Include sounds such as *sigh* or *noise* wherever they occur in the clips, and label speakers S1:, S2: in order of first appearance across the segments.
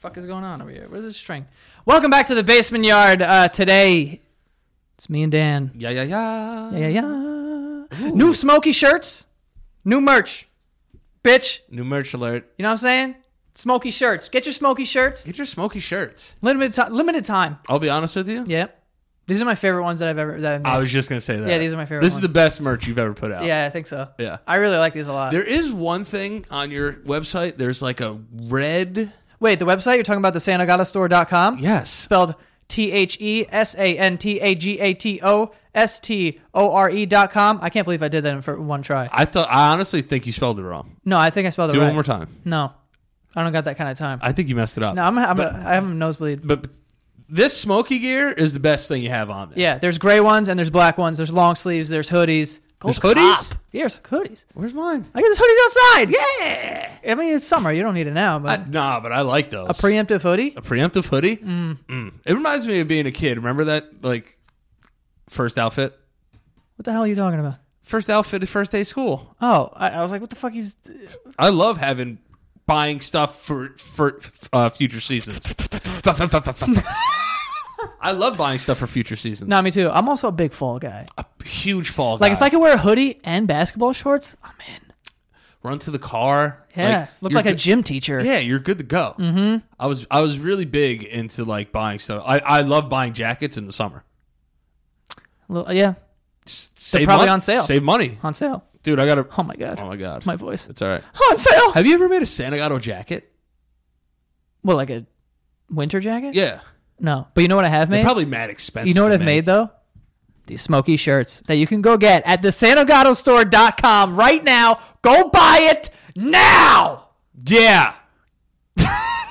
S1: fuck is going on over here? What is this string? Welcome back to the basement yard. Uh, today, it's me and Dan.
S2: Yeah, yeah, yeah.
S1: Yeah, yeah, yeah. New smoky shirts, new merch, bitch.
S2: New merch alert.
S1: You know what I'm saying? Smoky shirts. Get your smoky shirts.
S2: Get your smoky shirts.
S1: Limited time. Limited time.
S2: I'll be honest with you.
S1: Yep. These are my favorite ones that I've ever that I've made.
S2: I was just gonna say that.
S1: Yeah, these are my favorite
S2: This is
S1: ones.
S2: the best merch you've ever put out.
S1: yeah, I think so.
S2: Yeah.
S1: I really like these a lot.
S2: There is one thing on your website. There's like a red.
S1: Wait, the website you're talking about the santagatastore.com?
S2: Yes.
S1: Spelled T H E S A N T A G A T O S T O R E dot com. I can't believe I did that in for one try.
S2: I thought. I honestly think you spelled it wrong.
S1: No, I think I spelled it
S2: Do
S1: right.
S2: it one more time.
S1: No, I don't got that kind of time.
S2: I think you messed it up.
S1: no, I'm, gonna- I'm gonna- I have a nosebleed.
S2: But this smoky gear is the best thing you have on there.
S1: Yeah, there's gray ones and there's black ones. There's long sleeves. There's hoodies. Go
S2: There's hoodies?
S1: cop. Yeah, there's hoodies.
S2: Where's mine?
S1: I get this hoodies outside. Yeah. I mean, it's summer. You don't need it now, but
S2: I, nah, but I like those.
S1: a preemptive hoodie.
S2: a preemptive hoodie. Mm. It reminds me of being a kid. Remember that like first outfit,
S1: What the hell are you talking about?
S2: first outfit at first day school.
S1: Oh, I, I was like, what the fuck? He's
S2: I love having buying stuff for for uh, future seasons. I love buying stuff for future seasons.
S1: no, me too. I'm also a big fall guy.
S2: Huge fall.
S1: Like
S2: guy.
S1: if I could wear a hoodie and basketball shorts, I'm in.
S2: run to the car.
S1: Yeah, look
S2: you're
S1: like a
S2: good-
S1: gym teacher.
S2: Yeah, you're good to go. Mm-hmm. I was I was really big into like buying stuff. I, I love buying jackets in the summer.
S1: Well, yeah,
S2: Save
S1: probably
S2: mon-
S1: on sale.
S2: Save money,
S1: on sale.
S2: dude. I got to.
S1: Oh my god,
S2: Oh my god,
S1: my voice
S2: it's all right.
S1: on sale.
S2: Have you ever made a Santa Gato jacket?
S1: Well, like a winter jacket.
S2: Yeah,
S1: No, but you know what I have
S2: They're
S1: made.
S2: probably mad expensive.
S1: you know what
S2: to
S1: I've
S2: make.
S1: made though? These smoky shirts that you can go get at thesantogatostore.com right now. Go buy it now.
S2: Yeah. *laughs* I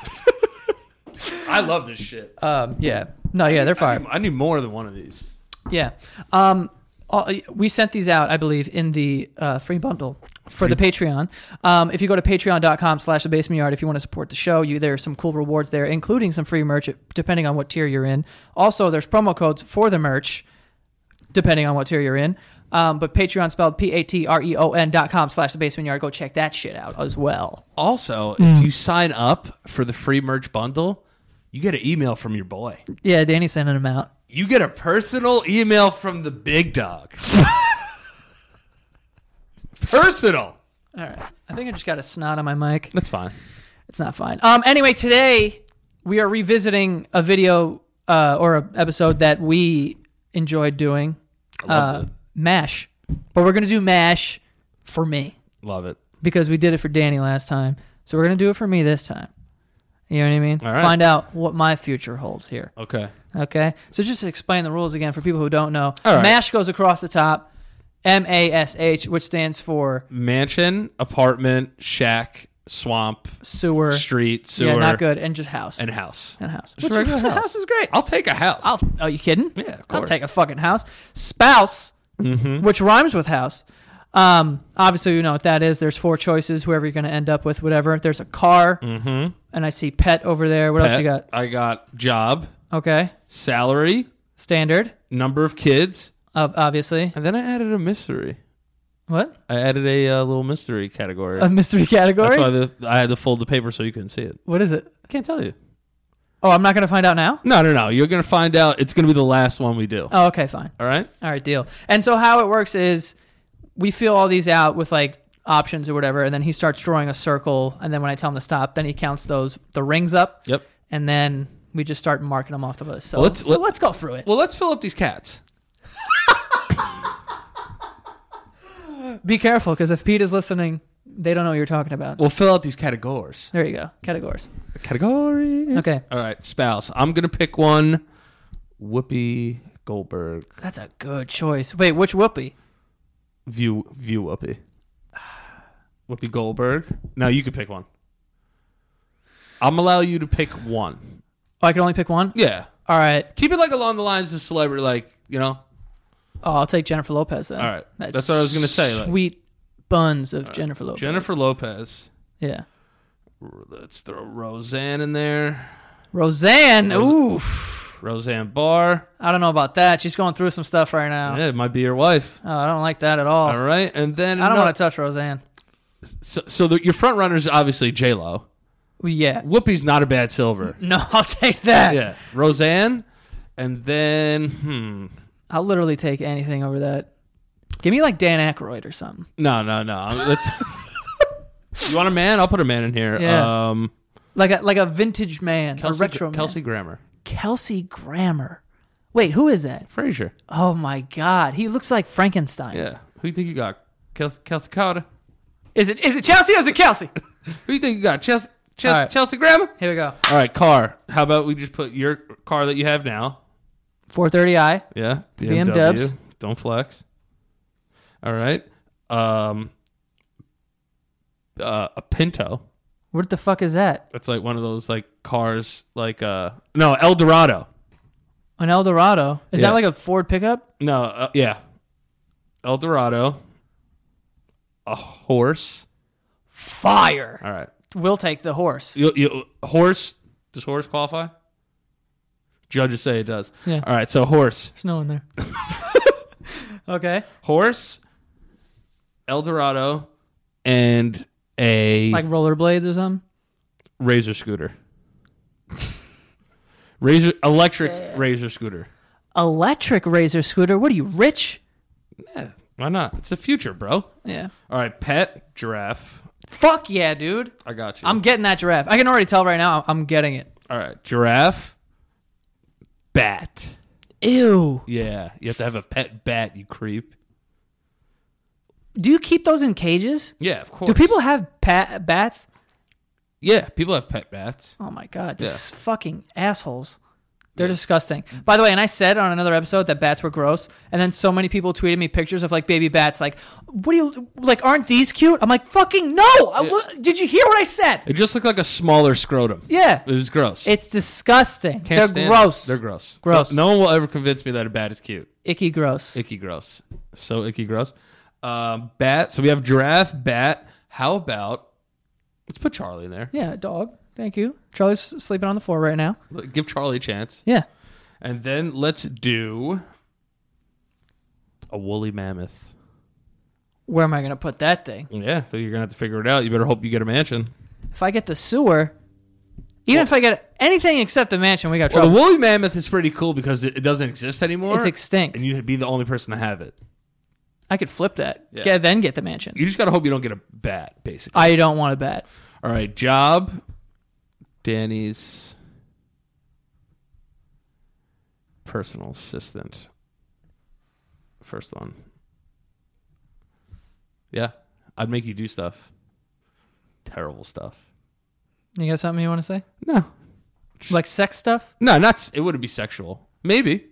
S2: love this shit.
S1: Um, yeah. No, yeah, they're
S2: I
S1: fire.
S2: need, I need more than one of these.
S1: Yeah. Um, all, we sent these out, I believe, in the uh, free bundle for the Patreon. Um, if you go to patreon.com slash the basement yard, if you want to support the show, you there's some cool rewards there, including some free merch, depending on what tier you're in. Also, there's promo codes for the merch, depending on what tier you're in. Um, but Patreon spelled P A T R E O N dot com slash the basement yard. Go check that shit out as well.
S2: Also,
S1: Hmm.
S2: if you sign up for the free merch bundle, you get an email from your boy.
S1: Yeah, Danny's sending them out.
S2: You get a personal email from the big dog. *laughs* personal.
S1: All right. I think I just got a snot on my mic.
S2: That's fine.
S1: It's not fine. Um. Anyway, today we are revisiting a video uh, or a episode that we enjoyed doing.
S2: loved
S1: uh, Mash, but we're gonna do Mash for me
S2: Love it.
S1: because we did it for Danny last time, so we're gonna do it for me this time. You know what I mean?
S2: All right.
S1: Find out what my future holds here.
S2: Okay.
S1: Okay. So just to explain the rules again for people who don't know,
S2: All right.
S1: Mash goes across the top. M A S H, which stands for
S2: Mansion, apartment, shack, swamp,
S1: sewer,
S2: street, sewer,
S1: yeah, not good, and just house
S2: and house.
S1: and house.
S2: Just
S1: Which
S2: regular
S1: house.
S2: house.
S1: is great.
S2: I'll take a house.
S1: I'll. Are you kidding?
S2: Yeah, of
S1: I'll
S2: course. Mm-hmm.
S1: take a fucking house. Spouse, which rhymes with house. Um, obviously, you know what that is. There's four choices. Whoever you're going to end up with, whatever. There's a car, mm-hmm. and I see pet over there. What else you got?
S2: I got job,
S1: Okay,
S2: salary,
S1: standard.
S2: number of kids,
S1: Of obviously,
S2: and then I added a mystery.
S1: what
S2: I added a uh, little mystery category.
S1: a mystery category.
S2: That's why the, I had to fold the paper so you couldn't see it.
S1: what is it?
S2: Can't tell you.
S1: Oh, I'm not going to find out now.
S2: No, no, no. You're gonna find out. It's gonna be the last one we do.
S1: Oh, okay, fine.
S2: All right.
S1: All right, deal. And so how it works is we fill all these out with like options or whatever, and then he starts drawing a circle, and then when I tell him to stop, then he counts those the rings up.
S2: Yep.
S1: And then we just start marking them off the list. So
S2: Well, let's-
S1: so
S2: let-
S1: let's go through it
S2: Well, let's fill up these cats.
S1: be careful because if Pete is listening, they don't know what you're talking about.
S2: We'll fill out these categories.
S1: there you go, categories.
S2: Categories.
S1: Okay.
S2: All right. Spouse. I'm gonna pick one. Whoopi Goldberg.
S1: That's a good choice. Wait, which whoopee?
S2: View. View Whoopi. *sighs* Whoopi Goldberg. Now you can pick one. I'm allow you to pick one.
S1: Oh, I can only pick one.
S2: Yeah.
S1: All right.
S2: Keep it like along the lines of celebrity, like you know.
S1: Oh, I'll take Jennifer Lopez then.
S2: All right, that's what I was gonna say, like-
S1: Sweet buns of Jennifer Lopez.
S2: Jennifer Lopez.
S1: Yeah.
S2: Let's throw Roseanne in there.
S1: Roseanne. Oof.
S2: Roseanne Barr.
S1: I don't know about that. She's going through some stuff right now.
S2: Yeah, it might be your wife.
S1: Oh, I don't like that at all.
S2: All right, and then
S1: I don't
S2: no-
S1: want to touch Roseanne.
S2: So, so the, your front runners obviously J Lo.
S1: Yeah. *laughs*
S2: Whoopi's not a bad silver.
S1: No, I'll take that.
S2: Yeah. Roseanne, and then hmm.
S1: I'll literally take anything over that. Give me like Dan Aykroyd or something.
S2: No, no, no.
S1: *laughs*
S2: Let's. you want a man? I'll put a man in here.
S1: Yeah.
S2: Um,
S1: Like a like a vintage man,
S2: Kelsey,
S1: a retro man.
S2: Kelsey Grammer,
S1: Kelsey Grammer. Wait, who is that?
S2: Frasier.
S1: Oh my god, he looks like Frankenstein.
S2: Yeah. Who you think you got? Kelsey, Kelsey Carter.
S1: Is it is it Chelsea or is it Kelsey?
S2: Who you think you got? Chelsea, Chelsea,
S1: All right.
S2: Chelsea Grammer.
S1: *laughs* Here we go.
S2: All right, car. How about we just put your car that you have now?
S1: 430i.
S2: Yeah,
S1: BM dubs.
S2: Don't flex. All right. Um, uh, a Pinto.
S1: What the fuck is that?
S2: That's like one of those like cars, like uh, no El Dorado.
S1: An Eldorado. Is
S2: Yeah.
S1: that like a Ford pickup?
S2: No, uh, yeah, El Dorado. A horse.
S1: Fire.
S2: All right.
S1: We'll take the horse.
S2: You, you, horse. Does horse qualify? Judges say it does.
S1: Yeah.
S2: All right. So horse,
S1: There's no one *laughs* there. okay.
S2: horse, El Dorado, and a
S1: Like rollerblades or something?
S2: razor scooter. razor electric razor scooter.
S1: Electric razor scooter. What are you, rich?
S2: Yeah, why not? It's the future, bro.
S1: Yeah.
S2: All right, pet giraffe.
S1: Fuck yeah, dude.
S2: I got you.
S1: I'm getting that giraffe. I can already tell right now I'm getting it.
S2: All right, giraffe. Bat.
S1: Ew.
S2: Yeah, you have to have a pet bat, you creep.
S1: Do you keep those in cages?
S2: Yeah, of course.
S1: Do people have pat- bats?
S2: Yeah, people have pet bats.
S1: Oh my god, this fucking assholes. They're disgusting. By the way, and I said on another episode that bats were gross, and then so many people tweeted me pictures of like baby bats. Like, what do you like? Aren't these cute? I'm like, fucking no! I wa- did you hear what I said?
S2: It just looked like a smaller scrotum.
S1: Yeah,
S2: It was gross.
S1: it's disgusting.
S2: Can't
S1: They're
S2: stand them.
S1: gross.
S2: They're gross.
S1: Gross.
S2: No, no one will ever convince me that a bat is cute.
S1: Icky gross.
S2: Icky gross. So icky gross. Um, bat. So we have giraffe, bat. How about let's put Charlie in there.
S1: yeah, dog. Thank you. Charlie's sleeping on the floor right now.
S2: Let- Give Charlie a chance.
S1: Yeah.
S2: And then let's do a woolly mammoth.
S1: Where am I gonna put that thing?
S2: Yeah, so you're gonna have to figure it out. You better hope you get a mansion.
S1: If I get the sewer, even if I get anything except the mansion, we got
S2: Well, the
S1: trouble.
S2: woolly mammoth is pretty cool because it, it doesn't exist anymore.
S1: it's extinct.
S2: and you'd be the only person to have it.
S1: I could flip that.
S2: Yeah.
S1: Yeah. then get the mansion.
S2: You just gotta hope you don't get a bat, basically.
S1: I don't want a bat.
S2: All right, job. Danny's personal assistant. First one. Yeah, I'd make you do stuff. Terrible stuff.
S1: You got something you want to say?
S2: No,
S1: Like sex stuff? *laughs*
S2: no, not. s- It wouldn't be sexual. Maybe.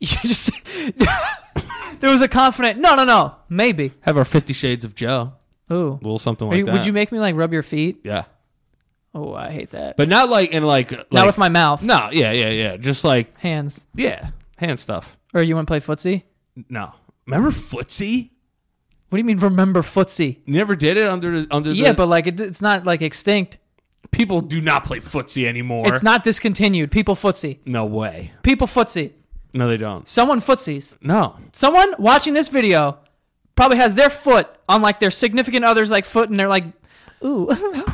S1: You just *laughs* there was a confident. No, no, no. Maybe.
S2: Have our Fifty Shades of Joe.
S1: Ooh.
S2: Well, something
S1: Are
S2: like
S1: you-
S2: that.
S1: would you make me like rub your feet?
S2: Yeah,
S1: Oh, I hate that.
S2: but not like in like. like
S1: Not with my mouth.
S2: No, yeah, yeah, yeah. Just like
S1: Hands.
S2: yeah, hand stuff.
S1: Or you want to play footsie?
S2: No, remember footsie?
S1: What do you mean? Remember footsie?
S2: You never did it under the under
S1: Yeah,
S2: the,
S1: but like it, it's not like extinct.
S2: people do not play footsie anymore.
S1: It's not discontinued. People footsie.
S2: no way.
S1: People footsie.
S2: No, they don't.
S1: Someone footsies.
S2: No,
S1: Someone watching this video probably has their foot on like their significant other's like foot, and they're like, "Ooh,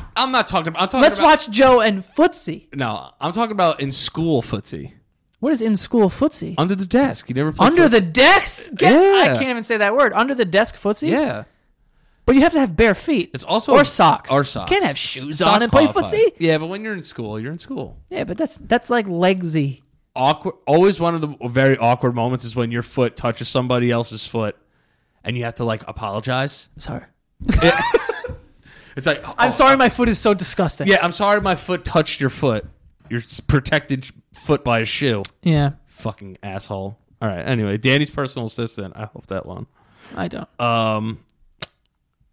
S1: *laughs*
S2: I'm not talking. about- I'm talking.
S1: let's
S2: about,
S1: watch Joe and footsie."
S2: No, I'm talking about in school footsie
S1: What is in school footsie?
S2: under the desk. You never played
S1: Under
S2: foot-
S1: the desk? Get, I
S2: Yeah.
S1: can't even say that word. Under the desk footsie?
S2: Yeah,
S1: But you have to have bare feet.
S2: it's also
S1: or socks.
S2: Or socks.
S1: You can't have shoes
S2: Socks
S1: on and play
S2: qualify.
S1: footsie.
S2: Yeah, but when you're in school, you're in school.
S1: Yeah, but that's that's like legsy.
S2: awkward always one of the very awkward moments is when your foot touches somebody else's foot and you have to like
S1: *laughs*
S2: apologize
S1: Sorry.
S2: it's like
S1: I'm
S2: oh,
S1: sorry my foot is so disgusting.
S2: yeah i'm sorry my foot touched your foot your s- protected sh- foot by a shoe
S1: Yeah,
S2: fucking asshole all right anyway danny's personal assistant i hope that one
S1: I don't.
S2: um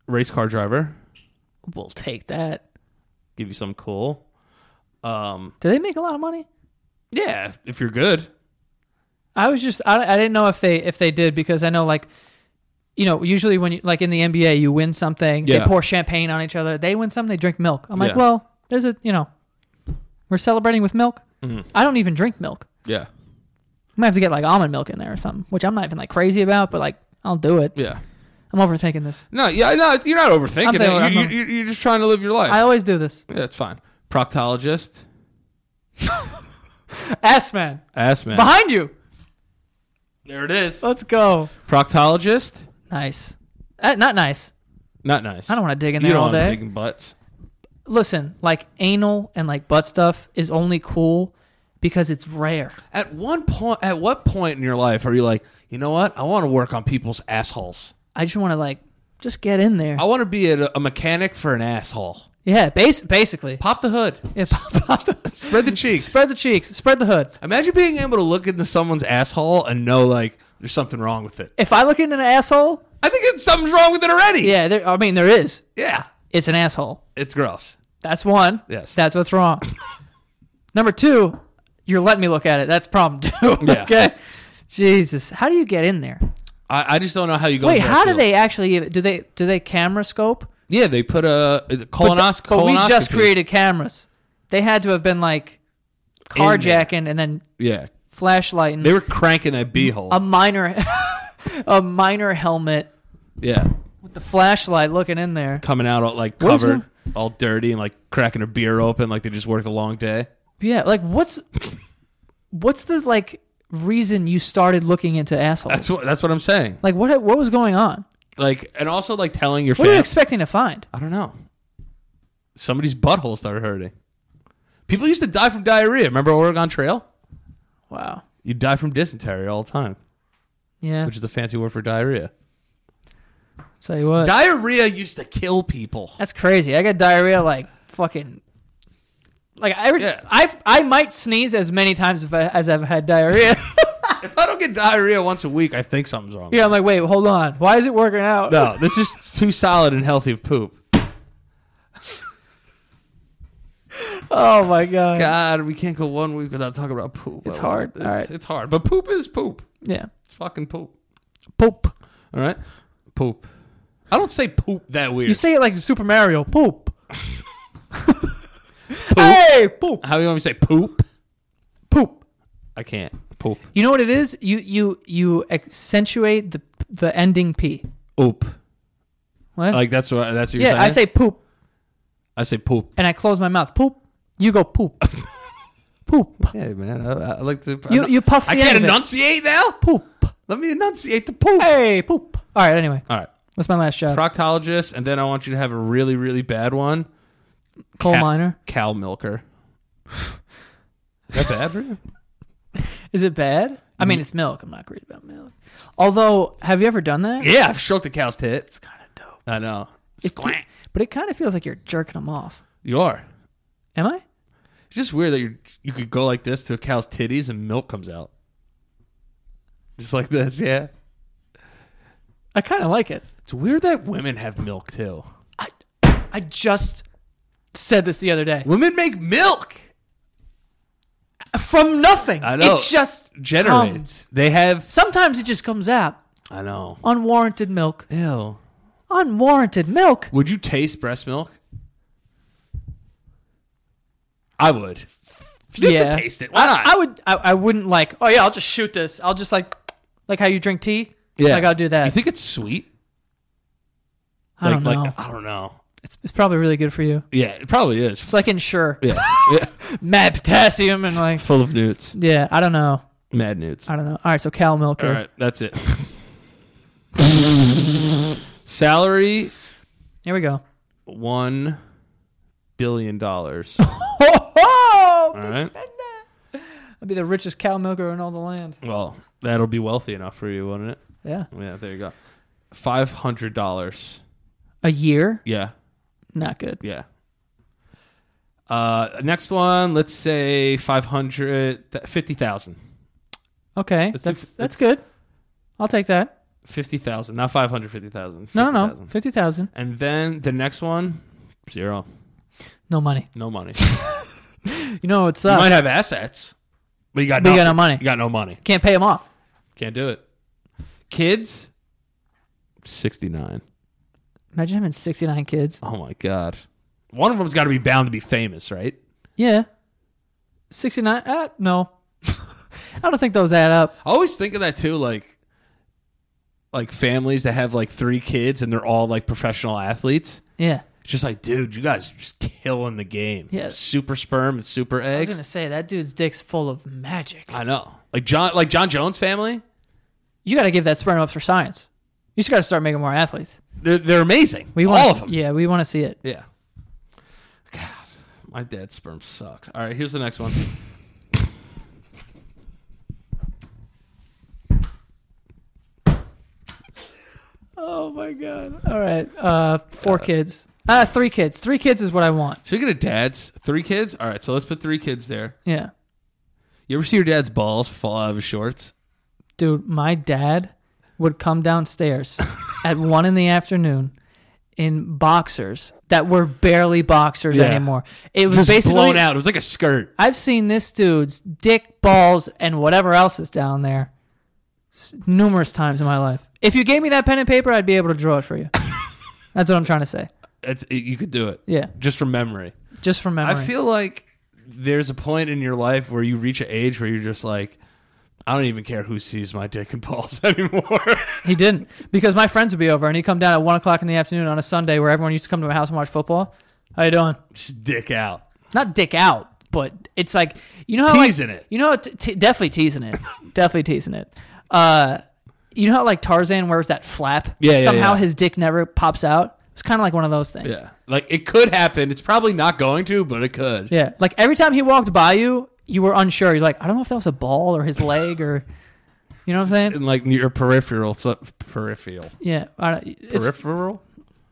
S2: race car driver
S1: we'll take that.
S2: give you some cool um
S1: Do they make a lot of money?
S2: yeah if you're good
S1: I was just I, I didn't know if they if they did because I know like you know usually when you like in the NBA you win something
S2: Yeah.
S1: they pour champagne on each other they win something they drink milk I'm like
S2: Yeah.
S1: well there's a you know we're celebrating with milk
S2: Mm-hmm.
S1: I don't even drink milk
S2: yeah
S1: I might have to get like almond milk in there or something which I'm not even like crazy about but like I'll do it
S2: yeah
S1: I'm overthinking this.
S2: No, yeah, no, you're not overthinking
S1: I'm
S2: it.
S1: thinking- I'm-
S2: You- you- You're, you're just trying to live your life.
S1: I always do
S2: *laughs*
S1: this.
S2: yeah, it's fine. Proctologist,
S1: S man
S2: ass man.
S1: behind you.
S2: there it is.
S1: Let's go.
S2: Proctologist,
S1: Nice. Uh, not nice.
S2: not nice.
S1: I don't want to dig in
S2: You
S1: there
S2: don't
S1: all
S2: want
S1: day.
S2: to digging butts.
S1: Listen, like anal and like butt stuff is only cool because it's rare.
S2: At one point, at what point in your life are you like, you know what? I want to work on people's assholes.
S1: I just want to like just get in there.
S2: I want to be a, a mechanic for an asshole.
S1: Yeah, bas- basically.
S2: Pop the hood,
S1: *laughs* Yeah, pop- pop the-
S2: *laughs* spread the cheeks.
S1: spread the cheeks, spread the hood.
S2: Imagine being able to look into someone's asshole and know like there's something wrong with it.
S1: If I look into an asshole,
S2: I think it's, something's wrong with it already.
S1: yeah, there, I mean there is.
S2: yeah,
S1: It's an asshole.
S2: it's gross.
S1: That's one.
S2: Yes.
S1: That's what's
S2: *laughs*
S1: wrong. Number two, you're letting me look at it. That's problem two. *laughs*
S2: Yeah.
S1: okay. Jesus, how do you get in there?
S2: I, I just don't know how you go.
S1: Wait,
S2: into that
S1: how do
S2: field.
S1: they actually do they do they camera scope?
S2: Yeah, they put a a
S1: But the-
S2: colonos-
S1: but, we just
S2: colonoscopy.
S1: created cameras. They had to have been like
S2: there.
S1: carjacking and then
S2: Yeah,
S1: flashlighting
S2: they were cranking that beehole.
S1: a minor *laughs* a minor helmet
S2: yeah,
S1: with the flashlight looking in there.
S2: coming out all, like
S1: Where's
S2: covered, all dirty, and like cracking a beer open, like they just worked a long day.
S1: Yeah, like what's what's the like reason you started looking into assholes?
S2: That's what that's what I'm saying.
S1: like what what was going on?
S2: Like, and also like telling your
S1: What are you
S2: family.
S1: expecting to find?
S2: I don't know. Somebody's butthole started hurting. People used to die from diarrhea. Remember Oregon Trail?
S1: Wow.
S2: You die from dysentery all the time,
S1: Yeah.
S2: which is a fancy word for diarrhea.
S1: tell you what.
S2: Diarrhea used to kill
S1: *laughs*
S2: people.
S1: that's crazy. I got diarrhea like fucking like I
S2: Yeah.
S1: I I might sneeze as many times if I, as I've had diarrhea.
S2: *laughs* If I don't get diarrhea once a week, I think something's wrong.
S1: yeah, I'm like, "Wait, hold on. Why is it working out?"
S2: No, this is too solid and healthy of poop.
S1: Oh my god.
S2: God, we can't go one week without talking about poop.
S1: It's hard.
S2: It's,
S1: All right.
S2: it's hard, but poop is poop.
S1: Yeah.
S2: It's fucking poop.
S1: Poop.
S2: All right, poop. I don't say poop that weird.
S1: You say it like Super Mario. Poop.
S2: *laughs*
S1: *laughs*
S2: poop.
S1: Hey, poop.
S2: How you want me to say poop?
S1: Poop.
S2: I can't poop.
S1: You know what it is? You you you accentuate the the ending p.
S2: Oop.
S1: What?
S2: *laughs* Like that's what that's what you're
S1: yeah,
S2: saying.
S1: I say poop
S2: I say poop.
S1: and I close my mouth. Poop. You go
S2: *laughs*
S1: poop. poop.
S2: Yeah, man. I, I like to.
S1: You you puff the
S2: I
S1: end
S2: can't
S1: of it.
S2: enunciate now.
S1: Poop.
S2: Let me enunciate the poop.
S1: Hey, poop. All right. Anyway,
S2: All right,
S1: that's my last job.
S2: proctologist, and then I want you to have a really, really bad one.
S1: Coal
S2: Cat-
S1: miner.
S2: Cow milker. Is that bad for you?
S1: Is it bad? I
S2: Mm.
S1: mean, it's milk. I'm not great about milk. Although, have you ever done that?
S2: *laughs* Yeah, I've stroked a cow's tit.
S1: It's kind of dope.
S2: I know.
S1: It fe- but it kind of feels like you're jerking them off.
S2: You are.
S1: Am I?
S2: It's just weird that you you could go like this to a cow's titties and milk comes out. Just like this, yeah.
S1: I kind of like it.
S2: It's weird that women have milk too.
S1: I, I just said this the other day.
S2: Women make milk.
S1: From nothing.
S2: I know.
S1: It just
S2: Generates.
S1: comes.
S2: They have.
S1: Sometimes it just comes out.
S2: I know.
S1: Unwarranted milk.
S2: Ew.
S1: Unwarranted milk.
S2: Would you taste breast milk? I would. Just
S1: yeah.
S2: to taste it. Why not?
S1: I would. I, I wouldn't like. Oh yeah, I'll just shoot this. I'll just like, like how you drink tea. Like I'll do that.
S2: You think it's sweet?
S1: I
S2: like,
S1: don't know.
S2: Like, I don't know.
S1: it's, it's probably really good for you.
S2: Yeah, it probably is.
S1: It's like Ensure.
S2: *laughs* yeah. yeah.
S1: Mad potassium and like.
S2: Full of newts.
S1: Yeah, I don't know.
S2: Mad newts.
S1: I don't know. All right, so cow milker.
S2: All right, that's it. Salary
S1: Here we go.
S2: one billion *laughs* dollars.
S1: Ho ho!
S2: All right.
S1: I'll be the richest cow milker in all the land.
S2: well, that'll be wealthy enough for you, won't it?
S1: Yeah.
S2: Yeah, there you go. Five hundred dollars.
S1: A year?
S2: Yeah,
S1: Not good.
S2: yeah. Uh, next one. Let's say five hundred fifty thousand.
S1: Okay,
S2: It's-
S1: that's
S2: it's-
S1: that's good. I'll take that.
S2: Fifty thousand, not five hundred fifty thousand.
S1: No, no, no. Fifty thousand.
S2: And then the next one, zero,
S1: No money. *laughs*
S2: no money.
S1: You know uh, what's
S2: You
S1: up?
S2: might have assets, but you got
S1: But you got
S2: nothing.
S1: no money.
S2: You got no money.
S1: Can't pay him off.
S2: Can't do it. Kids, sixty nine.
S1: Imagine having sixty nine kids.
S2: Oh my god. One of them's got to be bound to be famous, right?
S1: Yeah. Sixty nine? Uh, no. *laughs* I don't think those add up.
S2: I always think of that too. Like, like families that have like three kids and they're all like professional athletes.
S1: Yeah.
S2: It's just like, dude, you guys are just killing the game.
S1: Yeah.
S2: Super sperm and super
S1: I was
S2: eggs.
S1: gonna say that dude's dick's full of magic.
S2: I know. Like John like John Jones family,
S1: You got to give that sperm up for science. You just got to start making more athletes.
S2: they're they're amazing.
S1: We want
S2: all of them.
S1: Yeah, we want to see it.
S2: Yeah. God, my dad's sperm sucks. All right, here's the next one. *laughs*
S1: Oh my god! All right, uh, four kids. Uh, three kids. Three kids is what I want.
S2: Speaking of dads, three kids. All right, so let's put three kids there.
S1: Yeah,
S2: You ever see your dad's balls fall out of his shorts?
S1: dude. My dad would come downstairs
S2: *laughs*
S1: at one in the afternoon in boxers that were barely boxers
S2: Yeah.
S1: anymore. It was
S2: Just
S1: basically
S2: blown out. It was like a skirt.
S1: I've seen this dude's dick, balls, and whatever else is down there s- numerous times in my life. If you gave me that pen and paper, I'd be able to draw it for
S2: *laughs*
S1: you. That's what I'm trying to say.
S2: It's it, you could do it.
S1: Yeah,
S2: Just from memory.
S1: just from memory.
S2: I feel like there's a point in your life where you reach an age where you're just like, I don't even care who sees my dick and *laughs* balls anymore. *laughs*
S1: He didn't because my friends would be over and he'd come down at one o'clock in the afternoon on a Sunday where everyone used to come to my house and watch football. How you doing?
S2: just dick out.
S1: Not dick out, but it's like you know how like,
S2: Teasing it.
S1: You know, t- t- definitely teasing
S2: *laughs*
S1: it. definitely teasing it. Uh, you know how like Tarzan wears that flap.
S2: Yeah, yeah,
S1: Somehow
S2: yeah.
S1: his dick never pops out. It's kind of like one of those things.
S2: Yeah. Like it could happen. It's probably not going to, but it could.
S1: Yeah. Like every time he walked by you, you were unsure. You're like, I don't know if that was a ball or his leg or, *laughs* you know what I'm saying?
S2: And like your peripheral, so, peripheral,
S1: Yeah. I don't, it's,
S2: peripheral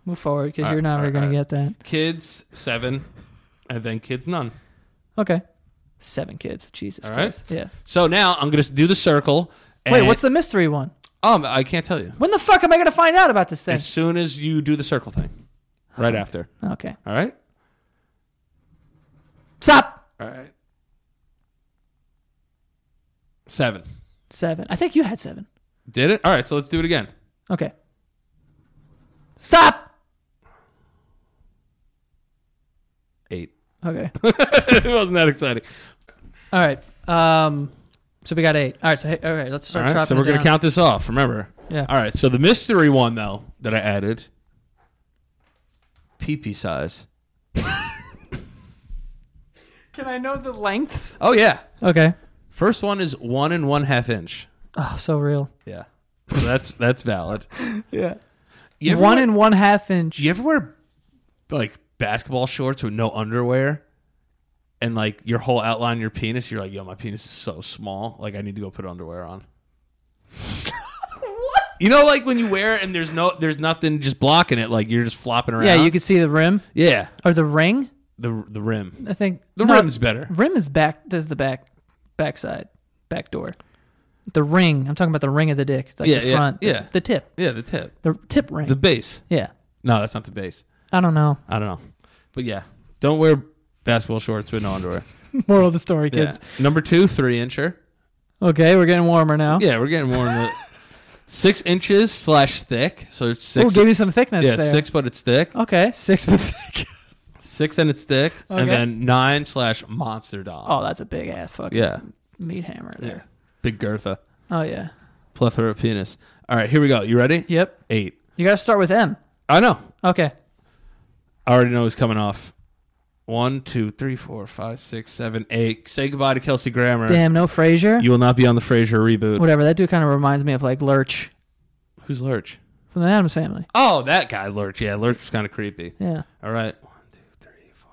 S1: move forward because
S2: All
S1: you're
S2: right,
S1: not
S2: all
S1: really
S2: right,
S1: gonna
S2: all
S1: get
S2: right.
S1: that.
S2: kids seven, and then kids none.
S1: Okay. Seven kids. Jesus
S2: All right.
S1: Christ. Yeah.
S2: So now I'm gonna do the circle.
S1: Wait,
S2: and-
S1: what's the mystery one?
S2: Um, I can't tell you.
S1: When the fuck am I going to find out about this thing?
S2: As soon as you do the circle thing, right after.
S1: Okay.
S2: All right.
S1: Stop.
S2: All right. Seven.
S1: Seven. I think you had seven.
S2: Did it? All right. So let's do it again.
S1: Okay. Stop.
S2: Eight. *laughs*
S1: *laughs* Okay.
S2: it wasn't that exciting.
S1: All right. Um, so we got eight. All right. So hey, all right. Let's
S2: All
S1: start
S2: right.
S1: chopping.
S2: So we're
S1: it
S2: gonna
S1: down.
S2: count this off. Remember.
S1: Yeah.
S2: All right. So the mystery one though that I added. Pee pee size.
S1: Can I know the lengths?
S2: Oh yeah.
S1: Okay.
S2: First one is one and one half inch.
S1: Oh, so real.
S2: Yeah. So that's that's valid.
S1: Yeah.
S2: You ever
S1: one
S2: wear-
S1: and one half inch.
S2: Do you ever wear like basketball shorts with no underwear? And like your whole outline, of your penis, you're like, yo, my penis is so small. Like I need to go put underwear on.
S1: What?
S2: You know, like when you wear it and there's no, there's nothing just blocking it. Like you're just flopping around.
S1: Yeah. You could see the rim
S2: yeah.
S1: or the ring.
S2: The the rim.
S1: I think
S2: The
S1: No,
S2: rim's better.
S1: Rim is back. Does the back, backside, back door. The ring. I'm talking about the ring of the dick, like
S2: Yeah,
S1: the
S2: yeah,
S1: front. the-
S2: yeah.
S1: The, tip.
S2: Yeah, the tip.
S1: The tip ring.
S2: The base.
S1: yeah.
S2: No, that's not the base.
S1: I don't know.
S2: I don't know. But yeah, don't wear basketball shorts with no underwear.
S1: Moral of the story,
S2: Yeah.
S1: kids.
S2: Number two, three incher.
S1: Okay, we're getting warmer now.
S2: Yeah, we're getting more in the six inches slash thick. So it's
S1: Ooh,
S2: six.
S1: gave you some thickness
S2: Yeah,
S1: there. Oh.
S2: six, but it's thick.
S1: Okay, six but thick.
S2: Six and it's thick, and
S1: Okay.
S2: then nine slash monster doll.
S1: *laughs* Oh, that's a big ass fucking
S2: yeah,
S1: meat hammer
S2: yeah.
S1: there.
S2: Big Gertha,
S1: Oh yeah.
S2: plethora of penis. All right, here we go. You ready?
S1: Yep.
S2: Eight.
S1: You gotta start with M.
S2: I know.
S1: Okay.
S2: I already know who's coming off. One, two, three, four, five, six, seven, eight. Say goodbye to Kelsey Grammer.
S1: Damn, no Frasier.
S2: You will not be on the Frasier reboot.
S1: Whatever. That dude kind of reminds me of like Lurch
S2: Who's Lurch?
S1: from the Adams Family.
S2: Oh, that guy Lurch. Yeah, Lurch was kind of creepy.
S1: Yeah.
S2: All right. One, two, three, four.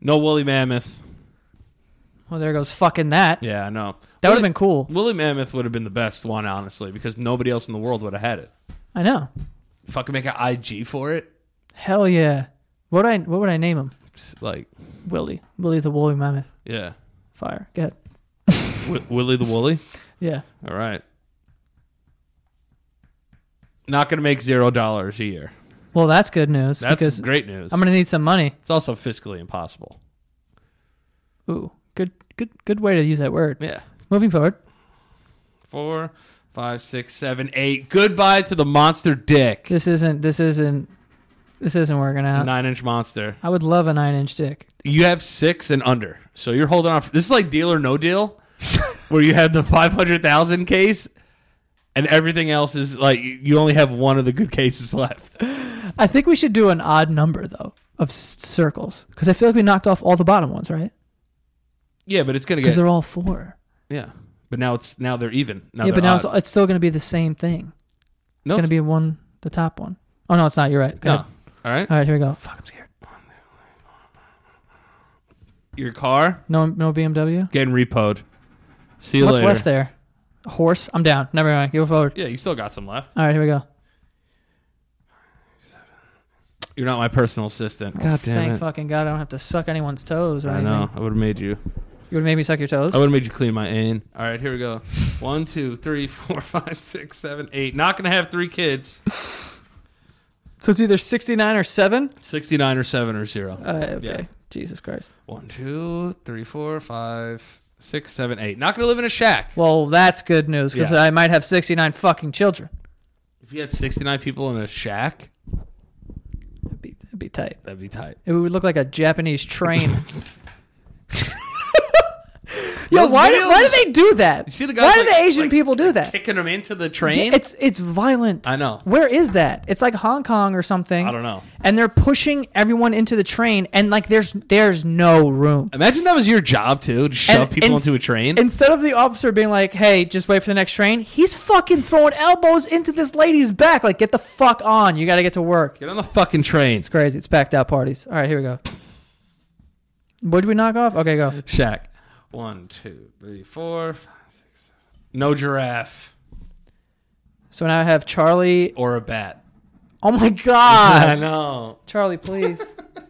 S2: No woolly mammoth.
S1: Well, there goes fucking that.
S2: Yeah, I know.
S1: That would have
S2: Woolly-
S1: been cool.
S2: woolly mammoth would have been the best one, honestly, because nobody else in the world would have had it.
S1: I know.
S2: If I could make an IG for it,
S1: Hell yeah. What I what would I name him?
S2: just like
S1: Willie. Willie the Woolly Mammoth.
S2: yeah,
S1: Fire. Go ahead.
S2: w- Willy the Woolly.
S1: Yeah.
S2: All right. Not gonna make zero dollars a year.
S1: Well, that's good news
S2: That's
S1: because
S2: great news.
S1: I'm gonna need some money.
S2: it's also fiscally impossible.
S1: Ooh, good good good way to use that word.
S2: Yeah.
S1: Moving forward.
S2: Four, five, six, seven, eight. Goodbye to the monster dick.
S1: This isn't. This isn't. This isn't working out.
S2: Nine inch monster.
S1: I would love a nine-inch dick.
S2: you have six and under. So you're *laughs* holding on. For, this is like deal or no deal, where you had the 500,000 case and everything else is like you only have one of the good cases *laughs* left.
S1: I think we should do an odd number though of s- circles because I feel like we knocked off all the bottom ones, right?
S2: Yeah, but it's gonna
S1: Because
S2: get
S1: they're all four.
S2: yeah. But now it's now they're even. Now
S1: yeah,
S2: they're
S1: but now
S2: odd.
S1: it's, it's still going to be the same thing. It's
S2: no,
S1: going to be one, the top one. Oh no, it's not. You're right. Go
S2: no.
S1: ahead.
S2: All right,
S1: All right, here we go. Fuck, I'm scared.
S2: your car
S1: No, no BMW.
S2: getting repoed. See you
S1: What's
S2: later.
S1: left there? A horse. I'm down. Never mind. Go forward.
S2: Yeah, you still got some left.
S1: All right, here we go.
S2: You're not my personal assistant. God
S1: Thank
S2: damn it.
S1: fucking God, I don't have to suck anyone's toes or
S2: I
S1: anything.
S2: know. I would have made you.
S1: You would have made me suck your toes.
S2: I would have made you clean my ain. All right, here we go. One, two, three, *laughs* four, five, six, seven, eight. Not gonna have three kids.
S1: So it's either 69 or 7?
S2: Sixty-nine or seven or zero.
S1: Uh, okay.
S2: Yeah.
S1: Jesus Christ.
S2: One, two, three, four, five, six, seven, eight. Not gonna live in a shack.
S1: Well, that's good news because
S2: Yeah.
S1: I might have 69 fucking children.
S2: If you had sixty-nine people in a shack,
S1: That'd be, that'd be tight.
S2: that'd be tight.
S1: It would look like a Japanese
S2: *laughs*
S1: train. Yo,
S2: Those
S1: why do, why do
S2: videos-
S1: they do that?
S2: You see the guys
S1: why do
S2: like-
S1: the Asian
S2: like,
S1: people do that?
S2: Kicking them into the train.
S1: It's it's violent.
S2: I know.
S1: Where is that? It's like Hong Kong or something.
S2: I don't know.
S1: And they're pushing everyone into the train, and like there's there's no room.
S2: Imagine that was your job too. To shove
S1: And-
S2: people
S1: and-
S2: into a train.
S1: Instead of the officer being like, "Hey, just wait for the next train," he's fucking throwing elbows into this lady's back. Like, get the fuck on! You got to get to work.
S2: Get on the fucking train.
S1: It's crazy. It's packed out parties. All right, here we go. What did we knock off? Okay, go.
S2: Shack. One, two, three, four, five, six, seven. No giraffe
S1: So now I have Charlie.
S2: or a bat.
S1: Oh my god,
S2: *laughs* I know.
S1: Charlie, please,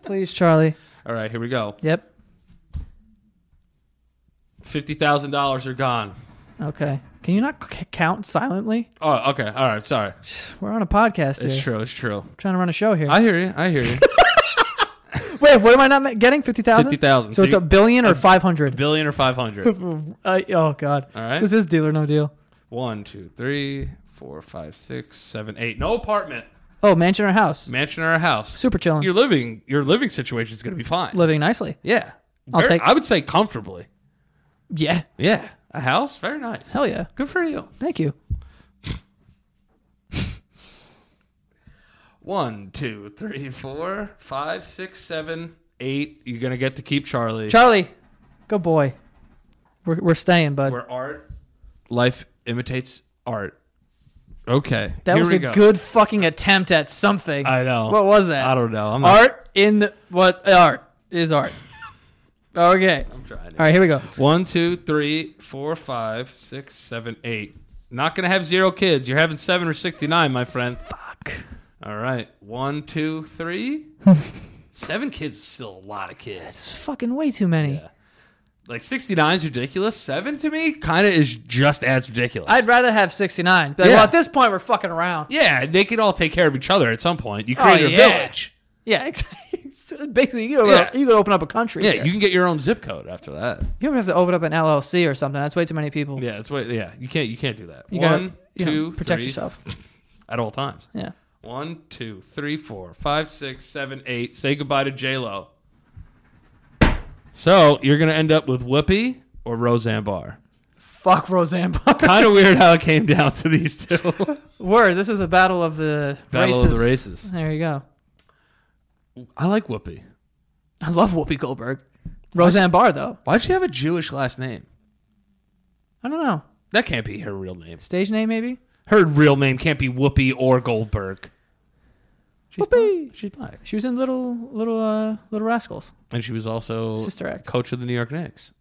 S1: please, Charlie.
S2: All right, here we go.
S1: Yep.
S2: Fifty thousand dollars are gone.
S1: Okay. Can you not c- count silently?
S2: Oh, okay. All right. Sorry.
S1: We're on a podcast here.
S2: It's true. It's true.
S1: trying to run a show here.
S2: I hear you. I
S1: *laughs*
S2: hear you.
S1: Wait, what am I not ma- getting? Fifty thousand.
S2: Fifty thousand. Uh,
S1: So it's a billion or five hundred.
S2: billion or five hundred.
S1: *laughs* Uh, oh God.
S2: All right.
S1: This is deal or no deal.
S2: One, two, three, four, five, six, seven, eight. No apartment,
S1: Oh, mansion or house.
S2: mansion, or a house.
S1: Super chilling.
S2: Your living, your living situation is going to be fine.
S1: Living nicely.
S2: yeah,
S1: I'll
S2: Very-
S1: take-
S2: I would say comfortably.
S1: Yeah.
S2: Yeah, a house, very nice.
S1: Hell yeah.
S2: Good for you.
S1: Thank you.
S2: One, two, three, four, five, six, seven, eight. You're gonna get to keep Charlie.
S1: Charlie, good boy. We're, we're staying, bud.
S2: Where art, life imitates art. Okay,
S1: that
S2: here
S1: was
S2: we
S1: a
S2: go.
S1: good fucking attempt at something.
S2: I know.
S1: What was that?
S2: I don't know. I'm not,
S1: Art in the, what art is
S2: *laughs*
S1: art. okay.
S2: I'm trying.
S1: All right, here we go.
S2: One, two, three, four, five, six, seven, eight. Not gonna have zero kids. You're having seven or sixty-nine, my friend.
S1: Fuck.
S2: All right. One,
S1: *laughs*
S2: two, three. seven kids is still a lot of kids.
S1: It's fucking way too many.
S2: Yeah. Like sixty-nine is ridiculous. Seven to me kind of is just as ridiculous.
S1: I'd rather have 69. But,
S2: Yeah.
S1: Well, at this point, we're fucking around.
S2: yeah, they could all take care of each other at some point. You create a
S1: Oh, yeah.
S2: village.
S1: Yeah, *laughs* exactly. So Basically, you could,
S2: Yeah.
S1: you could open up a country.
S2: Yeah,
S1: here.
S2: you can get your own zip code after that.
S1: You don't have to open up an LLC or something. That's way too many people.
S2: Yeah, that's what. Yeah, you can't. You can't do that.
S1: You
S2: One,
S1: gotta you know,
S2: two,
S1: protect
S2: three,
S1: yourself.
S2: at all times.
S1: Yeah.
S2: One, two, three, four, five, six, seven, eight. Say goodbye to J Lo. So you're gonna end up with Whoopi or Roseanne Barr. *laughs*
S1: Fuck Roseanne Barr.
S2: Kind of weird how it came down to these two.
S1: *laughs*
S2: *laughs*
S1: Word. This is a battle of the
S2: Battle
S1: races.
S2: of the races.
S1: There you go.
S2: I like Whoopi.
S1: I love Whoopi Goldberg. Roseanne Barr though.
S2: Why'd she have a Jewish last name?
S1: I don't know.
S2: That can't be her real name.
S1: Stage name maybe.
S2: Her real name can't be Whoopi or Goldberg. She's
S1: Whoopi.
S2: Black. She's black,
S1: She was in Little Little uh, Little Rascals.
S2: and she was also
S1: Sister Act.
S2: coach of the New York Knicks.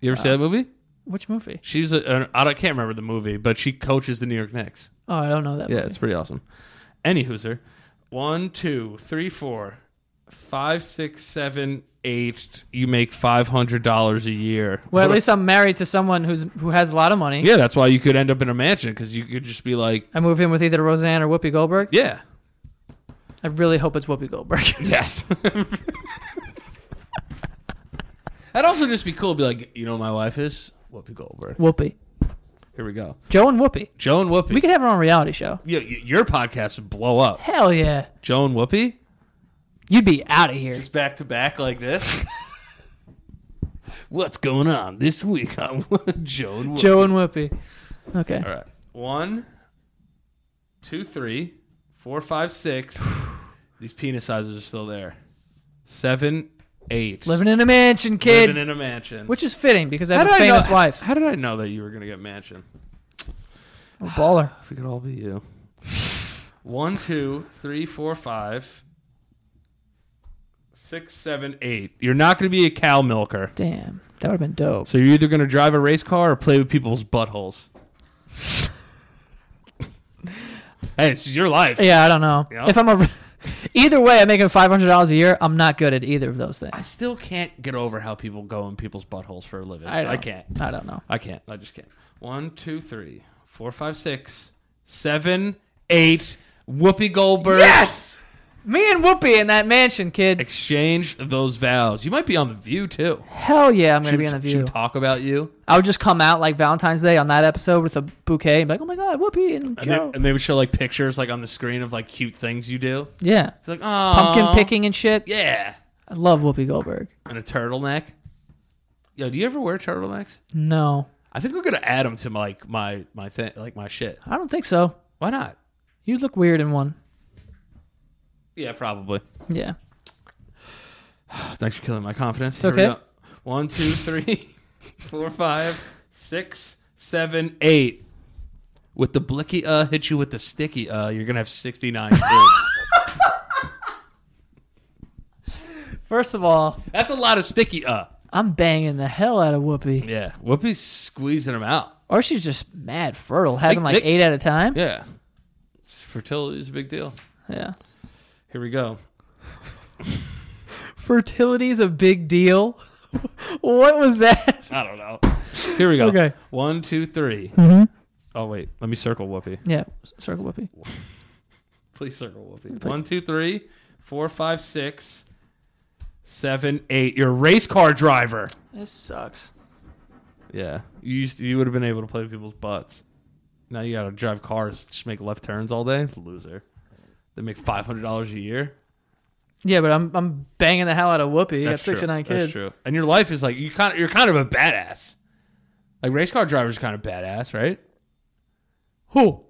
S2: You ever
S1: Uh,
S2: see that movie?
S1: Which movie?
S2: She's a, a I don't- can't remember the movie, but she coaches the New York Knicks.
S1: Oh, I don't know that.
S2: Yeah,
S1: movie.
S2: it's pretty awesome. Anywho, sir. One, two, three, four, five, six, seven, eight. You make five hundred dollars a year.
S1: Well, at least I'm married to someone who's who has a lot of money.
S2: yeah, that's why you could end up in a mansion because you could just be like,
S1: I move in with either Roseanne or Whoopi Goldberg.
S2: yeah,
S1: I really hope it's Whoopi Goldberg. *laughs*
S2: yes. *laughs* That'd also just be cool. Be like, you know, what my wife is Whoopi Goldberg.
S1: Whoopi.
S2: Here we go,
S1: Joe and Whoopi.
S2: Joan Whoopi.
S1: We could have her on a reality show.
S2: Yeah, y- your podcast would blow up.
S1: Hell yeah.
S2: Joan Whoopi,
S1: You'd be out of here.
S2: just back to back like *laughs* this. What's going on this week on Joan? Whoopi?
S1: Joe and Whoopi. Okay.
S2: All right. One, two, three, four, five, six. *sighs* These penis sizes are still there. Seven, eight.
S1: Living in a mansion, kid.
S2: Living in a mansion.
S1: which is fitting because I have a famous
S2: know,
S1: wife.
S2: How did I know that you were gonna get mansion?
S1: I'm a baller.
S2: If we could all be you. *sighs* One, two, three, four, five, six, seven, eight. You're not gonna be a cow milker.
S1: *sighs* Damn, that would have been dope.
S2: So you're either gonna drive a race car or play with people's buttholes.
S1: *laughs*
S2: hey, this is your life.
S1: Yeah, I don't know.
S2: Yeah.
S1: If I'm a, *laughs* either way, I'm making five hundred dollars a year. I'm not good at either of those
S2: I
S1: things.
S2: still can't get over how people go in people's buttholes for a living.
S1: I don't-
S2: I can't.
S1: I don't know.
S2: I can't. I just can't. One, two, three, four, five, six, seven, eight. Whoopi Goldberg.
S1: Yes, me and Whoopi in that mansion, kid.
S2: Exchange those vows. You might be on the View too.
S1: Hell yeah, I'm gonna be on the
S2: She
S1: view.
S2: would talk about you,
S1: I would just come out like Valentine's Day on that episode with a bouquet and be like, oh my god, Whoopi and
S2: and they,
S1: Joe.
S2: and they would show like pictures like on the screen of like cute things you do.
S1: yeah,
S2: It's like oh,
S1: pumpkin picking and shit.
S2: Yeah,
S1: I love Whoopi Goldberg.
S2: and a turtleneck. Yo, do you ever wear turtlenecks?
S1: No,
S2: I think we're gonna add them to my, like my my thing, like my shit.
S1: I don't think so.
S2: Why not?
S1: You look weird in one.
S2: Yeah, probably.
S1: Yeah.
S2: Thanks for killing my confidence. It's
S1: okay.
S2: One, two, *laughs* three, four, five, six, seven, eight. With the blicky uh hit you with the sticky uh, you're gonna have sixty *laughs* nine kids.
S1: First of all,
S2: That's a lot of sticky uh.
S1: I'm banging the hell out of Whoopi.
S2: Yeah. Whoopi's squeezing them out.
S1: Or she's just mad fertile, having like
S2: Nick-
S1: eight at a time.
S2: Yeah. Fertility is a big deal.
S1: Yeah.
S2: Here we go.
S1: Fertility's a big deal. *laughs* what was that?
S2: I don't know. Here we go.
S1: Okay. Mm-hmm.
S2: One, two, three. Oh wait, let me circle Whoopi.
S1: Yeah, circle whoopee.
S2: Please circle Whoopi. One, two, three, four, five, six, seven, eight. You're a race car driver.
S1: This sucks.
S2: Yeah. You used to, you would have been able to play with people's butts. Now you gotta drive cars, just make left turns all day. Loser. They make five hundred dollars a year.
S1: Yeah, but I'm I'm banging the hell out of whoopee. You got
S2: That's true.
S1: six or nine
S2: That's
S1: kids.
S2: true. And your life is like you kind of you're kind of a badass. Like race car drivers are kind of badass, right?
S1: Who?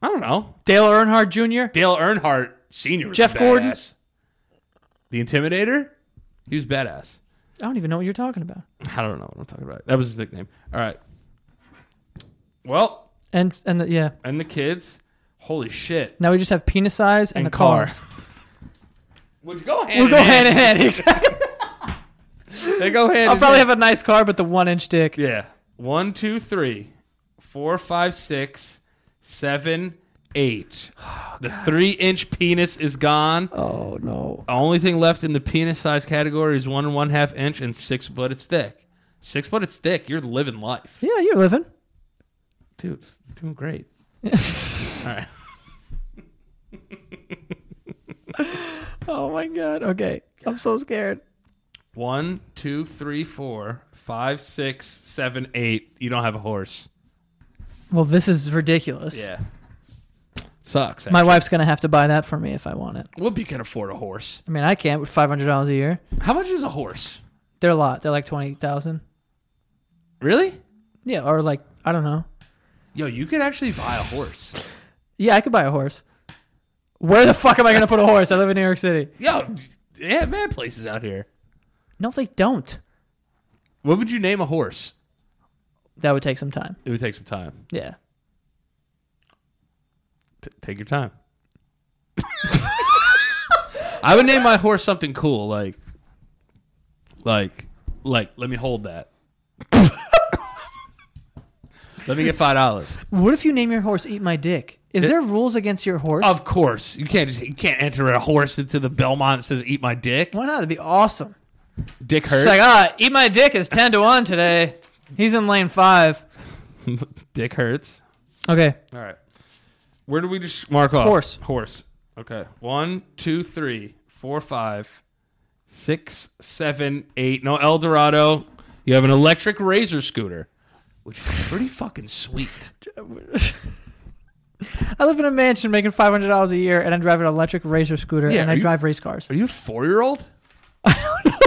S2: I don't know.
S1: Dale Earnhardt Jr.
S2: Dale Earnhardt Senior. was
S1: Jeff
S2: a
S1: Gordon?
S2: badass. the Intimidator. He was badass.
S1: I don't even know what you're talking about.
S2: I don't know what I'm talking about. That was his nickname. All right. Well,
S1: And and the, yeah,
S2: and the kids. Holy shit.
S1: now we just have penis size and,
S2: And
S1: the cars.
S2: Would you go hand?
S1: *laughs* We'll
S2: in
S1: go hand in hand.
S2: *laughs*
S1: Exactly.
S2: They go hand.
S1: I'll
S2: in
S1: probably
S2: hand.
S1: have a nice car, but the one inch dick.
S2: Yeah. One, two, three, four, five, six, seven, *sighs* eight. the three inch penis is gone.
S1: Oh no.
S2: The only thing left in the penis size category is one and one half inch and six butted stick. Six butted stick, you're living life.
S1: Yeah, you're living.
S2: Dude, you're doing great. All right.
S1: *laughs* Oh my god. Okay, I'm so scared.
S2: One, two, three, four, five, six, seven, eight. You don't have a horse.
S1: Well, this is ridiculous.
S2: Sucks. eh?
S1: My
S2: My
S1: wife's gonna have to buy that for me if I want it.
S2: Whoopi can afford a horse.
S1: I mean, I can't with five hundred dollars a year.
S2: How much is a horse?
S1: They're a lot. They're like twenty thousand.
S2: Really?
S1: Yeah, or like I don't know.
S2: Yo, you could actually buy a horse.
S1: Yeah, I could buy a horse. Where the fuck am I gonna put a horse? I live in New York City.
S2: Yo, yeah, mad places out here.
S1: No, they don't.
S2: What would you name a horse?
S1: That would take some time.
S2: It would take some time.
S1: Yeah.
S2: T- take your time. *laughs* I would name my horse something cool, like, like, like. Let me hold that. *laughs* let me get five dollars.
S1: What if you name your horse "Eat My Dick"? Is
S2: It-
S1: there rules against your horse?
S2: Of course, you can't. Just, you can't enter a horse into the Belmont that says "Eat my dick."
S1: Why not? That'd be awesome.
S2: Dick
S1: It's
S2: hurts.
S1: like ah, "Eat My Dick" is ten to one today. He's in lane five.
S2: dick hurts.
S1: Okay.
S2: All right. Where do we just mark off?
S1: Horse.
S2: Horse. Okay. One, two, three, four, five, six, seven, eight. No Eldorado. You have an electric razor scooter, which is pretty fucking sweet.
S1: I live in a mansion making five hundred dollars a year, and I drive an electric razor scooter,
S2: Yeah,
S1: and I
S2: are you-
S1: drive race cars.
S2: Are you a four year old? I don't know.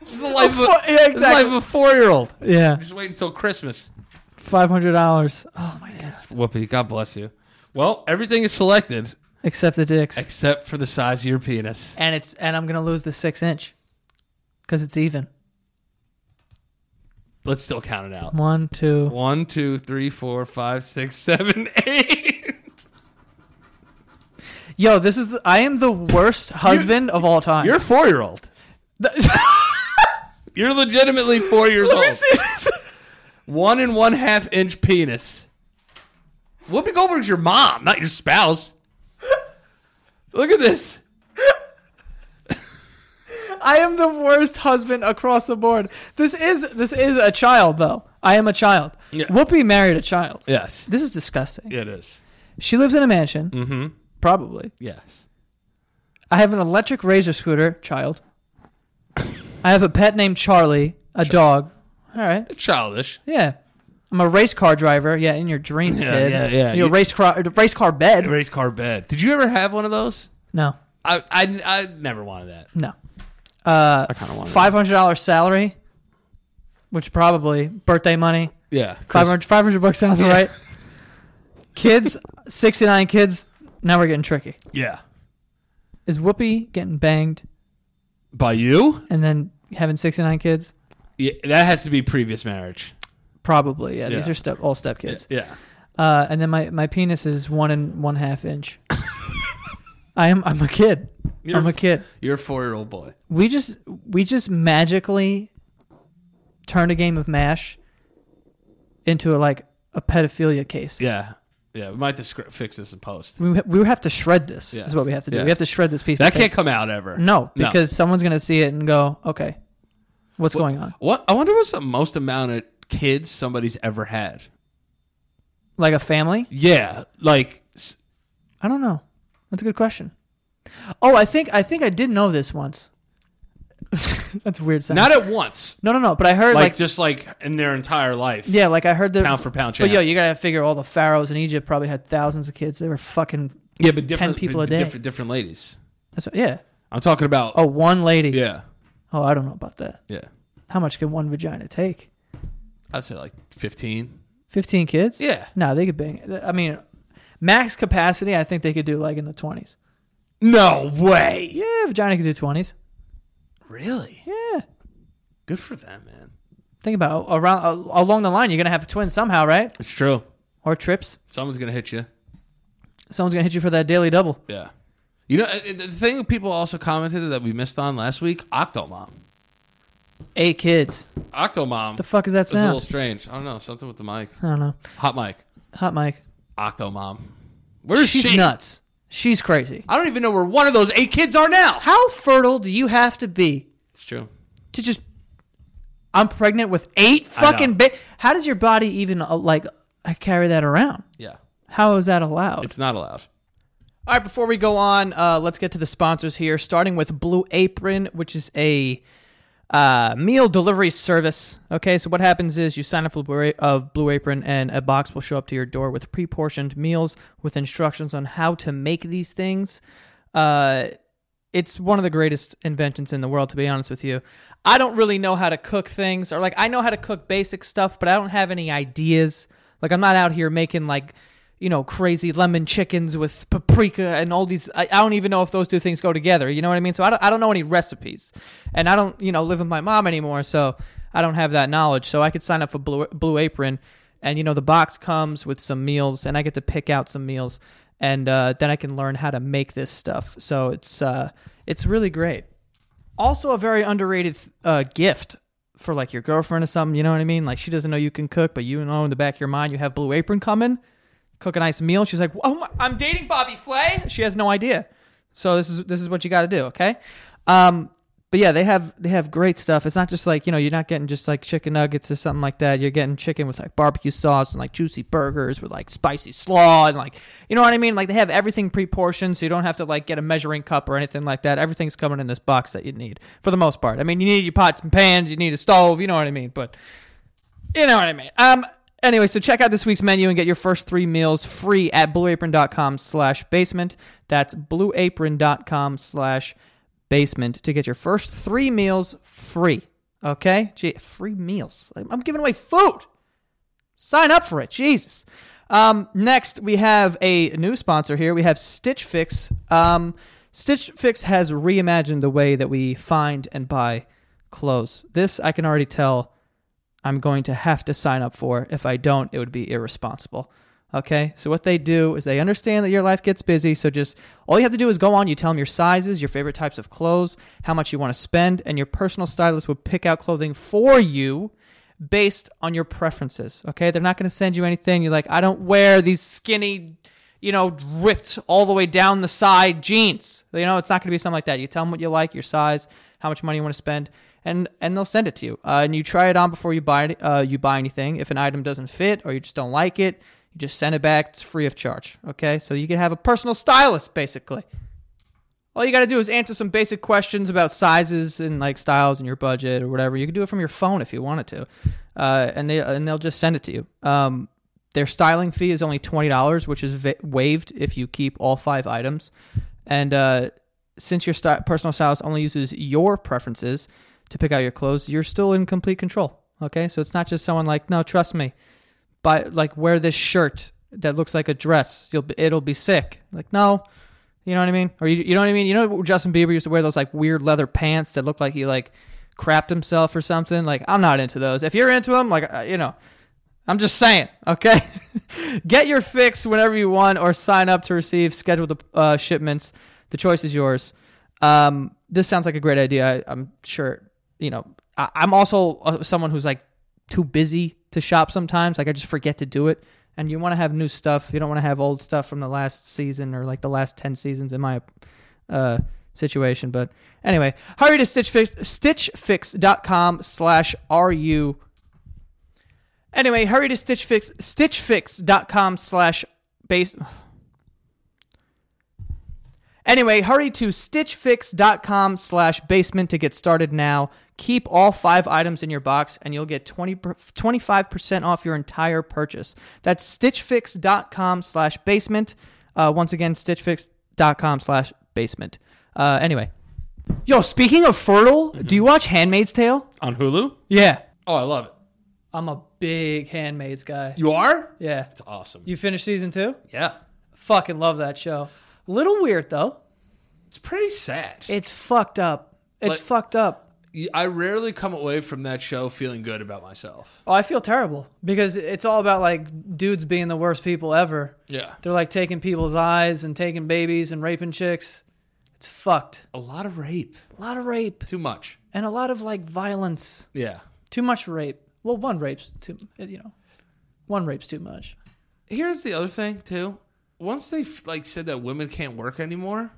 S2: This is the life,
S1: A
S2: of,
S1: four- *laughs* yeah,
S2: this is the life
S1: exactly.
S2: of a four year old.
S1: Yeah.
S2: Just wait until Christmas.
S1: five hundred dollars. Oh my god!
S2: Whoopee, God bless you. Well, everything is selected
S1: Except the dicks,
S2: except for the size of your penis.
S1: and it's and I'm gonna lose the six inch because it's even.
S2: Let's still count it out.
S1: One, two.
S2: One, two, three, four, five, six, seven, *laughs* eight.
S1: Yo, this is the, I am the worst husband of all time. *laughs*
S2: You're a four year old. You're legitimately four
S1: *laughs*
S2: years old. One and one half inch penis. Whoopi Goldberg's your mom, not your spouse. *laughs* Look at this.
S1: I am the worst husband across the board. This is this is a child though. I am a child.
S2: Yeah.
S1: Whoopi married a child.
S2: Yes.
S1: This is disgusting.
S2: It is.
S1: She lives in a mansion,
S2: Mm-hmm.
S1: probably.
S2: Yes.
S1: I have an electric razor scooter, child. I have a pet named Charlie, a dog. All right.
S2: Childish.
S1: Yeah. I'm a race car driver. Yeah, in your dreams,
S2: Yeah,
S1: kid.
S2: yeah, yeah.
S1: Your
S2: You-
S1: race car, race car bed.
S2: Race car bed. Did you ever have one of those?
S1: No,
S2: I I, I never wanted that.
S1: no. Uh,
S2: I kind of wanted.
S1: five hundred dollars salary, which probably birthday money.
S2: that. Yeah.
S1: 500, 500 bucks sounds right. Kids, sixty nine kids. Now we're getting tricky.
S2: Yeah.
S1: Is Whoopi getting banged
S2: By you?
S1: and then having sixty nine kids?
S2: Yeah, that has to be previous marriage.
S1: Probably. Yeah, these
S2: Yeah.
S1: are step all step kids.
S2: Yeah.
S1: Uh, and then my, my penis is one and one half inch. I am I'm a kid.
S2: You're-
S1: I'm a kid.
S2: You're a four year old boy.
S1: We just we just magically turned a game of Mash into a, like a pedophilia case.
S2: Yeah. Yeah. We might just scr- fix this in post.
S1: We we have to shred this.
S2: Yeah.
S1: Is what we have to do.
S2: Yeah.
S1: We have to shred this piece.
S2: That
S1: because-
S2: can't come out ever.
S1: No, because someone's gonna see it and go, okay, what's going on?
S2: What I wonder what's the most amount of kids somebody's ever had.
S1: Like a family?
S2: Yeah, like s-
S1: I don't know. That's a good question. Oh, I think I think I did know this once. *laughs* That's a weird. Sound.
S2: not at once.
S1: no, no, no. But I heard
S2: Like,
S1: like
S2: just like in their entire life.
S1: Yeah, like I heard the
S2: Pound for pound
S1: But
S2: champ.
S1: yo, you gotta figure all the pharaohs in Egypt probably had thousands of kids. They were fucking.
S2: Yeah, but
S1: 10
S2: different
S1: people
S2: but
S1: a day.
S2: Different, different ladies.
S1: That's what, yeah.
S2: I'm talking about.
S1: Oh, one lady.
S2: yeah,
S1: Oh, I don't know about that.
S2: yeah.
S1: How much can one vagina take?
S2: I'd say like 15.
S1: Fifteen kids?
S2: Yeah.
S1: No, they could bang. I mean, max capacity. I think they could do like in the twenties.
S2: No way.
S1: Yeah, vagina could do twenties.
S2: Really?
S1: Yeah.
S2: Good for them, man.
S1: Think about it. around uh, along the line. You're gonna have a twin somehow, right?
S2: It's true.
S1: Or trips.
S2: Someone's gonna hit you.
S1: Someone's gonna hit you for that daily double.
S2: Yeah. You know uh, uh, the thing people also commented that we missed on last week. Octomom.
S1: Eight kids.
S2: Octomom.
S1: The fuck is that
S2: It's a little
S1: sound?
S2: strange. I don't know. Something with the mic.
S1: I don't know.
S2: Hot mic.
S1: Hot mic.
S2: Octomom. Where's
S1: She's
S2: she?
S1: nuts. She's crazy.
S2: I don't even know where one of those eight kids are now.
S1: How fertile do you have to be
S2: It's true.
S1: to just I'm pregnant with eight
S2: know.
S1: fucking ba- How does your body even uh, like uh, carry that around?
S2: Yeah.
S1: How is that allowed?
S2: It's not allowed.
S1: All right, before we go on, uh, let's get to the sponsors here, starting with Blue Apron, which is a uh, meal delivery service. Okay, so what happens is you sign up for Blue, A- of Blue Apron, and a box will show up to your door with pre portioned meals with instructions on how to make these things. Uh, it's one of the greatest inventions in the world, to be honest with you. I don't really know how to cook things, or like I know how to cook basic stuff, but I don't have any ideas. Like I'm not out here making like, you know, crazy lemon chickens with paprika and all these. I, I don't even know if those two things go together. You know what I mean? So I don't, I don't know any recipes, and I don't you know live with my mom anymore, so I don't have that knowledge. So I could sign up for Blue, Blue Apron, and you know the box comes with some meals, and I get to pick out some meals and uh, then I can learn how to make this stuff. So it's uh, it's really great. Also, a very underrated uh, gift for like your girlfriend or something. You know what I mean? Like she doesn't know you can cook, but you know in the back of your mind you have Blue Apron coming. Cook a nice meal. She's like, "Oh, my, I'm dating Bobby Flay." She has no idea. So this is this is what you got to do. Okay. Um, but yeah, they have they have great stuff. It's not just like you know you're not getting just like chicken nuggets or something like that. You're getting chicken with like barbecue sauce and like juicy burgers with like spicy slaw and like you know what I mean. Like they have everything pre-portioned, so you don't have to like get a measuring cup or anything like that. Everything's coming in this box that you need for the most part. I mean, you need your pots and pans, you need a stove, you know what I mean. But you know what I mean. Um. Anyway, so check out this week's menu and get your first three meals free at blueapron.com slash basement. That's blueapron.com slash basement to get your first three meals free. Okay? Gee, free meals. I'm I'm giving away food. Sign up for it. Jesus. Um, next, we have a new sponsor here. We have Stitch Fix. Um, Stitch Fix has reimagined the way that we find and buy clothes. This, I can already tell, I'm going to have to sign up for. If I don't, it would be irresponsible. Okay, so what they do is they understand that your life gets busy. So just all you have to do is go on. You tell them your sizes, your favorite types of clothes, how much you want to spend, and your personal stylist will pick out clothing for you based on your preferences. Okay, they're not going to send you anything. You're like, I don't wear these skinny, you know, ripped all the way down the side jeans. You know, it's not going to be something like that. You tell them what you like, your size, how much money you want to spend, and and they'll send it to you. Uh, and you try it on before you buy it- uh, you buy anything. If an item doesn't fit or you just don't like it, you just send it back. It's free of charge. Okay, so you can have a personal stylist basically. All you got to do is answer some basic questions about sizes and like styles and your budget or whatever. You can do it from your phone if you wanted to, uh, and they and they'll just send it to you. Um, their styling fee is only twenty dollars, which is va- waived if you keep all five items. And uh, since your sty personal stylist only uses your preferences to pick out your clothes, you're still in complete control. Okay, so it's not just someone like, no, trust me, buy like wear this shirt that looks like a dress. You'll be, it'll be sick. Like no, you know what I mean? Or you, you know what I mean? You know Justin Bieber used to wear those like weird leather pants that looked like he like crapped himself or something. Like I'm not into those. If you're into them, like uh, you know, I'm just saying. Okay, *laughs* get your fix whenever you want, or sign up to receive scheduled uh, shipments. The choice is yours. Um, this sounds like a great idea. I, I'm sure you know. I, I'm also uh, someone who's like too busy to shop sometimes. Like I just forget to do it. And you want to have new stuff. You don't want to have old stuff from the last season or like the last ten seasons in my uh, situation. But anyway, hurry to Stitch Fix, stitchfix.com slash ru. Anyway, hurry to Stitch Fix, stitchfix.com slash base. Anyway, hurry to stitchfix.com slash basement to get started now. Keep all five items in your box and you'll get 20, per- 25% off your entire purchase. That's stitchfix.com slash basement. Uh, once again, stitchfix.com slash basement. Uh, anyway. Yo, speaking of fertile, do you watch Handmaid's Tale?
S2: On Hulu?
S1: Yeah.
S2: Oh, I love it.
S1: I'm a big Handmaid's guy.
S2: You are?
S1: Yeah.
S2: It's awesome.
S1: You finished season two?
S2: yeah.
S1: Fucking love that show. Little weird though.
S2: It's pretty sad.
S1: It's fucked up. It's
S2: Like-
S1: fucked up.
S2: I rarely come away from that show feeling good about myself.
S1: Oh, I feel terrible because it's all about like dudes being the worst people ever.
S2: Yeah.
S1: They're like taking people's eyes and taking babies and raping chicks. It's fucked.
S2: A lot of rape.
S1: A lot of rape
S2: Too much.
S1: and a lot of like violence.
S2: Yeah.
S1: Too much rape. Well, one rapes too, you know, one rapes too much.
S2: Here's the other thing too. Once they like said that women can't work anymore,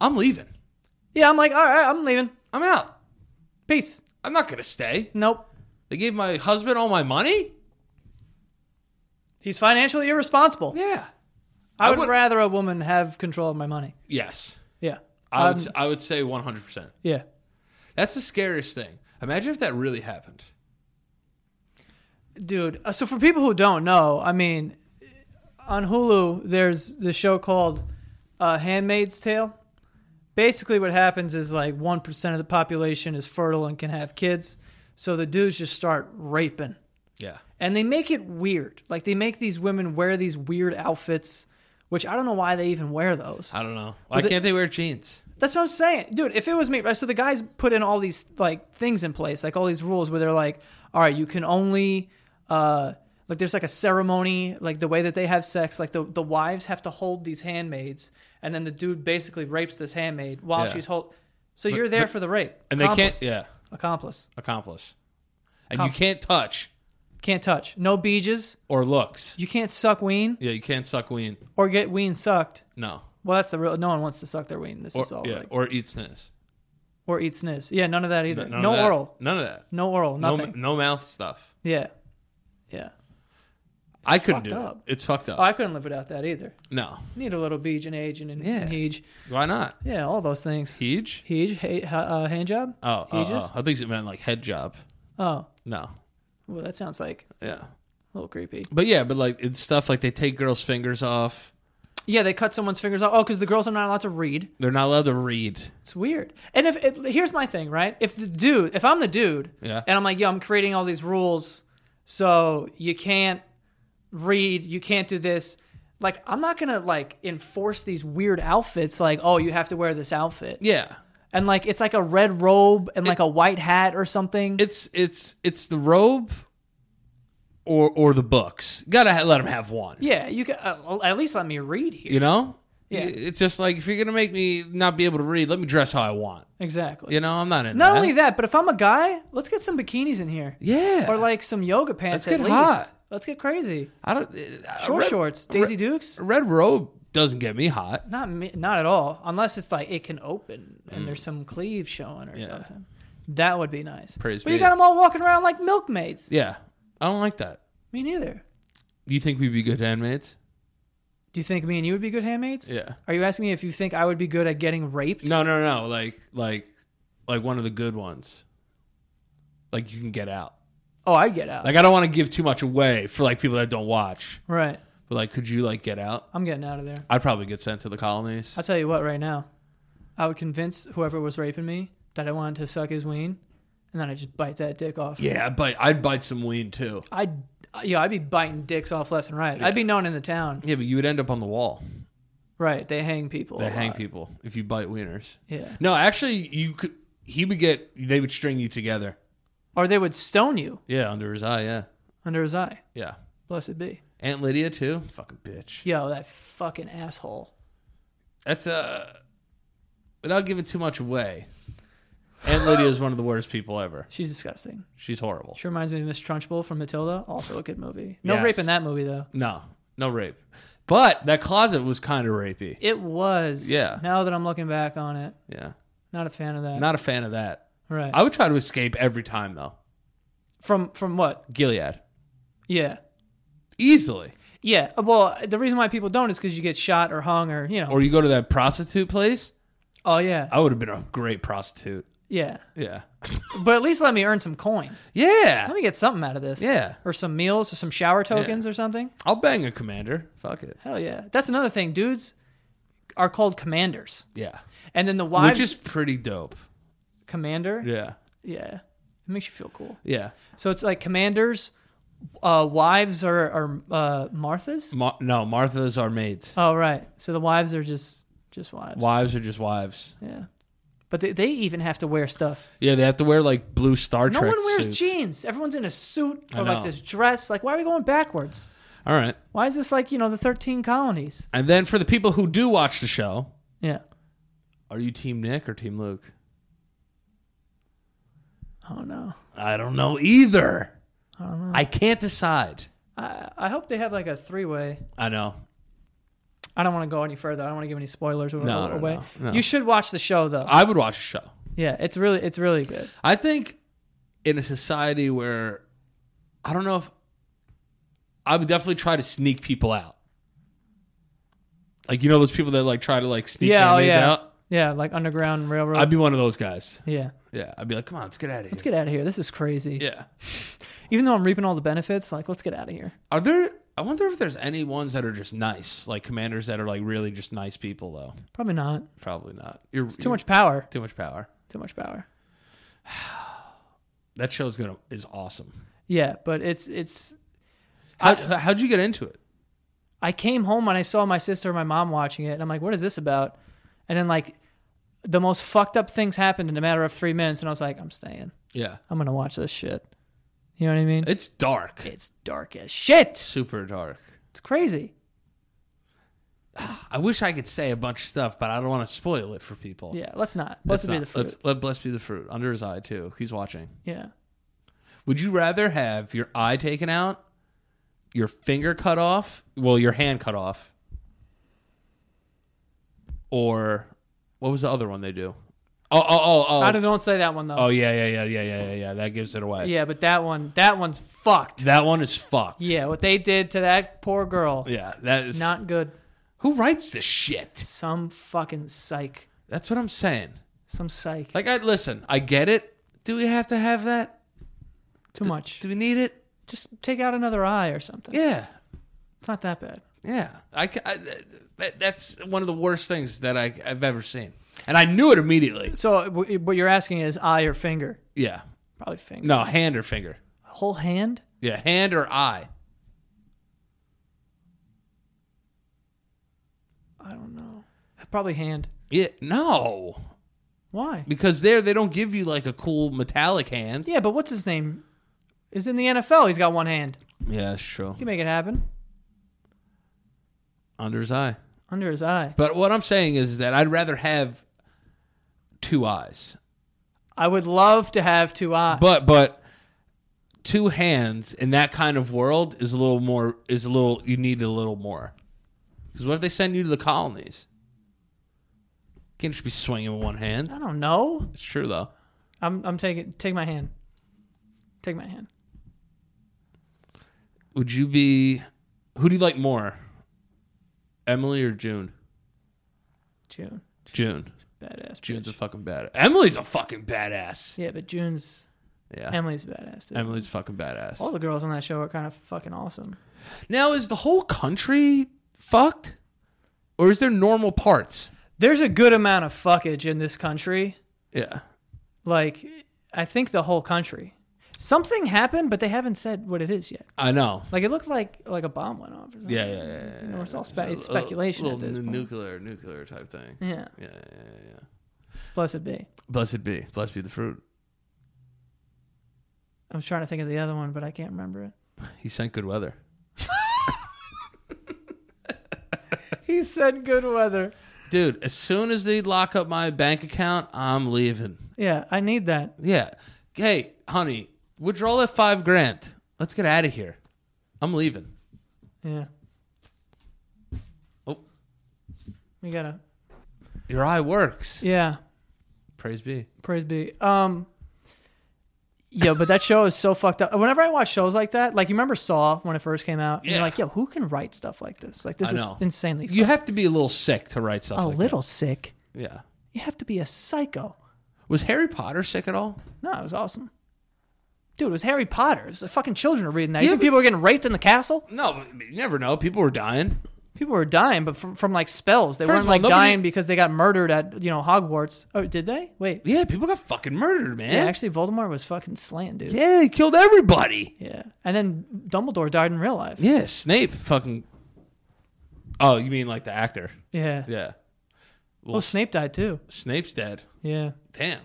S2: I'm leaving.
S1: Yeah, I'm like, all right, I'm leaving.
S2: I'm out.
S1: Peace.
S2: I'm not gonna stay.
S1: Nope.
S2: They gave my husband all my money.
S1: He's financially irresponsible.
S2: Yeah.
S1: I
S2: I
S1: would
S2: would-
S1: rather a woman have control of my money.
S2: Yes.
S1: Yeah.
S2: I would.
S1: Um,
S2: s- I would say 100. percent
S1: yeah.
S2: That's the scariest thing. Imagine if that really happened.
S1: dude. uh, So for people who don't know, I mean, on Hulu there's the show called uh, *Handmaid's Tale*. Basically, what happens is like one percent of the population is fertile and can have kids, so the dudes just start raping
S2: Yeah.
S1: and they make it weird. Like they make these women wear these weird outfits, which I don't know why they even wear those.
S2: I don't know. Why can't they wear jeans?
S1: That's what I'm saying, dude. If it was me, right? So the guys put in all these like things in place, like all these rules where they're like, all right, you can only, uh, like there's like a ceremony, like the way that they have sex, like the the wives have to hold these handmaids, and then the dude basically rapes this handmaid while
S2: Yeah.
S1: she's hold. So you're there for the rape,
S2: And
S1: Accomplice.
S2: they can't. Yeah.
S1: accomplice
S2: Accomplice. And
S1: Com-
S2: you can't touch
S1: can't touch, no beeges,
S2: or looks.
S1: you can't suck ween
S2: Yeah. You can't suck ween.
S1: or get ween sucked.
S2: No.
S1: Well, that's the real. No one wants to suck their ween. This
S2: Or,
S1: is all
S2: yeah,
S1: like,
S2: or eat snitch.
S1: or eat sniz. Yeah, none of that either.
S2: None
S1: no
S2: of that.
S1: oral,
S2: None of that.
S1: no oral,
S2: No,
S1: nothing.
S2: no mouth stuff.
S1: Yeah. Yeah.
S2: I couldn't
S1: fucked
S2: do
S1: up.
S2: it. It's fucked up.
S1: Oh, I couldn't live without that either.
S2: no.
S1: Need a little beach and age and, and,
S2: Yeah.
S1: and hege.
S2: Why not?
S1: Yeah, all those things.
S2: Huge?
S1: Hege, he, ha, uh, hand job?
S2: Oh, oh,
S1: Heges?
S2: oh. I think it meant like head job.
S1: Oh,
S2: No.
S1: well, that sounds like
S2: Yeah.
S1: a little creepy.
S2: But yeah, but like it's stuff like they take girls' fingers off.
S1: Yeah, they cut someone's fingers off. Oh, because the girls are not allowed to read.
S2: They're not allowed to read.
S1: It's weird. And if, if here's my thing, right? If the dude, if I'm the dude,
S2: Yeah.
S1: and I'm like, yo, I'm creating all these rules So you can't read, you can't do this. Like I'm not gonna like enforce these weird outfits. Like oh, you have to wear this outfit,
S2: Yeah.
S1: and like it's like a red robe and like a white hat or something.
S2: It's it's it's the robe or or the books. Got to let them have one.
S1: yeah, you can uh, at least let me read here.
S2: You know?
S1: Yeah.
S2: It's just like if you're going to make me not be able to read, let me dress how I want.
S1: Exactly.
S2: You know, I'm not in
S1: Not
S2: that.
S1: only that, but if I'm a guy, let's get some bikinis in here.
S2: Yeah.
S1: Or like some yoga pants
S2: Let's get
S1: at least.
S2: hot.
S1: Let's get crazy.
S2: I don't uh,
S1: Short
S2: red,
S1: shorts, Daisy Dukes.
S2: A red robe doesn't get me hot.
S1: Not me, not at all. Unless it's like it can open and
S2: Mm.
S1: there's some cleave showing or something. That would be nice.
S2: Praise
S1: but
S2: be.
S1: you got them all walking around like milkmaids.
S2: Yeah. I don't like that.
S1: Me neither.
S2: Do you think we'd be good handmaids?
S1: Do you think me and you would be good handmaids?
S2: Yeah.
S1: Are you asking me if you think I would be good at getting raped?
S2: No, no, no. Like like like one of the good ones. Like you can get out.
S1: Oh, I'd get out.
S2: Like I don't want to give too much away for like people that don't watch.
S1: right.
S2: But like could you like get out?
S1: I'm getting out of there.
S2: I'd probably get sent to the colonies.
S1: I'll tell you what, right now, I would convince whoever was raping me that I wanted to suck his ween, and then I just bite that dick off.
S2: Yeah, I'd bite I'd bite some weed too.
S1: I'd, yeah, I'd be biting dicks off left and right. I'd be known in the town.
S2: Yeah, but you would end up on the wall.
S1: Right. They hang people.
S2: They
S1: a
S2: hang
S1: lot.
S2: people if you bite wieners.
S1: Yeah.
S2: No, actually, you could. He would get. They would string you together.
S1: Or they would stone you
S2: Yeah, under his eye. Yeah,
S1: under his eye.
S2: yeah.
S1: Blessed be.
S2: Aunt Lydia too. Fucking bitch.
S1: Yo, that fucking asshole.
S2: That's uh, without giving too much away. Aunt Lydia is one of the worst people ever.
S1: She's disgusting.
S2: She's horrible.
S1: She reminds me of Miss Trunchbull from Matilda. Also a good movie. No
S2: Yes.
S1: rape in that movie though.
S2: No, no rape. But that closet was kind of rapey.
S1: It was.
S2: Yeah.
S1: Now that I'm looking back on it,
S2: Yeah,
S1: not a fan of that.
S2: not a fan of that.
S1: right.
S2: I would try to escape every time though.
S1: from from what?
S2: Gilead,
S1: Yeah.
S2: easily.
S1: Yeah. uh, Well, the reason why people don't is because you get shot or hung or you know.
S2: Or you go to that prostitute place.
S1: oh yeah.
S2: I would have been a great prostitute.
S1: Yeah.
S2: Yeah.
S1: But at least let me earn some coin.
S2: Yeah.
S1: Let me get something out of this.
S2: Yeah.
S1: Or some meals or some shower tokens or something.
S2: I'll bang a commander. Fuck it.
S1: Hell yeah. That's another thing. Dudes are called commanders.
S2: Yeah.
S1: And then the wives
S2: Which is pretty dope.
S1: commander. Yeah.
S2: Yeah.
S1: It makes you feel cool.
S2: Yeah.
S1: So it's like commanders, uh, wives are, are uh, Marthas.
S2: Mar- no, Martha's are maids.
S1: Oh, right. So the wives are just just wives.
S2: Wives are just wives.
S1: Yeah. But they, they even have to wear stuff.
S2: Yeah, they have to wear like blue Star
S1: No
S2: Trek
S1: one wears
S2: suits.
S1: jeans. Everyone's in a suit or like
S2: know.
S1: this dress. Like, why are we going backwards?
S2: All right.
S1: Why is this like, you know, the 13 colonies?
S2: And then for the people who do watch the show,
S1: Yeah.
S2: are you Team Nick or Team Luke?
S1: Oh, no.
S2: I don't know either. I, don't know. I can't decide.
S1: I, I hope they have like a three way.
S2: I know.
S1: I don't want to go any further. I don't want to give any spoilers or
S2: No, no,
S1: away.
S2: no, no.
S1: You should watch the show though.
S2: I would watch the show.
S1: yeah, it's really it's really good.
S2: I think in a society where I don't know if I would definitely try to sneak people out. Like you know those people that like try to like sneak
S1: yeah, oh
S2: handmaids
S1: yeah,
S2: out.
S1: yeah, like Underground Railroad.
S2: I'd be one of those guys.
S1: yeah,
S2: Yeah, I'd be like, come on, let's get out of here.
S1: let's get out of here. This is crazy.
S2: yeah.
S1: Even though I'm reaping all the benefits, like let's get out of here.
S2: Are there? I wonder if there's any ones that are just nice, like commanders that are like really just nice people though.
S1: Probably not.
S2: Probably not. You're
S1: It's too much power.
S2: Too much power.
S1: Too much power.
S2: That show's gonna is awesome.
S1: Yeah, but it's it's.
S2: How, how'd you get into it?
S1: I came home and I saw my sister and my mom watching it, and I'm like, what is this about? And then like, the most fucked up things happened in a matter of three minutes, and I was like, I'm staying.
S2: Yeah,
S1: I'm gonna watch this shit. You know what I mean?
S2: it's dark.
S1: It's dark as shit.
S2: Super dark.
S1: It's crazy.
S2: I wish I could say a bunch of stuff, but I don't want to spoil it for people.
S1: Yeah, let's not. Let's
S2: Let's
S1: be
S2: not-
S1: the fruit.
S2: Let's, let blessed be the fruit under his eye too. He's watching.
S1: Yeah.
S2: Would you rather have your eye taken out, your finger cut off, well, your hand cut off, or what was the other one they do? Oh, oh, oh, oh,
S1: I don't, don't say that one though.
S2: oh, yeah, yeah, yeah, yeah, yeah, yeah, yeah. That gives it away.
S1: yeah, but that one, that one's fucked.
S2: *laughs* That one is fucked.
S1: yeah, what they did to that poor girl,
S2: yeah. That is
S1: not good.
S2: Who writes this shit?
S1: Some fucking psych.
S2: That's what I'm saying.
S1: Some psych.
S2: Like, I listen. I get it. Do we have to have that?
S1: Too much.
S2: Do we need it?
S1: Just take out another eye or something.
S2: Yeah.
S1: It's not that bad.
S2: Yeah, I, ca- I- that, that's one of the worst things that I, I've ever seen, and I knew it immediately.
S1: So w- what you're asking is eye or finger?
S2: Yeah,
S1: Probably finger.
S2: no, hand or finger.
S1: Whole hand?
S2: Yeah, hand or eye.
S1: I don't know. Probably hand.
S2: Yeah, no,
S1: Why?
S2: because there they don't give you like a cool metallic hand.
S1: Yeah, but what's his name? Is in the NFL. He's got one hand.
S2: Yeah, that's true.
S1: He can make it happen
S2: Under his eye.
S1: under his eye.
S2: But what I'm saying is that I'd rather have two eyes,
S1: I would love to have two eyes.
S2: but but two hands in that kind of world is a little more is a little you need a little more. Because what if they send you to the colonies? Can't just be swinging with one hand.
S1: I don't know.
S2: It's true though.
S1: I'm I'm taking take my hand. Take my hand.
S2: Would you be? Who do you like more, Emily or June?
S1: June.
S2: June.
S1: Badass.
S2: June's a
S1: bitch.
S2: fucking badass. Emily's a fucking badass.
S1: Yeah, but June's
S2: Yeah.
S1: Emily's a badass. Dude.
S2: Emily's a fucking badass.
S1: All the girls on that show are kind of fucking awesome.
S2: Now is the whole country fucked, or is there normal parts?
S1: There's a good amount of fuckage in this country.
S2: Yeah.
S1: Like I think the whole country. Something happened, but they haven't said what it is yet.
S2: I know.
S1: Like it looked like like a bomb went off. Or something.
S2: Yeah, yeah, yeah. yeah,
S1: You know, it's all spe-
S2: yeah.
S1: it's
S2: A little-
S1: speculation
S2: little
S1: at this
S2: nu-
S1: point.
S2: Nuclear, nuclear type thing.
S1: Yeah,
S2: Yeah, yeah, yeah, yeah.
S1: blessed be.
S2: Blessed be, blessed be the fruit.
S1: I was trying to think of the other one, but I can't remember it.
S2: *laughs* He sent good weather.
S1: He said good weather.
S2: Dude, as soon as they lock up my bank account, I'm leaving.
S1: Yeah, I need that.
S2: Yeah. Hey, honey, withdraw that five grand. Let's get out of here. I'm leaving.
S1: Yeah.
S2: Oh.
S1: We gotta.
S2: Your eye works.
S1: Yeah.
S2: Praise be.
S1: Praise be. Um. Yeah, but that show is so fucked up. Whenever I watch shows like that, like you remember Saw when it first came out, and
S2: Yeah.
S1: you're like, yo, who can write stuff like this? Like this
S2: I
S1: is
S2: know.
S1: insanely.
S2: You
S1: fucked
S2: have to be a little sick to write stuff
S1: a
S2: like
S1: little sick.
S2: that. Yeah.
S1: You have to be a psycho.
S2: Was Harry Potter sick at all?
S1: No, it was awesome. Dude, it was Harry Potter. It was the fucking children are reading that. You
S2: Yeah,
S1: think
S2: but-
S1: people are getting raped in the castle?
S2: No, I mean, you never know. People were dying.
S1: People were dying, but from, from like spells. They
S2: First
S1: weren't
S2: of all,
S1: like
S2: nobody-
S1: dying because they got murdered at you know Hogwarts. Oh, did they? Wait,
S2: Yeah, people got fucking murdered,
S1: yeah,
S2: man.
S1: actually, Voldemort was fucking slaying, dude. Yeah.
S2: Yeah, he killed everybody.
S1: and then Dumbledore died in real life.
S2: Yeah, Snape fucking. Oh, you mean like the actor?
S1: Yeah.
S2: Yeah.
S1: Oh, Snape died too.
S2: Snape's dead.
S1: Yeah.
S2: Damn.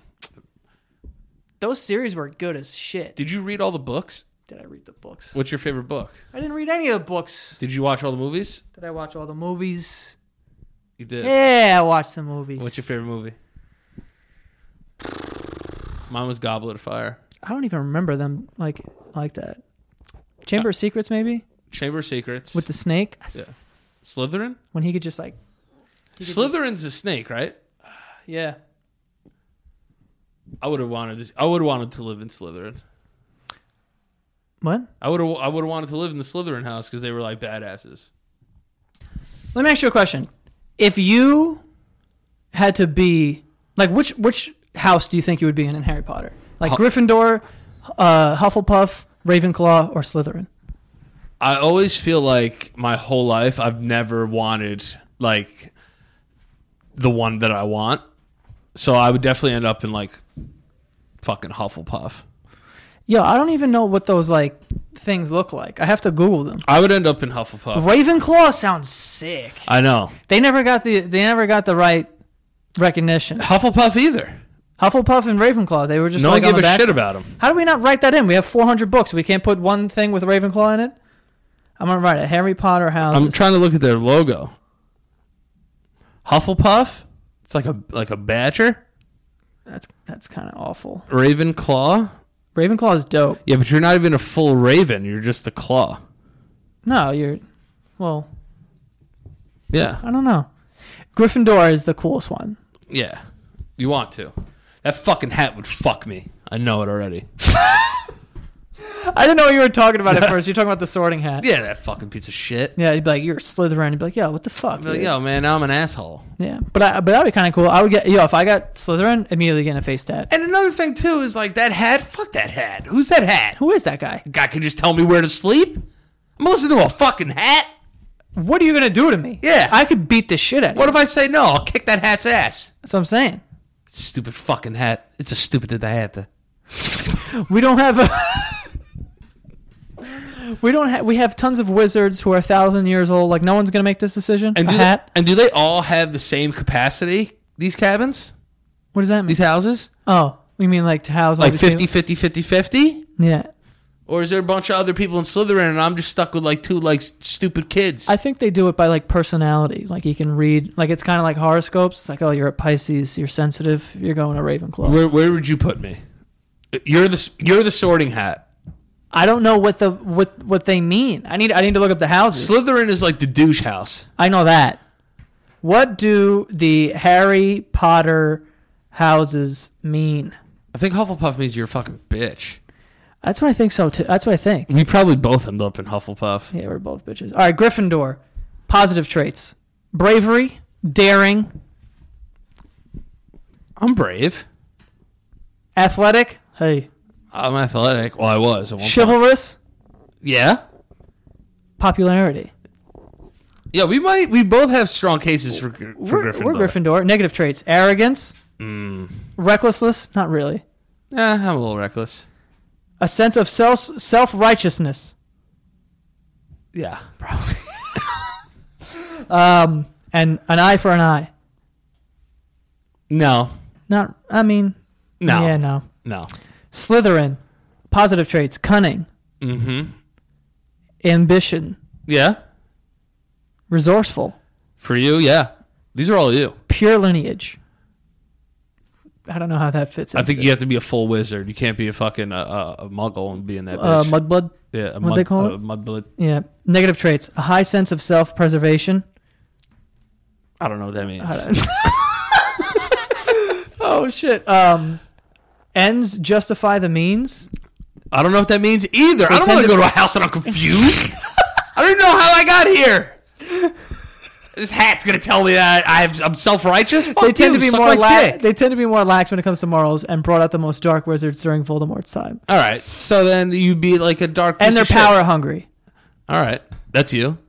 S1: Those series were good as shit.
S2: Did you read all the books?
S1: Did I read the books?
S2: What's your favorite book?
S1: I didn't read any of the books.
S2: Did you watch all the movies?
S1: Did I watch all the movies?
S2: You did.
S1: Yeah, I watched the movies.
S2: What's your favorite movie? Mine was Goblet of Fire.
S1: I don't even remember them like like that. Chamber of Secrets maybe
S2: Chamber of Secrets.
S1: with the snake
S2: yeah. Slytherin?
S1: when he could just like
S2: Slytherin's a snake, right?
S1: yeah.
S2: I would have wanted this, I would have wanted to live in Slytherin.
S1: What?
S2: I would have I would have wanted to live in the Slytherin house cuz they were like badasses.
S1: Let me ask you a question. If you had to be like which which house do you think you would be in in Harry Potter? Like
S2: Hu-
S1: Gryffindor, uh, Hufflepuff, Ravenclaw, or Slytherin?
S2: I always feel like my whole life I've never wanted like the one that I want. So I would definitely end up in like fucking Hufflepuff.
S1: Yo, I don't even know what those like things look like. I have to Google them.
S2: I would end up in Hufflepuff.
S1: Ravenclaw sounds sick.
S2: I know.
S1: They never got the they never got the right recognition.
S2: Hufflepuff either.
S1: Hufflepuff and Ravenclaw, they were just
S2: No
S1: like on
S2: one gave
S1: the
S2: a
S1: back
S2: shit about him.
S1: How do we not write that in? We have 400 books. We can't put one thing with Ravenclaw in it. I'm gonna write a Harry Potter house.
S2: I'm trying to look at their logo. Hufflepuff. It's like a like a badger.
S1: that's that's kind of awful.
S2: Ravenclaw.
S1: Ravenclaw is dope.
S2: Yeah, but you're not even a full raven. You're just the claw.
S1: No, you're. Well,
S2: Yeah,
S1: I don't know. Gryffindor is the coolest one.
S2: yeah. You want to? That fucking hat would fuck me. I know it already.
S1: I didn't know what you were talking about *laughs* at first. You're talking about the Sorting Hat.
S2: Yeah, that fucking piece of shit.
S1: Yeah, you'd be like, you're Slytherin. You'd be like, yo, what the fuck?
S2: I'd be like,
S1: dude?
S2: Yo, man, now I'm an asshole.
S1: Yeah, but I, but that'd be kind of cool. I would get yo if I got Slytherin, immediately getting a face tat.
S2: And another thing too is like that hat. Fuck that hat. Who's that hat? Who
S1: Who is that guy?
S2: guy can just tell me where to sleep? I'm gonna listen to a fucking hat.
S1: What are you gonna do to me?
S2: Yeah.
S1: I could beat the shit out of
S2: What
S1: you.
S2: if I say no? I'll kick that hat's ass.
S1: That's what I'm saying.
S2: Stupid fucking hat. It's a stupid that I had to.
S1: We don't have a *laughs* We don't have. We have tons of wizards who are a thousand years old. Like no one's gonna make this decision.
S2: And
S1: a
S2: do they,
S1: hat.
S2: and do they all have the same capacity? These cabins,
S1: What does that mean?
S2: these houses,
S1: oh, we mean like to house all
S2: like
S1: these people?
S2: 50, 50, 50, 50?
S1: Yeah,
S2: Or is there a bunch of other people in Slytherin and I'm just stuck with like two like stupid kids?
S1: I think they do it by like personality. Like you can read. Like it's kind of like horoscopes. It's like oh, you're a Pisces. You're sensitive. You're going to Ravenclaw.
S2: where where would you put me? You're the you're the Sorting Hat.
S1: I don't know what the what what they mean. I need I need to look up the houses.
S2: Slytherin is like the douche house.
S1: I know that. What do the Harry Potter houses mean?
S2: I think Hufflepuff means you're a fucking bitch.
S1: That's what I think so too. That's what I think.
S2: We probably both end up in Hufflepuff.
S1: Yeah, we're both bitches. All right, Gryffindor. Positive traits: bravery, daring,
S2: I'm brave.
S1: athletic. Hey,
S2: I'm athletic. Well, I was. At one point.
S1: chivalrous,
S2: Yeah.
S1: popularity.
S2: Yeah, we might. We both have strong cases for, Gr- for
S1: We're
S2: Gryffindor. Mm.
S1: we're Gryffindor. Negative traits: arrogance, recklessness. Not really.
S2: Eh, I'm a little reckless.
S1: A sense of self self righteousness.
S2: Yeah.
S1: Um, and an eye for an eye.
S2: No.
S1: Not. I mean.
S2: No.
S1: Yeah. No.
S2: No.
S1: Slytherin. Positive traits: cunning,
S2: Mm-hmm.
S1: ambition,
S2: Yeah.
S1: resourceful,
S2: For you, yeah. These are all you.
S1: pure lineage. I don't know how that fits.
S2: I
S1: into
S2: think
S1: this.
S2: you have to be a full wizard. You can't be a fucking uh, uh, a muggle and be in that
S1: uh,
S2: bitch.
S1: mudblood.
S2: yeah, a
S1: what
S2: mud,
S1: they call
S2: a
S1: it?
S2: mudblood.
S1: Yeah. Negative traits: a high sense of self-preservation.
S2: I don't know what that means.
S1: oh shit. Um, ends justify the means.
S2: I don't know what that means either. I don't
S1: tend
S2: want to
S1: to-
S2: go to a house and I'm confused. *laughs* I don't even know how I got here. This hat's gonna tell me that I have, I'm self righteous.
S1: They tend to be more
S2: like
S1: lax. They tend to be more lax when it comes to morals, and brought out the most dark wizards during Voldemort's time.
S2: All right, so then you'd be like a dark piece
S1: And they're
S2: of shit.
S1: power hungry. *laughs*
S2: All right, that's you.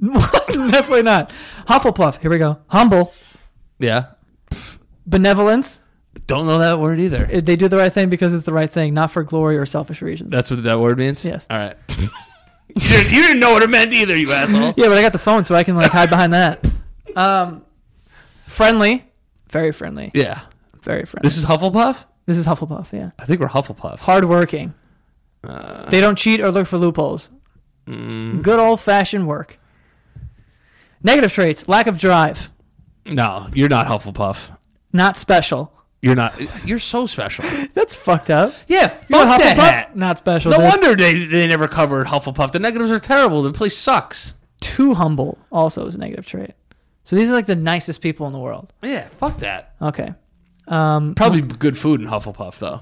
S1: Definitely not. Hufflepuff. Here we go. Humble.
S2: Yeah,
S1: Benevolence.
S2: don't know that word either.
S1: Uh, They do the right thing because it's the right thing, not for glory or selfish reasons.
S2: that's what that word means.
S1: Yes.
S2: All right. *laughs* you, didn't, you didn't know what it meant either, you asshole.
S1: *laughs* yeah, but I got the phone, so I can like hide behind
S2: *laughs*
S1: that. Um, friendly. Very friendly.
S2: yeah.
S1: Very friendly.
S2: This is Hufflepuff.
S1: This is Hufflepuff, yeah.
S2: I think we're Hufflepuffs.
S1: Hardworking.
S2: Uh,
S1: they don't cheat or look for loopholes.
S2: mm.
S1: Good old fashioned work. Negative traits lack of drive,
S2: no, you're not Hufflepuff.
S1: not
S2: *laughs*
S1: special.
S2: You're not. You're so special.
S1: That's fucked up.
S2: *laughs* Yeah,
S1: You
S2: fuck
S1: know,
S2: that hat.
S1: Not special.
S2: No
S1: dude.
S2: wonder they, they never covered Hufflepuff. The negatives are terrible. The place sucks.
S1: Too humble also is a negative trait. So these are like the nicest people in the world.
S2: Yeah, fuck that.
S1: Okay. Um,
S2: Probably good food in Hufflepuff though.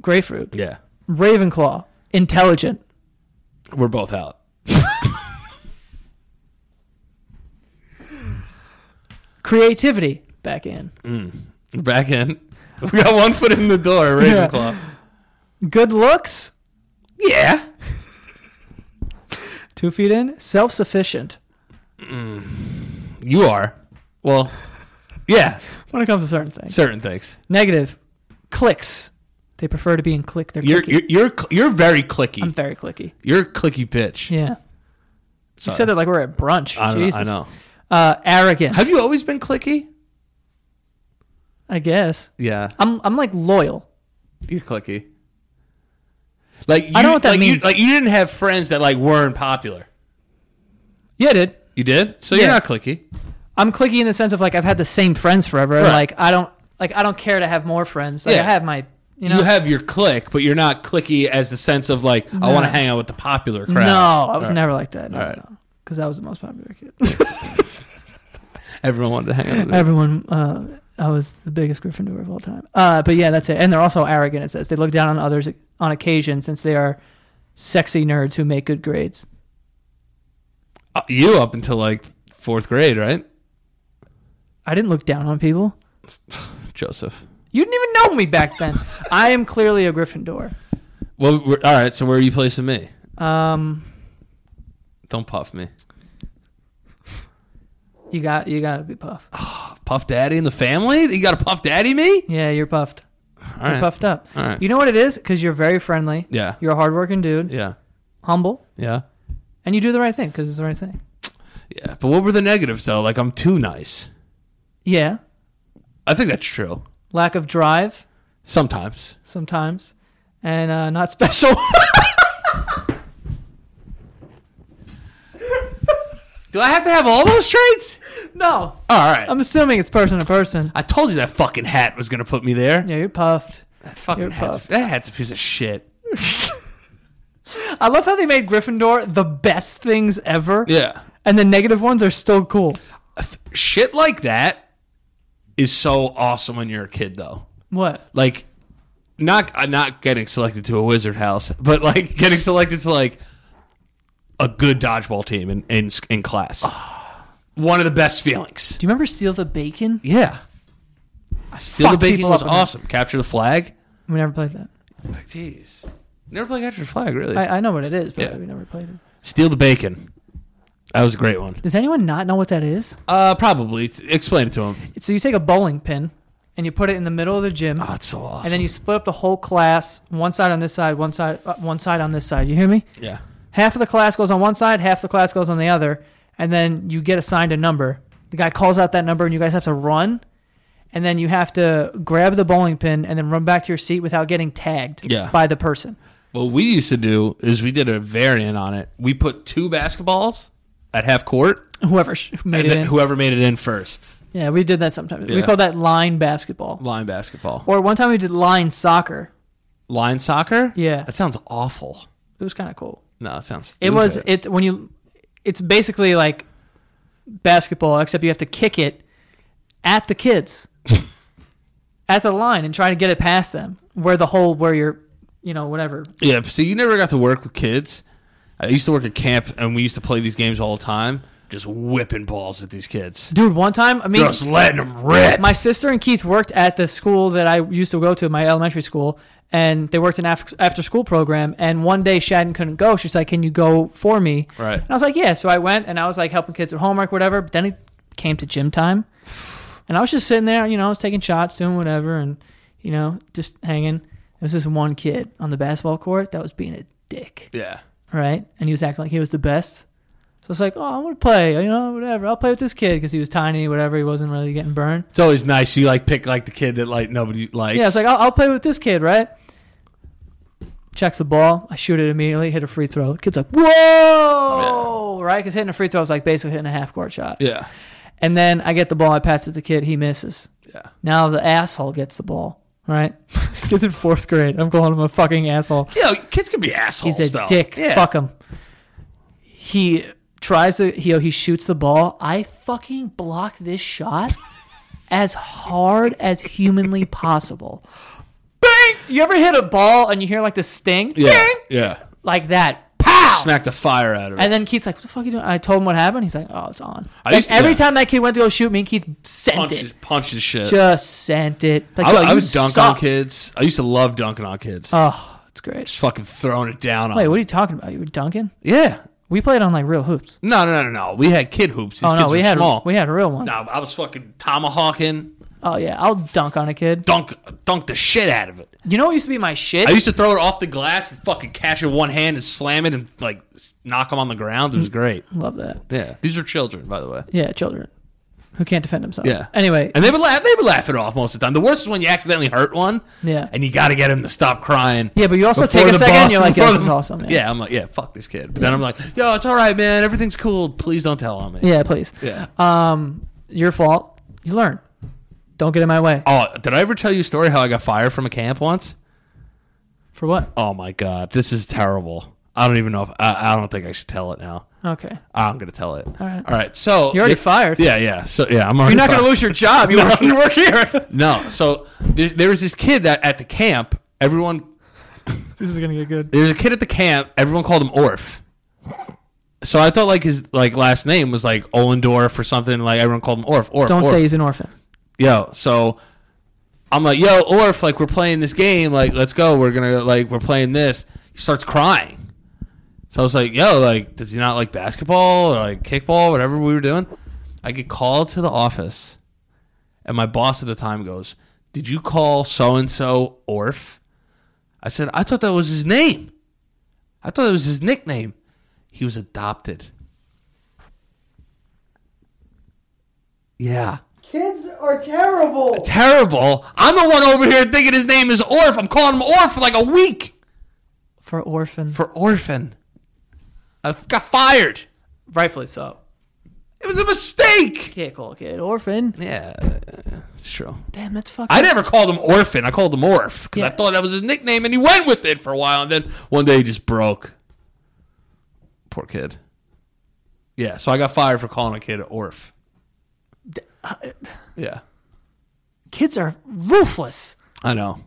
S1: grapefruit.
S2: Yeah,
S1: Ravenclaw. Intelligent.
S2: we're both out.
S1: Creativity. Back in.
S2: Mm. Back in. *laughs* We got one foot in the door. Ravenclaw.
S1: Good looks.
S2: Yeah.
S1: Two feet in. Self sufficient.
S2: you are. Well, yeah,
S1: When it comes to certain things.
S2: certain things.
S1: Negative. Clicks. They prefer to be in click. They're
S2: You're
S1: clicky.
S2: you're you're, cl- you're very clicky.
S1: I'm very clicky.
S2: you're a clicky bitch.
S1: Yeah. You
S2: Sorry.
S1: said that like we're at brunch.
S2: I, don't know,
S1: Jesus.
S2: I know.
S1: Uh, arrogant.
S2: Have you always been clicky?
S1: I guess.
S2: Yeah,
S1: I'm I'm like loyal.
S2: you're clicky. Like you,
S1: I know what that
S2: like
S1: means.
S2: You, like you didn't have friends that like weren't popular.
S1: Yeah, dude.
S2: You did, so
S1: Yeah.
S2: you're not clicky.
S1: I'm clicky in the sense of like I've had the same friends forever. and
S2: Right.
S1: Like I don't like I don't care to have more friends. Like,
S2: Yeah.
S1: I have my you
S2: you,
S1: know.
S2: have your clique, but you're not clicky as the sense of like I want to hang out with the popular crowd.
S1: no, I was
S2: Or
S1: never like that. No,
S2: All right.
S1: Because I was the most popular kid.
S2: Everyone wanted to hang out with them.
S1: Everyone, uh, I was the biggest Gryffindor of all time. Uh, but yeah, that's it. And they're also arrogant. It says they look down on others on occasion since they are sexy nerds who make good grades.
S2: Uh, you up until like fourth grade, right,
S1: I didn't look down on people.
S2: Joseph?
S1: You didn't even know me back
S2: *laughs*
S1: then. I am clearly a Gryffindor.
S2: Well, we're, all right. So where are you placing me?
S1: Um,
S2: Don't puff me.
S1: you got you got to be puffed.
S2: Puff Daddy in the family? You got to puff Daddy me?
S1: Yeah, you're puffed.
S2: All right.
S1: You're puffed up.
S2: All right.
S1: You know what it is? Because you're very friendly.
S2: Yeah.
S1: You're a hardworking dude.
S2: Yeah.
S1: humble,
S2: Yeah.
S1: and you do the right thing because it's the right thing.
S2: Yeah. But what were the negatives though? Like I'm too nice.
S1: Yeah.
S2: I think that's true.
S1: Lack of drive
S2: *laughs* Sometimes.
S1: sometimes, and uh, not special.
S2: Do I have to have all those traits?
S1: *laughs* no,
S2: All right.
S1: I'm assuming it's person to person.
S2: I told you that fucking hat was gonna put me there.
S1: Yeah, you're puffed.
S2: That fucking
S1: You're
S2: hat's,
S1: puffed.
S2: that hat's a piece of shit.
S1: I love how they made Gryffindor the best things ever,
S2: Yeah.
S1: and the negative ones are still cool.
S2: Shit like that is so awesome when you're a kid though.
S1: What?
S2: like not uh, not getting selected to a wizard house, but like *laughs* getting selected to like a good dodgeball team in in, in *sighs* class. One of the best feelings.
S1: Do you remember Steal the Bacon?
S2: Yeah, steal the
S1: Fuck
S2: bacon
S1: people
S2: was
S1: up with it.
S2: awesome. Capture the flag.
S1: We never played that.
S2: It's like, Jeez, never play capture the flag really.
S1: I, I know what it is, but
S2: Yeah.
S1: we never played it.
S2: steal the bacon. That was a great one.
S1: Does anyone not know what that is?
S2: Uh, probably T- explain it to him.
S1: So you take a bowling pin and you put it in the middle of the gym,
S2: Oh, it's so awesome.
S1: and then you split up the whole class. One side on this side, one side, uh, one side on this side. You hear me?
S2: yeah,
S1: Half of the class goes on one side, half the class goes on the other, and then you get assigned a number. The guy calls out that number, and you guys have to run, and then you have to grab the bowling pin and then run back to your seat without getting tagged
S2: Yeah.
S1: by the person.
S2: What we used to do is we did a variant on it. We put two basketballs at half court.
S1: Whoever sh- made
S2: and
S1: it
S2: then
S1: in.
S2: whoever made it in first,
S1: yeah, we did that sometimes. We
S2: Yeah.
S1: called that line basketball.
S2: line basketball,
S1: Or one time we did line soccer.
S2: line soccer.
S1: Yeah.
S2: that sounds awful.
S1: It was kind of cool.
S2: No, it sounds.
S1: It was
S2: stupid.
S1: it when you it's basically like basketball except you have to kick it at the
S2: *laughs*
S1: kids at the line and try to get it past them where the hole where you're you know whatever
S2: Yeah, so you never got to work with kids. I used to work at camp, and we used to play these games all the time, just whipping balls at these kids,
S1: dude one time i mean
S2: just letting them rip.
S1: my sister and keith worked at the school that i used to go to my elementary school and they worked an after school program and one day Shadden couldn't go she's like can you go for me
S2: Right.
S1: and i was like yeah so i went and i was like helping kids with homework whatever but then it came to gym time And I was just sitting there, you know, I was taking shots, doing whatever, and you know, just hanging. There was this one kid on the basketball court that was being a dick,
S2: yeah,
S1: right? And he was acting like he was the best. So it's like, oh, I want to play, you know, whatever. I'll play with this kid because he was tiny, whatever. He wasn't really getting burned.
S2: it's always nice. You like pick like the kid that like nobody likes.
S1: Yeah, it's like I'll, I'll play with this kid, right? Checks the ball. I shoot it immediately. Hit a free throw. The kid's like, whoa, right? Because hitting a free throw is like basically hitting a half court shot.
S2: yeah,
S1: And then I get the ball. I pass it to the kid. He misses.
S2: yeah.
S1: Now the asshole gets the ball, right? *laughs* gets in fourth grade. I'm calling him a fucking asshole.
S2: Yeah, kids can be assholes.
S1: He's a
S2: though.
S1: dick.
S2: Yeah.
S1: Fuck him. He tries to he he shoots the ball. I fucking block this shot *laughs* as hard as humanly possible. Bang! You ever hit a ball and you hear like the sting?
S2: Yeah,
S1: Bang!
S2: yeah.
S1: Like that. Pow!
S2: Smack the fire out of it.
S1: And then Keith's like, "What the fuck you doing?" I told him what happened. He's like, "Oh, it's on."
S2: I
S1: Like,
S2: used to-
S1: every
S2: yeah.
S1: time that kid went to go shoot me, Keith sent
S2: Punches,
S1: it.
S2: punches shit.
S1: Just sent it. Like,
S2: I,
S1: yo,
S2: I
S1: you
S2: would dunk
S1: suck.
S2: on kids. I used to love dunking on kids.
S1: Oh, it's great.
S2: just fucking throwing it down on.
S1: Wait,
S2: them.
S1: what are you talking about? You were dunking?
S2: Yeah.
S1: We played on like real hoops.
S2: No, no, no, no, no. We had kid hoops. These
S1: oh no,
S2: kids
S1: we
S2: were
S1: had
S2: small.
S1: we had real ones.
S2: no, I was fucking tomahawking,
S1: Oh yeah, I'll dunk on a kid.
S2: dunk, dunk the shit out of it.
S1: You know what used to be my shit?
S2: I used to throw it off the glass and fucking catch it with one hand and slam it and like s- knock them on the ground. It was great.
S1: Love that.
S2: Yeah, these are children, by the way.
S1: Yeah, children who can't defend themselves.
S2: Yeah.
S1: Anyway,
S2: And they would laugh. They would laugh it off most of the time. The worst is when you accidentally hurt one.
S1: Yeah.
S2: And you got to get him to stop crying.
S1: yeah, but you also
S2: before
S1: take a
S2: the
S1: second.
S2: boss-
S1: and You're like,
S2: *laughs* before
S1: yeah, this
S2: the-
S1: is awesome.
S2: Yeah.
S1: Yeah.
S2: I'm like, yeah, fuck this kid. But then I'm like, yo, it's all right, man. Everything's cool. Please don't tell on me.
S1: Yeah, please.
S2: Yeah.
S1: Um, your fault. You learn. Don't get in my way.
S2: Oh, did I ever tell you a story how I got fired from a camp once?
S1: For what?
S2: Oh my god, this is terrible. I don't even know if I, I don't think I should tell it now.
S1: Okay.
S2: I'm gonna tell it. All
S1: right.
S2: All right. So
S1: You're already
S2: yeah,
S1: fired.
S2: Yeah, yeah. So yeah, I'm already.
S1: You're not going to
S2: fired.
S1: lose your job.
S2: *laughs*
S1: You, work, you work here.
S2: No. So there, there was this kid that at the camp, everyone.
S1: this is going to get good.
S2: There's a kid at the camp. Everyone called him Orf. So I thought like his like last name was like Ollendorf or something. Like everyone called him Orf. Orf.
S1: Don't
S2: Orf.
S1: say he's an orphan.
S2: yo so i'm like yo orf like we're playing this game like let's go we're gonna like we're playing this he starts crying so i was like yo like does he not like basketball or like kickball whatever we were doing i get called to the office and my boss at the time goes did you call so and so orf i said i thought that was his name I thought it was his nickname. He was adopted. Yeah.
S3: Kids are terrible.
S2: Terrible. I'm the one over here thinking his name is Orf. I'm calling him Orf for like a week
S1: for orphan.
S2: for orphan. I got fired.
S1: Rightfully so.
S2: It was a mistake.
S1: Can't call a kid orphan.
S2: Yeah, it's true.
S1: Damn, that's fucking.
S2: I never called him Orphan. I called him Orf because I
S1: Yeah.
S2: thought that was his nickname, and he went with it for a while, and then one day he just broke. Poor kid. Yeah, so I got fired for calling a kid Orf. Yeah,
S1: Kids are ruthless.
S2: I know.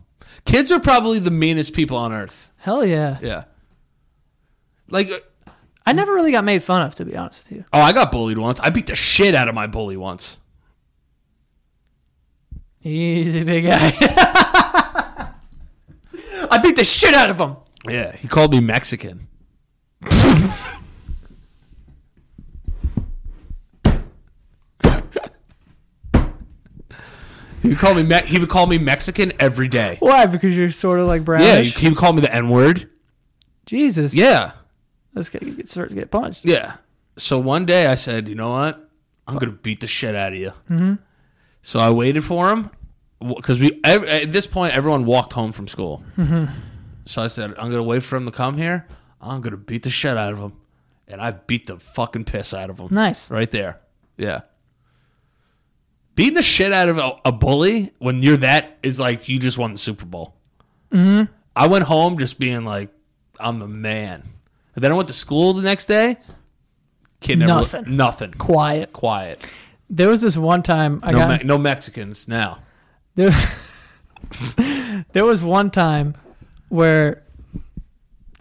S2: Kids are probably the meanest people on earth.
S1: Hell yeah.
S2: Yeah. Like, oh,
S1: I never really got made fun of, to be honest with you.
S2: I got bullied once. I beat the shit out of my bully once.
S1: Easy, big guy. *laughs* I beat the shit out of him.
S2: Yeah, he called me Mexican. *laughs* he would call me Me- he would call me Mexican every day.
S1: Why? Because you're sort of like
S2: Yeah,
S1: brownish.
S2: he would call me the N word.
S1: Jesus.
S2: Yeah,
S1: Let's get, get start to get punched.
S2: yeah. So one day I said, you know what? I'm gonna beat the shit out of you. Mm-hmm. So I waited for him because we ev- at this point everyone walked home from school. So I said, I'm gonna wait for him to come here. I'm gonna beat the shit out of him, and I beat the fucking piss out of him.
S1: Nice.
S2: right there. Yeah. Beating the shit out of a, a bully when you're that is like you just won the Super Bowl. Mm-hmm. I went home just being like, I'm the man. And then I went to school the next day. Kid never
S1: Nothing.
S2: nothing.
S1: Quiet.
S2: Quiet.
S1: There was this one time I
S2: No,
S1: got
S2: Me- no Mexicans now.
S1: there, *laughs* there was one time where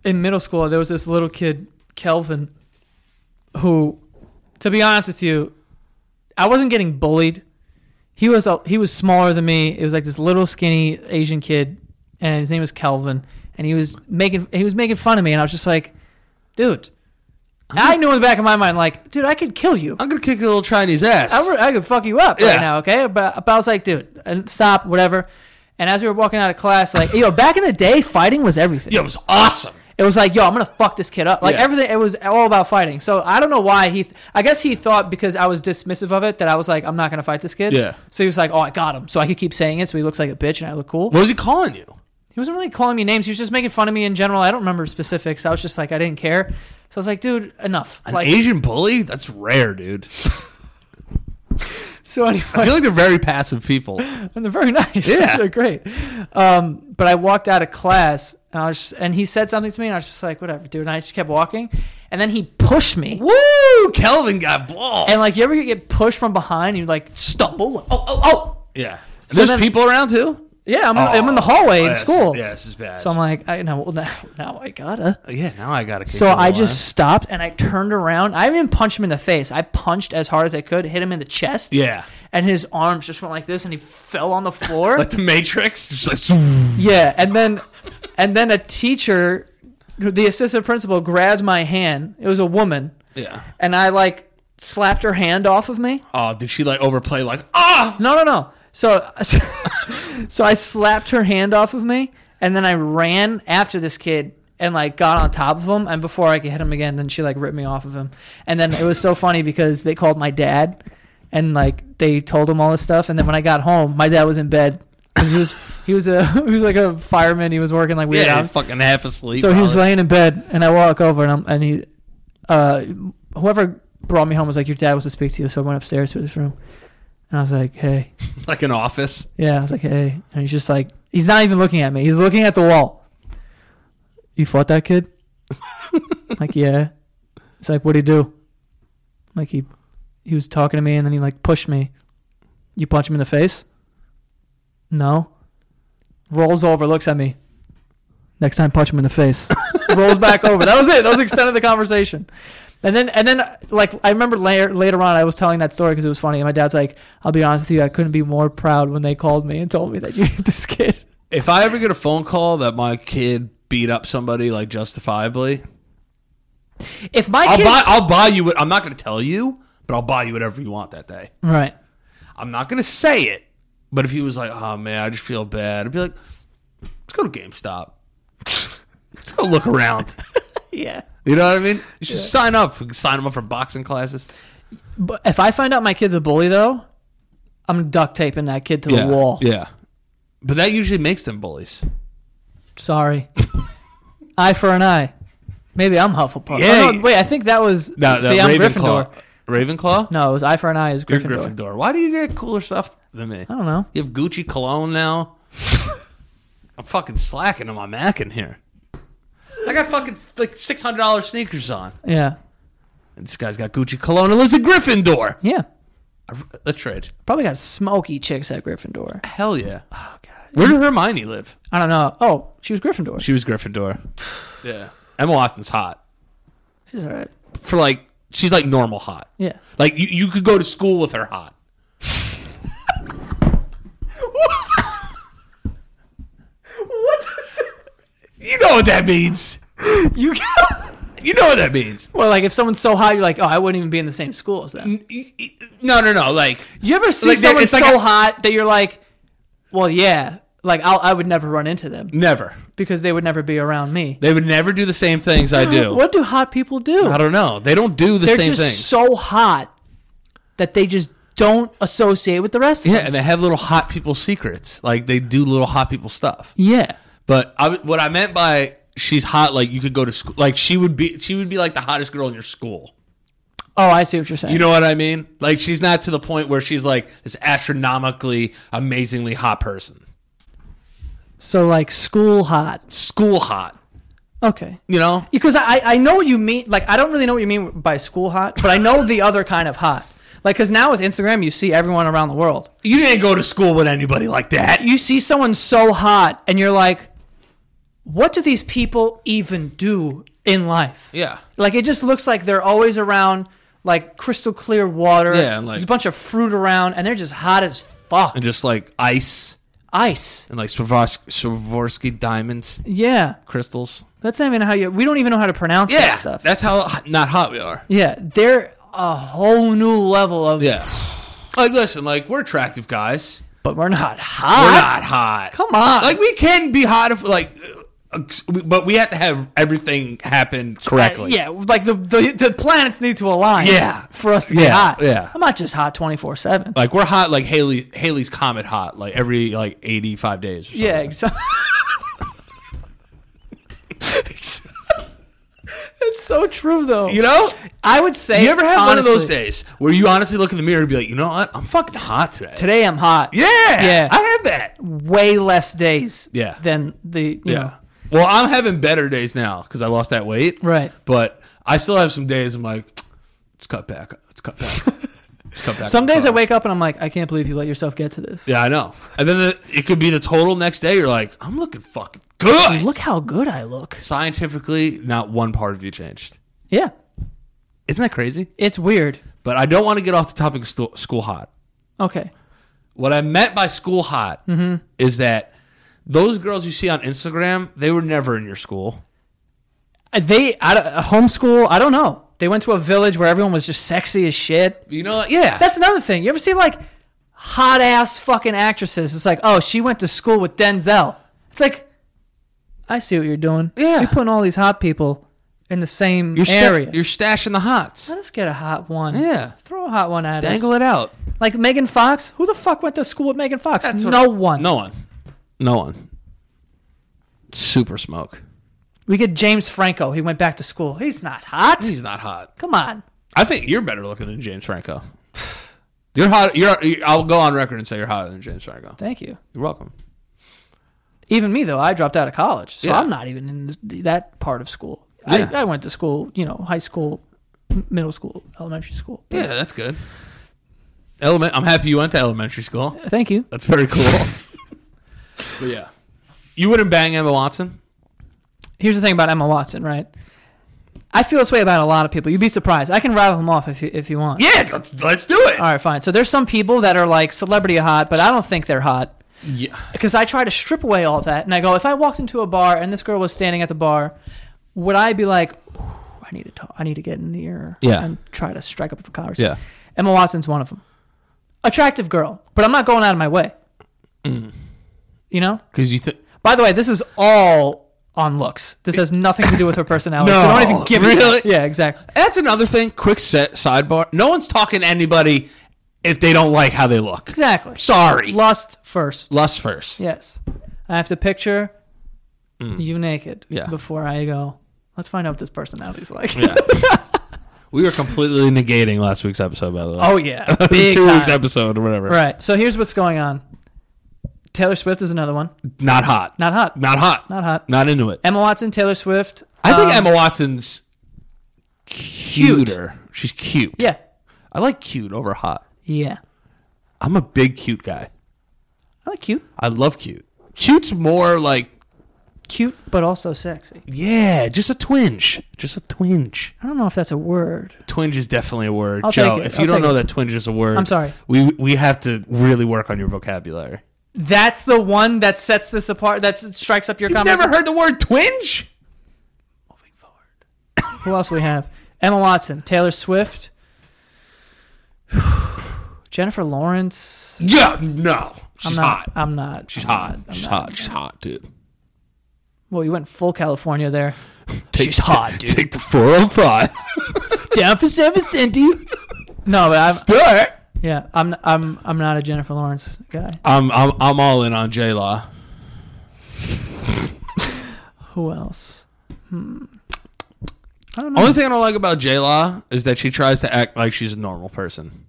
S1: in middle school there was this little kid kelvin who to be honest with you i wasn't getting bullied he was a, he was smaller than me it was like this little skinny asian kid and his name was kelvin and he was making he was making fun of me and i was just like dude i knew in the back of my mind like dude i could kill you
S2: I'm gonna kick a little Chinese ass.
S1: I, would- I could fuck you up
S2: Yeah.
S1: right now, okay? But, but I was like, dude, and stop, whatever. And as we were walking out of class, like, yo, back in the day, fighting was everything.
S2: yeah, it was awesome.
S1: It was like, yo, I'm gonna fuck this kid up. Like
S2: Yeah.
S1: everything, it was all about fighting. So I don't know why he. Th- I guess he thought because I was dismissive of it that I was like, I'm not gonna fight this kid.
S2: Yeah.
S1: So he was like, oh, I got him. So I could keep saying it. So he looks like a bitch, and I look cool.
S2: What was he calling you?
S1: He wasn't really calling me names. He was just making fun of me in general. I don't remember specifics. I was just like, I didn't care. So I was like, dude, enough.
S2: An
S1: like,
S2: Asian bully? That's rare, dude.
S1: so anyway.
S2: I feel like they're very
S1: *laughs*
S2: passive people.
S1: and they're very nice. *laughs*
S2: Yeah.
S1: they're great. Um, but I walked out of class, and I was, just, and he said something to me, and I was just like, whatever, dude. And I just kept walking, and then he pushed me,
S2: Woo! Kelvin got balls.
S1: and like you ever get pushed from behind, you like stumble. like, oh, oh, oh.
S2: Yeah.
S1: So
S2: There's
S1: then-
S2: people around too.
S1: Yeah, I'm, I'm in the hallway in school.
S2: Yeah, this is bad.
S1: So I'm like, I know. Well, now, now I gotta.
S2: yeah, now I gotta. Kick
S1: So
S2: him
S1: I
S2: a
S1: just stopped and I turned around. I even punched him in the face. I punched as hard as I could, hit him in the chest.
S2: lot. yeah,
S1: And his arms just went like this, and he fell on the *laughs* floor.
S2: like the Matrix. Just like, zoom.
S1: Yeah, and then and then a teacher, the assistant principal, grabbed my hand. It was a woman,
S2: yeah.
S1: and I like slapped her hand off of me.
S2: Oh, did she like overplay? Like ah,
S1: No, no, no. So *laughs* so I slapped her hand off of me, and then I ran after this kid and like got on top of him and before I could hit him again then she like ripped me off of him. And then it was so funny because they called my dad and like they told him all this stuff and then when I got home my dad was in bed 'Cause he was he was a *laughs* he was like a fireman he was working like weird
S2: yeah,
S1: hours.
S2: he's fucking half asleep.
S1: So he was
S2: probably.
S1: laying in bed, and I walk over, and I'm, and he, uh, whoever brought me home was like, "Your dad wants to speak to you." So I went upstairs to his room, and I was like, "Hey,
S2: like an office.
S1: yeah," I was like, "Hey," and he's just like, he's not even looking at me; he's looking at the wall. You fought that kid? *laughs* I'm like, yeah. He's like, what'd he do? I'm like he, he was talking to me, and then he like pushed me. You punch him in the face? No. Rolls over, looks at me. Next time, punch him in the face. *laughs* Rolls back over. That was it. That was the extent of the conversation. And then, and then, like I remember later, later on, I was telling that story because it was funny. And my dad's like, "I'll be honest with you, I couldn't be more proud when they called me and told me that you hit this kid."
S2: If I ever get a phone call that my kid beat up somebody like justifiably,
S1: If my
S2: I'll
S1: kid,
S2: buy. I'll buy you. What, I'm not gonna tell you, but I'll buy you whatever you want that day.
S1: *laughs* right,
S2: I'm not gonna say it. But if he was like, "Oh man, I just feel *laughs* bad," I'd be like, "Let's go to GameStop. Let's go look around.
S1: yeah.
S2: You know what I mean? You should sign up. Sign them up for boxing classes.
S1: But if I find out my kid's a bully, though, I'm duct taping that kid to the wall.
S2: Yeah. But that usually makes them bullies.
S1: Sorry. *laughs* eye for an eye. Maybe I'm Hufflepuff.
S2: Yeah.
S1: Oh, no, wait, I think that was. see, I'm Gryffindor.
S2: Ravenclaw?
S1: No, it was eye for an eye is
S2: You're
S1: Gryffindor.
S2: Gryffindor. Why do you get cooler stuff than me?
S1: I don't know.
S2: You have Gucci cologne now. *laughs* I'm fucking slacking on my Mac in here. I got fucking like six hundred dollars sneakers on.
S1: Yeah.
S2: And this guy's got Gucci cologne and lives in Gryffindor.
S1: Yeah.
S2: A, a trade.
S1: Probably got smoky chicks at Gryffindor.
S2: Hell yeah.
S1: Oh, God.
S2: Where did Hermione live?
S1: I don't know. Oh, she was Gryffindor.
S2: She was Gryffindor. *sighs* yeah. Emma Watson's hot.
S1: She's all right.
S2: For like she's like normal hot.
S1: Yeah.
S2: Like you, you could go to school with her hot.
S1: What does
S2: You know what that means.
S1: You
S2: You *laughs* know what that means.
S1: Well, like if someone's so high, you're like, oh, I wouldn't even be in the same school as them.
S2: No, no, no. Like
S1: You ever see
S2: Like, that-
S1: someone
S2: it's like
S1: so
S2: a-
S1: hot that you're like, well, yeah, like I'll, I would never run into them
S2: never.
S1: because they would never be around me.
S2: They would never do the same things I *laughs* do.
S1: What do hot people do?
S2: I don't know. They don't do the
S1: They're
S2: same
S1: just
S2: thing.
S1: so hot that they just don't associate with the rest of
S2: yeah,
S1: us.
S2: and they have little hot people secrets. Like they do little hot people stuff.
S1: yeah.
S2: But I, w- what I meant by she's hot, like you could go to school. Like she would be, she would be like the hottest girl in your school.
S1: Oh, I see what you're saying.
S2: You know what I mean? Like she's not to the point where she's like this astronomically, amazingly hot person.
S1: so like school hot.
S2: School hot.
S1: Okay.
S2: You know?
S1: Because I, I know what you mean. Like, I don't really know what you mean by school hot, but I know the other kind of hot. Like, because now with Instagram, you see everyone around the world.
S2: You didn't go to school with anybody like that.
S1: You see someone so hot, and you're like, what do these people even do in life?
S2: Yeah.
S1: Like, it just looks like they're always around, like, crystal clear water.
S2: Yeah, and, like-
S1: There's a bunch of fruit around, and they're just hot as fuck.
S2: And just like ice
S1: Ice.
S2: and like Swarovski, Swarovski diamonds,
S1: Yeah.
S2: crystals.
S1: That's not even how you. We don't even know how to pronounce
S2: Yeah.
S1: that stuff.
S2: That's how h- not hot we are.
S1: yeah. They're a whole new level of.
S2: Yeah. Like, listen, like, we're attractive guys.
S1: But we're not
S2: We're
S1: hot.
S2: not hot.
S1: Come on.
S2: Like, we can be hot if, like, uh, but we have to have everything happen correctly.
S1: Uh, yeah, like the, the the planets need to align.
S2: Yeah.
S1: for us to be
S2: Yeah,
S1: hot.
S2: yeah. Uh,
S1: I'm not just hot 24 seven.
S2: Like, we're hot, like, Haley, Haley's Comet hot, like, every, like, 85 days. Or something.
S1: Yeah, exactly. *laughs* It's so true though.
S2: You know?
S1: I would say
S2: You ever have one of those
S1: honestly,
S2: days where you honestly look in the mirror and be like, you know what? I'm fucking hot today.
S1: Today I'm hot.
S2: Yeah.
S1: Yeah.
S2: I have that.
S1: way less days.
S2: Yeah.
S1: than the you
S2: Yeah.
S1: know.
S2: Well, I'm having better days now because I lost that weight.
S1: Right.
S2: But I still have some days I'm like, let's cut back. Let's cut back. let's cut
S1: *laughs*
S2: back.
S1: Some days I
S2: Fuck.
S1: wake up and I'm like, I can't believe you let yourself get to this.
S2: Yeah, I know. And then the, it could be the total next day. You're like, I'm looking fucking good.
S1: Look how good I look.
S2: Scientifically, not one part of you changed.
S1: Yeah,
S2: Isn't that crazy?
S1: it's weird.
S2: But I don't want to get off the topic of sto- school hot.
S1: Okay.
S2: What I meant by school hot is that those girls you see on Instagram, they were never in your school.
S1: Uh, They I, don't- uh, homeschool. I don't know. They went to a village where everyone was just sexy as shit.
S2: You know, yeah.
S1: That's another thing. You ever see like hot ass fucking actresses? It's like, oh, she went to school with Denzel. It's like, I see what you're doing.
S2: Yeah.
S1: you're putting all these hot people in the same
S2: you're, sta-
S1: area.
S2: you're stashing the hots.
S1: Let us get a hot one.
S2: Yeah.
S1: throw a hot one at
S2: Dangle
S1: us.
S2: it out.
S1: Like Megan Fox. Who the fuck went to school with Megan Fox?
S2: That's what-
S1: no one.
S2: No one. No one. Super smoke.
S1: We get James Franco. He went back to school. He's not hot.
S2: He's not hot.
S1: Come on.
S2: I think you're better looking than James Franco. You're hot. You're. I'll go on record and say you're hotter than James Franco.
S1: Thank you.
S2: You're welcome.
S1: even me though i dropped out of college so
S2: Yeah.
S1: i'm not even in th- that part of school
S2: Yeah.
S1: I, I went to school you know high school m- middle school elementary school But
S2: Yeah, that's good. Element. I'm happy you went to elementary school.
S1: thank you
S2: That's very cool. *laughs* but yeah, you wouldn't bang Emma Watson.
S1: here's the thing about emma watson right i feel this way about a lot of people you'd be surprised i can rattle them off if you, if you want
S2: Yeah, let's let's do it.
S1: all right fine so there's some people that are like celebrity hot but i don't think they're hot
S2: Yeah.
S1: because I try to strip away all that, and I go, if I walked into a bar and this girl was standing at the bar, would I be like, "Ooh, I need to talk, I need to get in the air
S2: Yeah.
S1: and try to strike up a conversation?
S2: Yeah.
S1: Emma Watson's one of them. Attractive girl, but I'm not going
S2: Mm.
S1: out of my way. You know.
S2: Because you think
S1: By the way, this is all on looks. This has nothing to do
S2: *laughs*
S1: with her personality.
S2: No,
S1: so don't even give
S2: really?
S1: it. Yeah, exactly.
S2: That's another thing. Quick set sidebar. No one's talking to anybody if they don't like how they look.
S1: Exactly.
S2: Sorry.
S1: Lust first.
S2: Lust first.
S1: Yes. I have to picture you naked
S2: Mm. Yeah.
S1: before I go, let's find out what this personality's like.
S2: We were completely negating last week's episode, by the
S1: *laughs*
S2: way.
S1: oh, yeah. Big
S2: *laughs* Two
S1: time.
S2: weeks episode or whatever.
S1: Right. So here's what's going on Taylor Swift is another one.
S2: Not hot.
S1: Not hot.
S2: Not hot.
S1: Not hot.
S2: Not into it.
S1: Emma Watson, Taylor Swift.
S2: I think
S1: um,
S2: Emma Watson's cuter. She's cute.
S1: Yeah.
S2: I like cute over hot.
S1: Yeah.
S2: I'm a big cute guy.
S1: I like cute.
S2: I love cute. Cute's more like
S1: Cute, but also sexy.
S2: yeah, just a twinge. Just a twinge.
S1: I don't know if that's a word.
S2: Twinge is definitely a word.
S1: I'll
S2: Joe,
S1: take it.
S2: if you
S1: I'll
S2: don't
S1: take
S2: know
S1: it.
S2: that twinge is a word,
S1: I'm sorry.
S2: We we have to really work on your vocabulary.
S1: That's the one that sets this apart. That strikes up your
S2: You've
S1: conversation.
S2: never heard the word twinge?
S1: Who else we have? Emma Watson, Taylor Swift, *sighs* Jennifer Lawrence.
S2: Yeah, no. She's
S1: I'm not.
S2: hot.
S1: I'm not. She's
S2: hot. She's hot. She's hot, dude.
S1: Well, you went full California there.
S2: She's hot, *laughs* dude. Take the *laughs* 405.
S1: Down for seven, Cindy. No, but I'm.
S2: Start.
S1: Yeah, I'm. I'm. I'm not a Jennifer Lawrence guy.
S2: I'm, I'm, I'm all in on J Law.
S1: Who else? Hmm. I don't know.
S2: Only thing I don't like about J Law is that she tries to act like she's a normal person.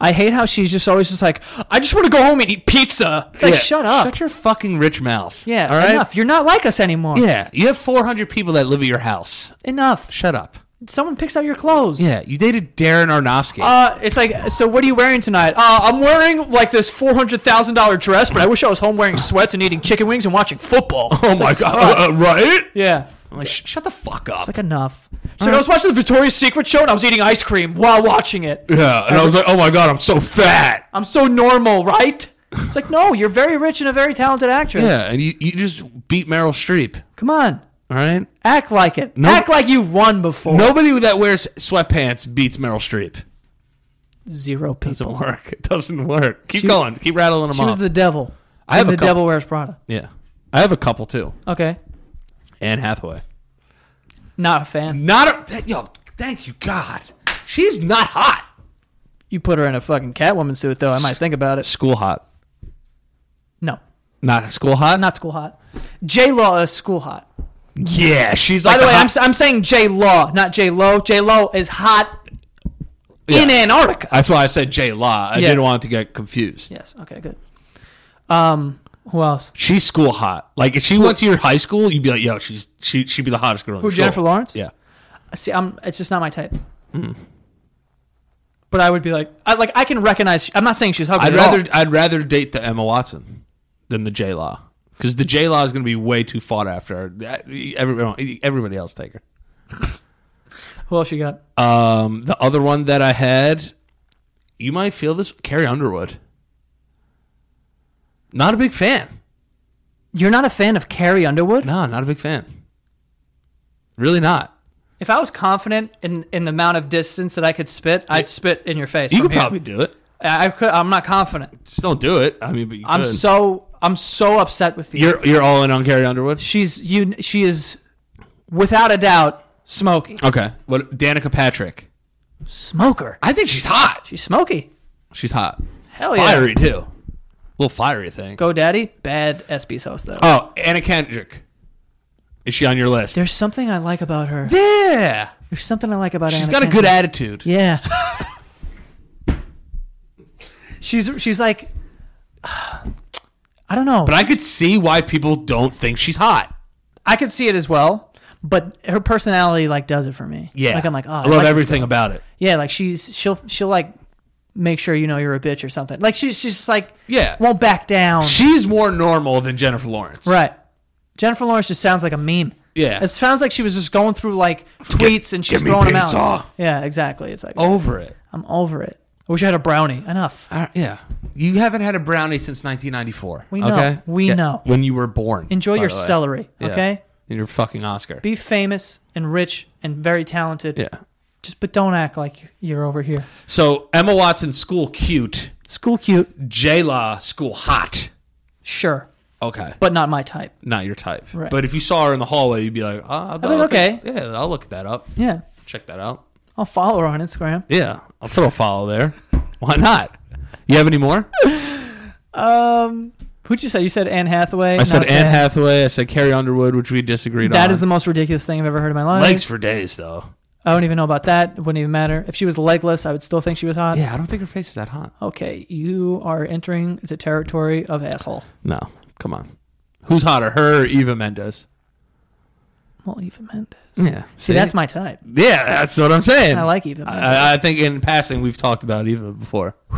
S1: I hate how she's just always just like, I just want to go home and eat pizza. It's like,
S2: Yeah.
S1: shut up.
S2: Shut your fucking rich mouth.
S1: yeah,
S2: All right.
S1: enough. You're not like us anymore.
S2: Yeah. You have 400 people that live at your house.
S1: Enough.
S2: Shut up.
S1: Someone picks out your clothes.
S2: Yeah. You dated Darren Aronofsky.
S1: Uh, it's like, so what are you wearing tonight? Uh, I'm wearing like this four hundred thousand dollar dress, but I wish I was home wearing sweats and eating chicken wings and watching football.
S2: oh my God. Uh, uh, right?
S1: Yeah,
S2: I'm like, sh- shut the fuck up.
S1: it's like enough. So I was watching the Victoria's Secret show and I was eating ice cream while watching it.
S2: yeah. And I was like, oh my God, I'm so fat.
S1: I'm so normal, right? It's like, no, you're very rich and a very talented actress.
S2: Yeah. And you, you just beat Meryl Streep.
S1: Come on,
S2: All right.
S1: act like it.
S2: No-
S1: Act like you've won before.
S2: Nobody that wears sweatpants beats Meryl Streep.
S1: Zero people.
S2: Doesn't work. *laughs* It doesn't work. Keep going. Keep rattling them
S1: She
S2: off.
S1: was the devil.
S2: I have
S1: And
S2: a
S1: the
S2: couple-
S1: devil wears Prada.
S2: yeah. I have a couple too.
S1: Okay,
S2: Anne Hathaway.
S1: not a fan.
S2: Not a that, yo. Thank you God. She's not hot.
S1: You put her in a fucking Catwoman suit though. I might think about it.
S2: School hot.
S1: No.
S2: Not school hot.
S1: not school hot. J Law is school hot.
S2: Yeah. She's
S1: By
S2: like.
S1: the way,
S2: hot-
S1: I'm, s- I'm saying J Law, not J Lo. J Lo is hot
S2: Yeah.
S1: in Antarctica.
S2: That's why I said J Law. I
S1: Yeah.
S2: didn't want it to get confused.
S1: Yes. Okay. Good. Um. Who else?
S2: She's school hot. Like if she went to your high school, you'd be like, yo, she's she she'd be the hottest girl. in
S1: Who?
S2: your school.
S1: Jennifer Lawrence.
S2: Yeah.
S1: See, I'm. It's just not my type.
S2: Hmm.
S1: But I would be like, I like I can recognize. I'm not saying she's ugly.
S2: I'd
S1: at all.
S2: rather I'd rather date the Emma Watson than the J Law because the J Law is going to be way too fought after. Everybody, everybody else take her.
S1: Who else you got?
S2: Um, the other one that I had, you might feel this Carrie Underwood. Not a big fan.
S1: You're not a fan of Carrie Underwood.
S2: No, not a big fan. Really not.
S1: If I was confident in in the amount of distance that I could spit, I'd spit in your face.
S2: You
S1: from
S2: could
S1: here.
S2: probably do it.
S1: I I could. I'm not confident.
S2: Just don't do it. I mean, but you
S1: I'm
S2: could.
S1: so. I'm so upset with you.
S2: you're you're all in on Carrie Underwood.
S1: She's you. She is, without a doubt, smoky.
S2: Okay. What Danica Patrick?
S1: Smoker.
S2: I think she's hot. Oh,
S1: She's smoky.
S2: She's hot.
S1: Hell yeah.
S2: Fiery too. little fiery thing.
S1: Go Daddy. Bad SB's host though.
S2: Oh, Anna Kendrick. Is she on your list?
S1: There's something I like about her.
S2: yeah.
S1: There's something I like about.
S2: She's
S1: Anna
S2: got a
S1: Kendrick.
S2: good attitude.
S1: *laughs* Yeah. she's she's like, I don't know.
S2: But I could see why people don't think she's hot.
S1: I could see it as well. But her personality like does it for me.
S2: Yeah.
S1: Like I'm like oh,
S2: I
S1: I
S2: love
S1: like this
S2: everything about it.
S1: Yeah, like she's she'll she'll like make sure you know you're a bitch or something. Like she's she's just like
S2: Yeah.
S1: won't back down.
S2: She's more normal than Jennifer Lawrence.
S1: right. Jennifer Lawrence just sounds like a meme.
S2: Yeah.
S1: It sounds like she was just going through like tweets and she's
S2: give me
S1: throwing them
S2: pizza. Oh.
S1: out. Yeah, exactly. It's like
S2: Over it.
S1: I'm over it. I wish I had a brownie. Enough.
S2: I- yeah. You haven't had a brownie since 1994.
S1: We know.
S2: Okay?
S1: We
S2: Yeah.
S1: know.
S2: When you were born.
S1: Enjoy
S2: by
S1: your
S2: the way.
S1: celery,
S2: Yeah.
S1: okay?
S2: And your fucking Oscar.
S1: Be famous and rich and very talented.
S2: yeah.
S1: Just but don't act like you're over here.
S2: So Emma Watson, school cute.
S1: School cute,
S2: J Law, school hot.
S1: sure.
S2: Okay.
S1: but not my type.
S2: Not your type.
S1: Right.
S2: But if you saw her in the hallway, you'd be like, ah, I'll, I'll
S1: like,
S2: take- yeah, I'll look that up.
S1: Yeah,
S2: Check that out.
S1: I'll follow her on Instagram.
S2: Yeah, I'll throw a follow there. Why not? You have any more?
S1: Um, who'd you say? You said Anne Hathaway.
S2: I said
S1: not
S2: Anne Hathaway. I said Carrie Underwood, which we disagreed on.
S1: That is the most ridiculous thing I've ever heard in my life.
S2: legs for days, though.
S1: I don't even know about that. It wouldn't even matter. If she was legless, I would still think she was hot.
S2: Yeah, I don't think her face is that hot.
S1: Okay, you are entering the territory of asshole.
S2: No, come on. Who's hotter, her or Eva Mendes?
S1: Well, Eva Mendes.
S2: Yeah.
S1: See, that's my type.
S2: yeah. That's what I'm saying.
S1: I like Eva Mendes.
S2: I, I think in passing we've talked about Eva before. *sighs*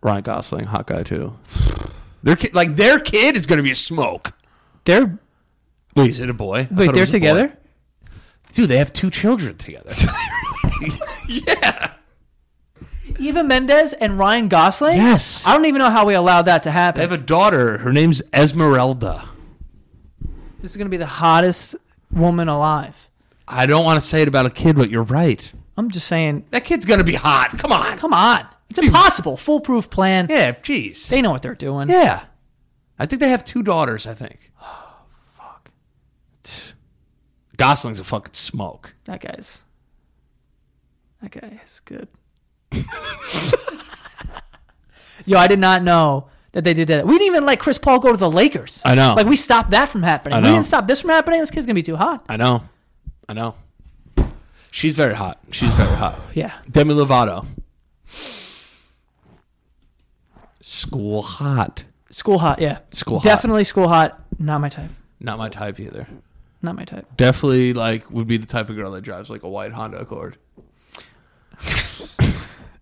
S2: Ryan Gosling, hot guy too. *sighs* Their kid, like their kid is going to be a smoke.
S1: they're
S2: Wait, is it a boy? I thought
S1: wait,
S2: it
S1: they're
S2: was a boy.
S1: together.
S2: Dude, they have two children together.
S1: Eva Mendes and Ryan Gosling.
S2: Yes.
S1: I don't even know how we allowed that to
S2: they
S1: happen.
S2: have a daughter. Her name's Esmeralda.
S1: this is gonna be the hottest woman alive.
S2: I don't want to say it about a kid, but you're right.
S1: I'm just saying.
S2: That kid's going to be hot. Come on.
S1: Come on, it's impossible. Foolproof plan.
S2: Yeah, jeez.
S1: They know what they're doing.
S2: Yeah. I think they have two daughters, I think. Oh, fuck. Gosling's a fucking smoke.
S1: That guy's. That guy is good. *laughs* Yo, I did not know that they did that. We didn't even let Chris Paul go to the Lakers.
S2: I know.
S1: Like we stopped that from happening.
S2: I
S1: We
S2: know.
S1: didn't stop this from happening. This kid's gonna be too hot.
S2: I know. I know. She's very hot. She's very hot.
S1: Yeah.
S2: *sighs* Demi Lovato. School hot.
S1: School hot. Yeah.
S2: School hot.
S1: Definitely school hot. Not my type.
S2: Not my type either.
S1: Not my type.
S2: Definitely like would be the type of girl that drives like a white Honda Accord.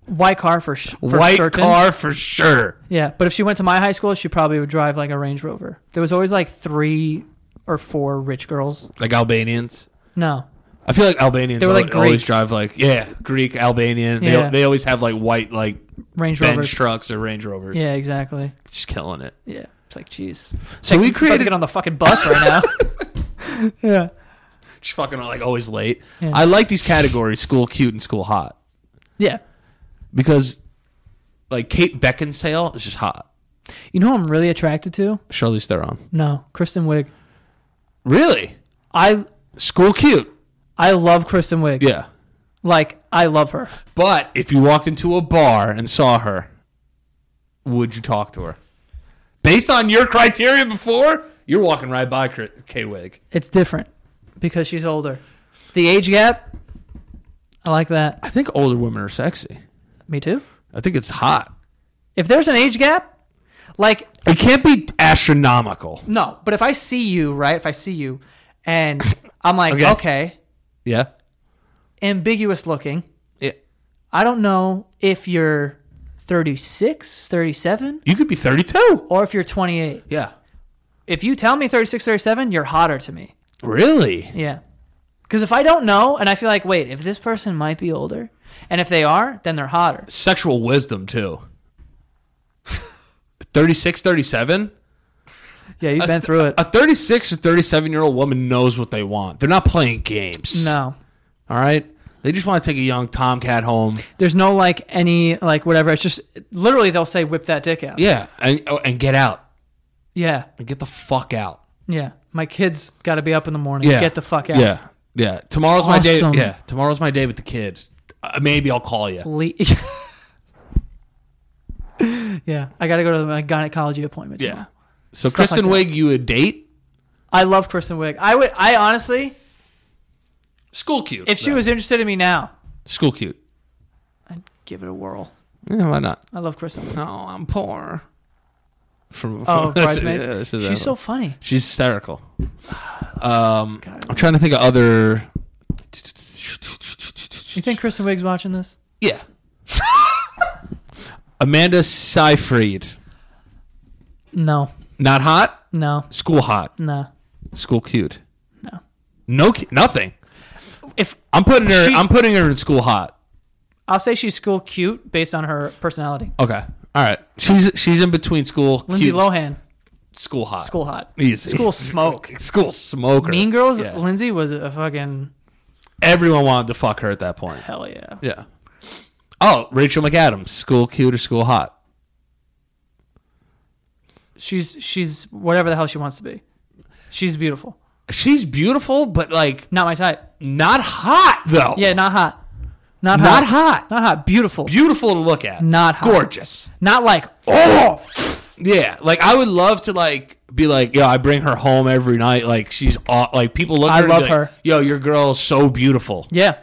S1: White car for, sh- for
S2: white
S1: certain.
S2: car for sure.
S1: Yeah, but if she went to my high school, she probably would drive like a Range Rover. There was always like three or four rich girls.
S2: Like Albanians.
S1: No,
S2: I feel like Albanians
S1: They were,
S2: al-
S1: like,
S2: always
S1: Greek.
S2: drive like yeah, Greek, Albanian.
S1: Yeah.
S2: They they always have like white like
S1: Range
S2: bench
S1: Rovers.
S2: trucks or Range Rovers.
S1: Yeah, exactly.
S2: Just killing it.
S1: Yeah, it's like jeez.
S2: So we created
S1: get on the fucking
S2: *laughs*
S1: bus right now. yeah.
S2: just fucking like always late.
S1: Yeah.
S2: I like these categories, school cute and school hot.
S1: Yeah.
S2: Because like Kate Beckinsale is just hot.
S1: You know who I'm really attracted to?
S2: Charlize Theron.
S1: No, Kristen Wiig.
S2: Really?
S1: I
S2: School cute.
S1: I love Kristen Wiig.
S2: Yeah.
S1: Like I love her.
S2: But if you walked into a bar and saw her, would you talk to her? Based on your criteria before, you're walking right by K Wig.
S1: It's different because she's older. The age gap. I like that.
S2: I think older women are sexy.
S1: Me too.
S2: I think it's hot.
S1: If there's an age gap, like
S2: It can't be astronomical.
S1: no, but if I see you, right? If I see you and
S2: *laughs*
S1: I'm like,
S2: Okay.
S1: okay
S2: Yeah.
S1: ambiguous looking.
S2: Yeah.
S1: I don't know if you're 36, 37
S2: You could be 32.
S1: or if you're 28.
S2: Yeah.
S1: If you tell me 36, 37, you're hotter to me.
S2: Really?
S1: Yeah. Because if I don't know and I feel like, wait, if this person might be older, and if they are, then they're hotter.
S2: Sexual wisdom, too. *laughs* 36, 37?
S1: Yeah, you've been through it.
S2: A 36 or 37 year old woman knows what they want. They're not playing games.
S1: No.
S2: All right? They just want to take a young tomcat home.
S1: There's no like any, like whatever. It's just literally they'll say, whip that dick out.
S2: Yeah. And, oh, and get out.
S1: Yeah.
S2: And get the fuck out.
S1: Yeah. My kids got to be up in the morning. Get the fuck out.
S2: Yeah. Yeah. Tomorrow's my day.
S1: Awesome.
S2: Yeah. Tomorrow's my day with the kid. Uh, maybe I'll call you.
S1: Le- *laughs* yeah. I got to go to my gynecology appointment.
S2: Yeah.
S1: tomorrow.
S2: So
S1: Stuff
S2: Kristen
S1: like
S2: Wiig, you would date?
S1: I love Kristen Wiig. I would. I honestly,
S2: School cute.
S1: if she
S2: No.
S1: was interested in me now,
S2: school cute,
S1: I'd give it a whirl.
S2: yeah, why not?
S1: I love Kristen. Wiig.
S2: No, I'm poor. From,
S1: Oh, *laughs*
S2: from- *laughs* this-
S1: bridesmaids.
S2: yeah, this is
S1: She's so
S2: that
S1: funny.
S2: one. she's hysterical.
S1: *sighs*
S2: Um,
S1: God.
S2: I'm trying to think of other.
S1: You think Kristen Wiig's watching this?
S2: Yeah.
S1: *laughs*
S2: Amanda Seyfried,
S1: No,
S2: not hot.
S1: no,
S2: School hot.
S1: no.
S2: School cute.
S1: No.
S2: No. cu- Nothing.
S1: If
S2: I'm putting her.
S1: She's-
S2: I'm putting her in school hot.
S1: I'll say she's school cute based on her personality.
S2: Okay. All right. She's she's in between school.
S1: Lindsay
S2: cute,
S1: Lohan,
S2: School hot.
S1: school hot,
S2: Easy.
S1: school *laughs* smoke.
S2: School smoker.
S1: mean Girls.
S2: Yeah.
S1: Lindsay was a fucking
S2: Everyone wanted to fuck her at that point.
S1: hell yeah.
S2: Yeah. Oh, Rachel McAdams, school cute or school hot?
S1: She's she's whatever the hell she wants to be. She's beautiful.
S2: She's beautiful, but like
S1: Not my type.
S2: not hot though.
S1: Yeah, not hot. Not hot.
S2: Not hot.
S1: Not hot. Beautiful.
S2: Beautiful to look at.
S1: Not hot.
S2: gorgeous.
S1: not like
S2: Oh, yeah. Like I would love to like be like, yo, I bring her home every night. Like she's aw- like people look. At
S1: I
S2: her and be
S1: love
S2: like,
S1: her.
S2: Yo, your girl's so beautiful.
S1: yeah.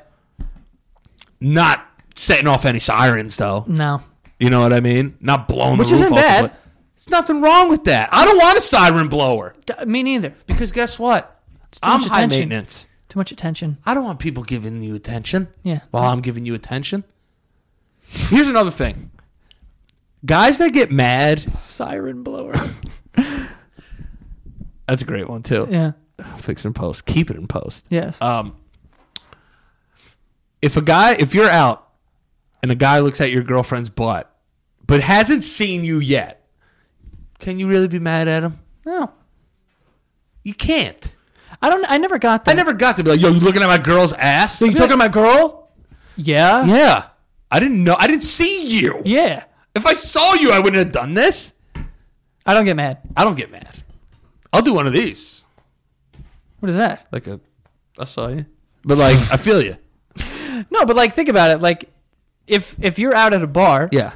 S2: Not setting off any sirens though.
S1: No.
S2: You know what I mean? Not blowing.
S1: Which
S2: the roof
S1: isn't
S2: off the
S1: bad.
S2: pla- There's nothing wrong with that. I don't want a siren blower
S1: D- me neither.
S2: because guess what?
S1: too
S2: I'm
S1: much
S2: high
S1: attention.
S2: maintenance.
S1: Too much attention.
S2: I don't want people giving you attention.
S1: Yeah.
S2: While I'm giving you attention. Here's another thing. Guys that get mad.
S1: Siren blower.
S2: That's a great one too.
S1: *laughs* yeah. Uh,
S2: Fix it in post. Keep it in post.
S1: Yes.
S2: Um, if a guy, if you're out and a guy looks at your girlfriend's butt, but hasn't seen you yet, can you really be mad at him?
S1: no.
S2: You can't.
S1: I don't. I never got that.
S2: I never got to be like, yo, you looking at my girl's ass? So
S1: You talking to my girl? Yeah.
S2: Yeah. I didn't know. I didn't see you.
S1: Yeah.
S2: If I saw you, I wouldn't have done this.
S1: I don't get mad.
S2: I don't get mad. I'll do one of these.
S1: What is that?
S2: Like a, I saw you. But like, I feel you.
S1: No, but like think about it. Like if if you're out at a bar
S2: Yeah.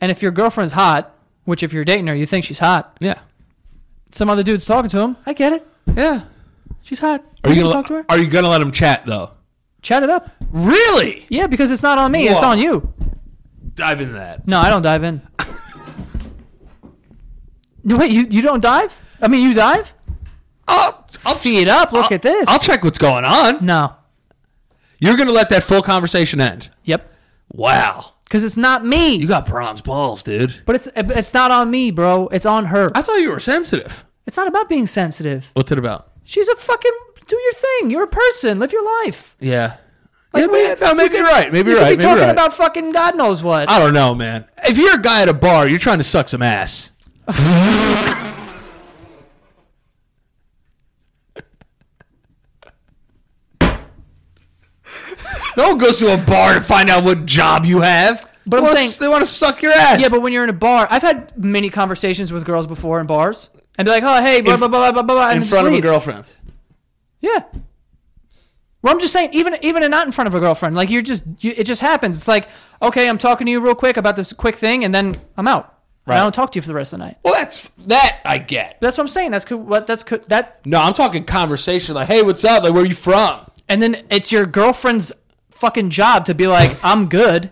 S1: and if your girlfriend's hot, which if you're dating her, you think she's hot.
S2: Yeah.
S1: Some other dude's talking to him. I get it.
S2: Yeah.
S1: She's hot.
S2: Are you
S1: can
S2: gonna
S1: talk to her?
S2: Are you gonna let him chat though?
S1: Chat it up.
S2: Really?
S1: Yeah, because it's not on me. It's
S2: Whoa.
S1: on you.
S2: Dive into that.
S1: No, I don't dive in. *laughs* Wait, you, you don't dive? I mean, you dive?
S2: I'll, I'll
S1: Feed up. Look
S2: I'll-
S1: at this.
S2: I'll check what's going on.
S1: no.
S2: You're gonna let that full conversation end.
S1: Yep.
S2: Wow.
S1: Because it's not me.
S2: You got bronze balls, dude.
S1: but it's it's not on me, bro. It's on her.
S2: I thought you were sensitive.
S1: It's not about being sensitive.
S2: What's it about?
S1: She's a fucking do your thing. You're a person. Live your life.
S2: Yeah.
S1: Like, what
S2: yeah,
S1: do
S2: ma-
S1: you-
S2: no, maybe
S1: you
S2: you're
S1: could-
S2: right. Maybe
S1: you could
S2: you're right.
S1: be
S2: maybe you're
S1: talking
S2: right.
S1: about fucking God knows what.
S2: I don't know, man. If you're a guy at a bar, you're trying to suck some ass. *laughs* no one goes to a bar to find out what job you have.
S1: But
S2: They
S1: I'm
S2: wanna-
S1: saying-
S2: they want to suck your ass.
S1: yeah, but when you're in a bar, I've had many conversations with girls before in bars, and be like, oh hey, blah
S2: In-
S1: blah blah blah blah blah,
S2: in
S1: and just
S2: front of a
S1: leave.
S2: girlfriend.
S1: Yeah. Well, I'm just saying, even even not in front of a girlfriend, like you're just you, it just happens. It's like, okay, I'm talking to you real quick about this quick thing, and then I'm out. And
S2: Right.
S1: I don't talk to you for the rest of the night.
S2: Well, that's that I get.
S1: But that's what I'm saying. That's co- what that's co- that,
S2: No, I'm talking conversation. Like, hey, what's up? Like, where are you from?
S1: and then it's your girlfriend's fucking job to be
S2: *laughs*
S1: like, I'm good,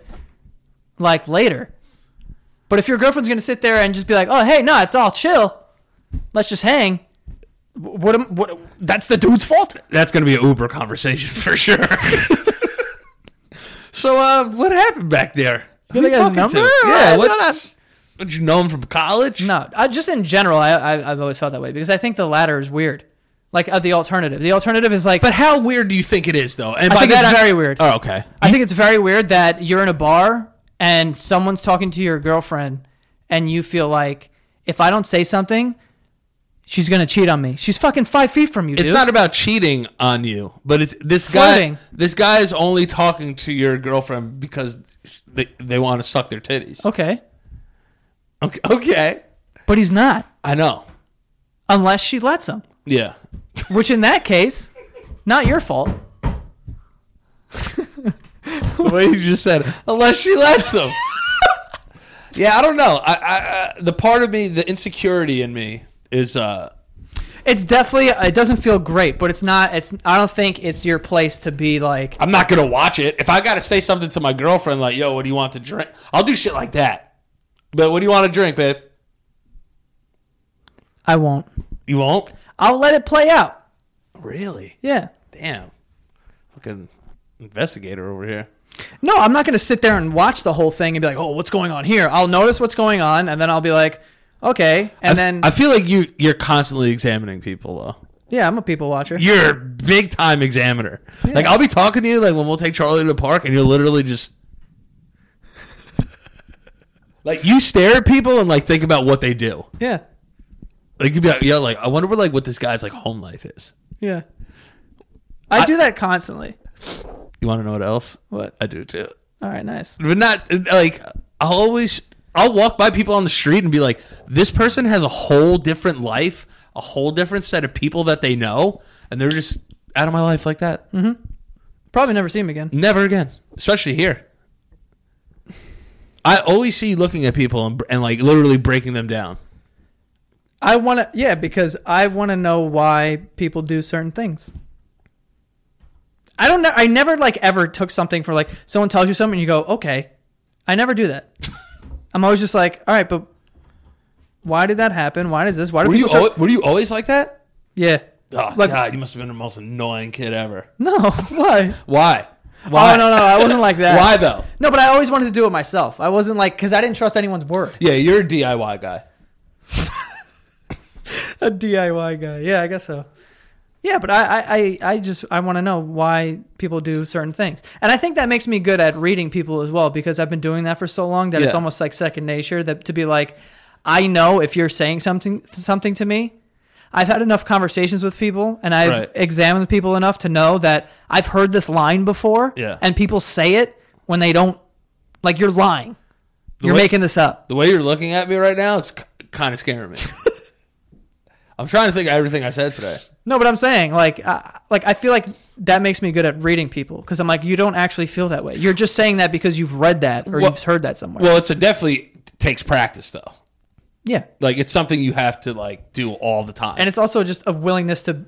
S1: like later. But if your girlfriend's gonna sit there and just be like, oh hey, no, it's all chill, let's just hang. wh- What, am- what that's the dude's fault.
S2: That's going to be an Uber conversation *laughs* for sure. so, uh, what happened back there? Who
S1: think
S2: you
S1: I have his
S2: talking
S1: number?
S2: to?
S1: Yeah,
S2: Yeah,
S1: I
S2: what's, what you know him from college?
S1: No, I, just in general, I, I, I've always felt that way because I think the latter is weird. Like uh, the alternative, the alternative is like
S2: But how weird do you think it is, though? And by
S1: think it's
S2: that, I-
S1: very weird.
S2: Oh, okay.
S1: I think it's very weird that you're in a bar and someone's talking to your girlfriend, and you feel like if I don't say something, she's gonna cheat on me. She's fucking five feet from you, dude.
S2: It's not about cheating on you, but it's this guy.
S1: Flirting.
S2: This guy is only talking to your girlfriend because they, they want to suck their titties.
S1: okay,
S2: Okay. Okay.
S1: but he's not
S2: I know.
S1: unless she lets him.
S2: Yeah.
S1: Which in that case, not your fault.
S2: *laughs* the way you just said, unless she lets him. *laughs* yeah, I don't know. I, I, I the part of me, the insecurity in me, is uh,
S1: It's definitely it doesn't feel great, but it's not. It's I don't think it's your place to be like
S2: I'm not gonna watch it. If I gotta say something to my girlfriend, like, "Yo, what do you want to drink?" I'll do shit like that. But what do you want to drink, babe?
S1: I won't.
S2: You won't.
S1: I'll let it play out.
S2: Really?
S1: Yeah.
S2: Damn. Fucking investigator over here.
S1: No, I'm not going to sit there and watch the whole thing and be like, oh, what's going on here? I'll notice what's going on, and then I'll be like, okay. And then,
S2: I feel like you you're constantly examining people though.
S1: yeah, I'm a people watcher.
S2: you're a big time examiner. Like I'll be talking to you like when we'll take Charlie to the park and you're literally just like you stare at people and like think about what they do.
S1: yeah.
S2: Like you'd be like, yeah, like I wonder what like what this guy's like home life is.
S1: Yeah. I, do that constantly.
S2: You want to know what else?
S1: What?
S2: I do too.
S1: All right, nice.
S2: But not like I always I'll walk by people on the street and be like, this person has a whole different life, a whole different set of people that they know, and they're just out of my life like that.
S1: Probably never see him again.
S2: Never again, especially here. I always see you looking at people and, and like literally breaking them down.
S1: I want to, yeah, because I want to know why people do certain things. I don't know. I never like ever took something for like someone tells you something and you go, okay. I never do
S2: *laughs*
S1: that. I'm always just like, all right, but why did that happen? Why does this? Why do
S2: Were
S1: people?
S2: you
S1: start-"
S2: al- were you always like that?
S1: yeah.
S2: Oh
S1: Like-
S2: God, you must have been the most annoying kid ever.
S1: No. *laughs* Why?
S2: Why?
S1: Oh no no, I wasn't like that.
S2: Why though?
S1: No, but I always wanted to do it myself. I wasn't like because I didn't trust anyone's word.
S2: Yeah, you're a DIY guy.
S1: *laughs* A DIY guy. Yeah, I guess so. Yeah, but I I, I, I just I want to know why people do certain things, and I think that makes me good at reading people as well because I've been doing that for so long that it's
S2: Yeah.
S1: almost like second nature that to be like, I know if you're saying something something to me. I've had enough conversations with people and I've
S2: Right.
S1: examined people enough to know that I've heard this line before
S2: Yeah.
S1: and people say it when they don't like you're lying.
S2: The
S1: you're
S2: way-
S1: making this up.
S2: The way you're looking at me right now is kind of scaring *laughs* me. I'm trying to think of everything I said today.
S1: No, but I'm saying like uh, like I feel like that makes me good at reading people because I'm like you don't actually feel that way. You're just saying that because you've read that or
S2: Well-
S1: you've heard that somewhere.
S2: Well, it's a definitely takes practice though.
S1: yeah,
S2: Like it's something you have to like do all the time.
S1: and it's also just a willingness to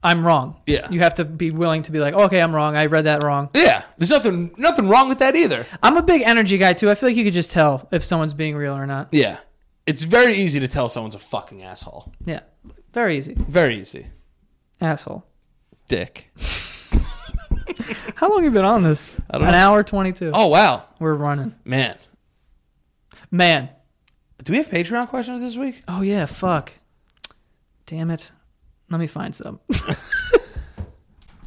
S1: I'm wrong.
S2: Yeah.
S1: you have to be willing to be like, okay, I'm wrong. I read that wrong.
S2: yeah, there's nothing nothing wrong with that either.
S1: I'm a big energy guy too. I feel like you could just tell if someone's being real or not.
S2: Yeah, it's very easy to tell someone's a fucking asshole.
S1: Yeah, very easy.
S2: Very easy.
S1: Asshole.
S2: Dick.
S1: How long you been on this?
S2: don't
S1: An
S2: know.
S1: hour twenty two.
S2: Oh wow,
S1: We're running,
S2: man.
S1: man.
S2: Do we have Patreon questions this week?
S1: Oh yeah, fuck. Damn it. Let me find some.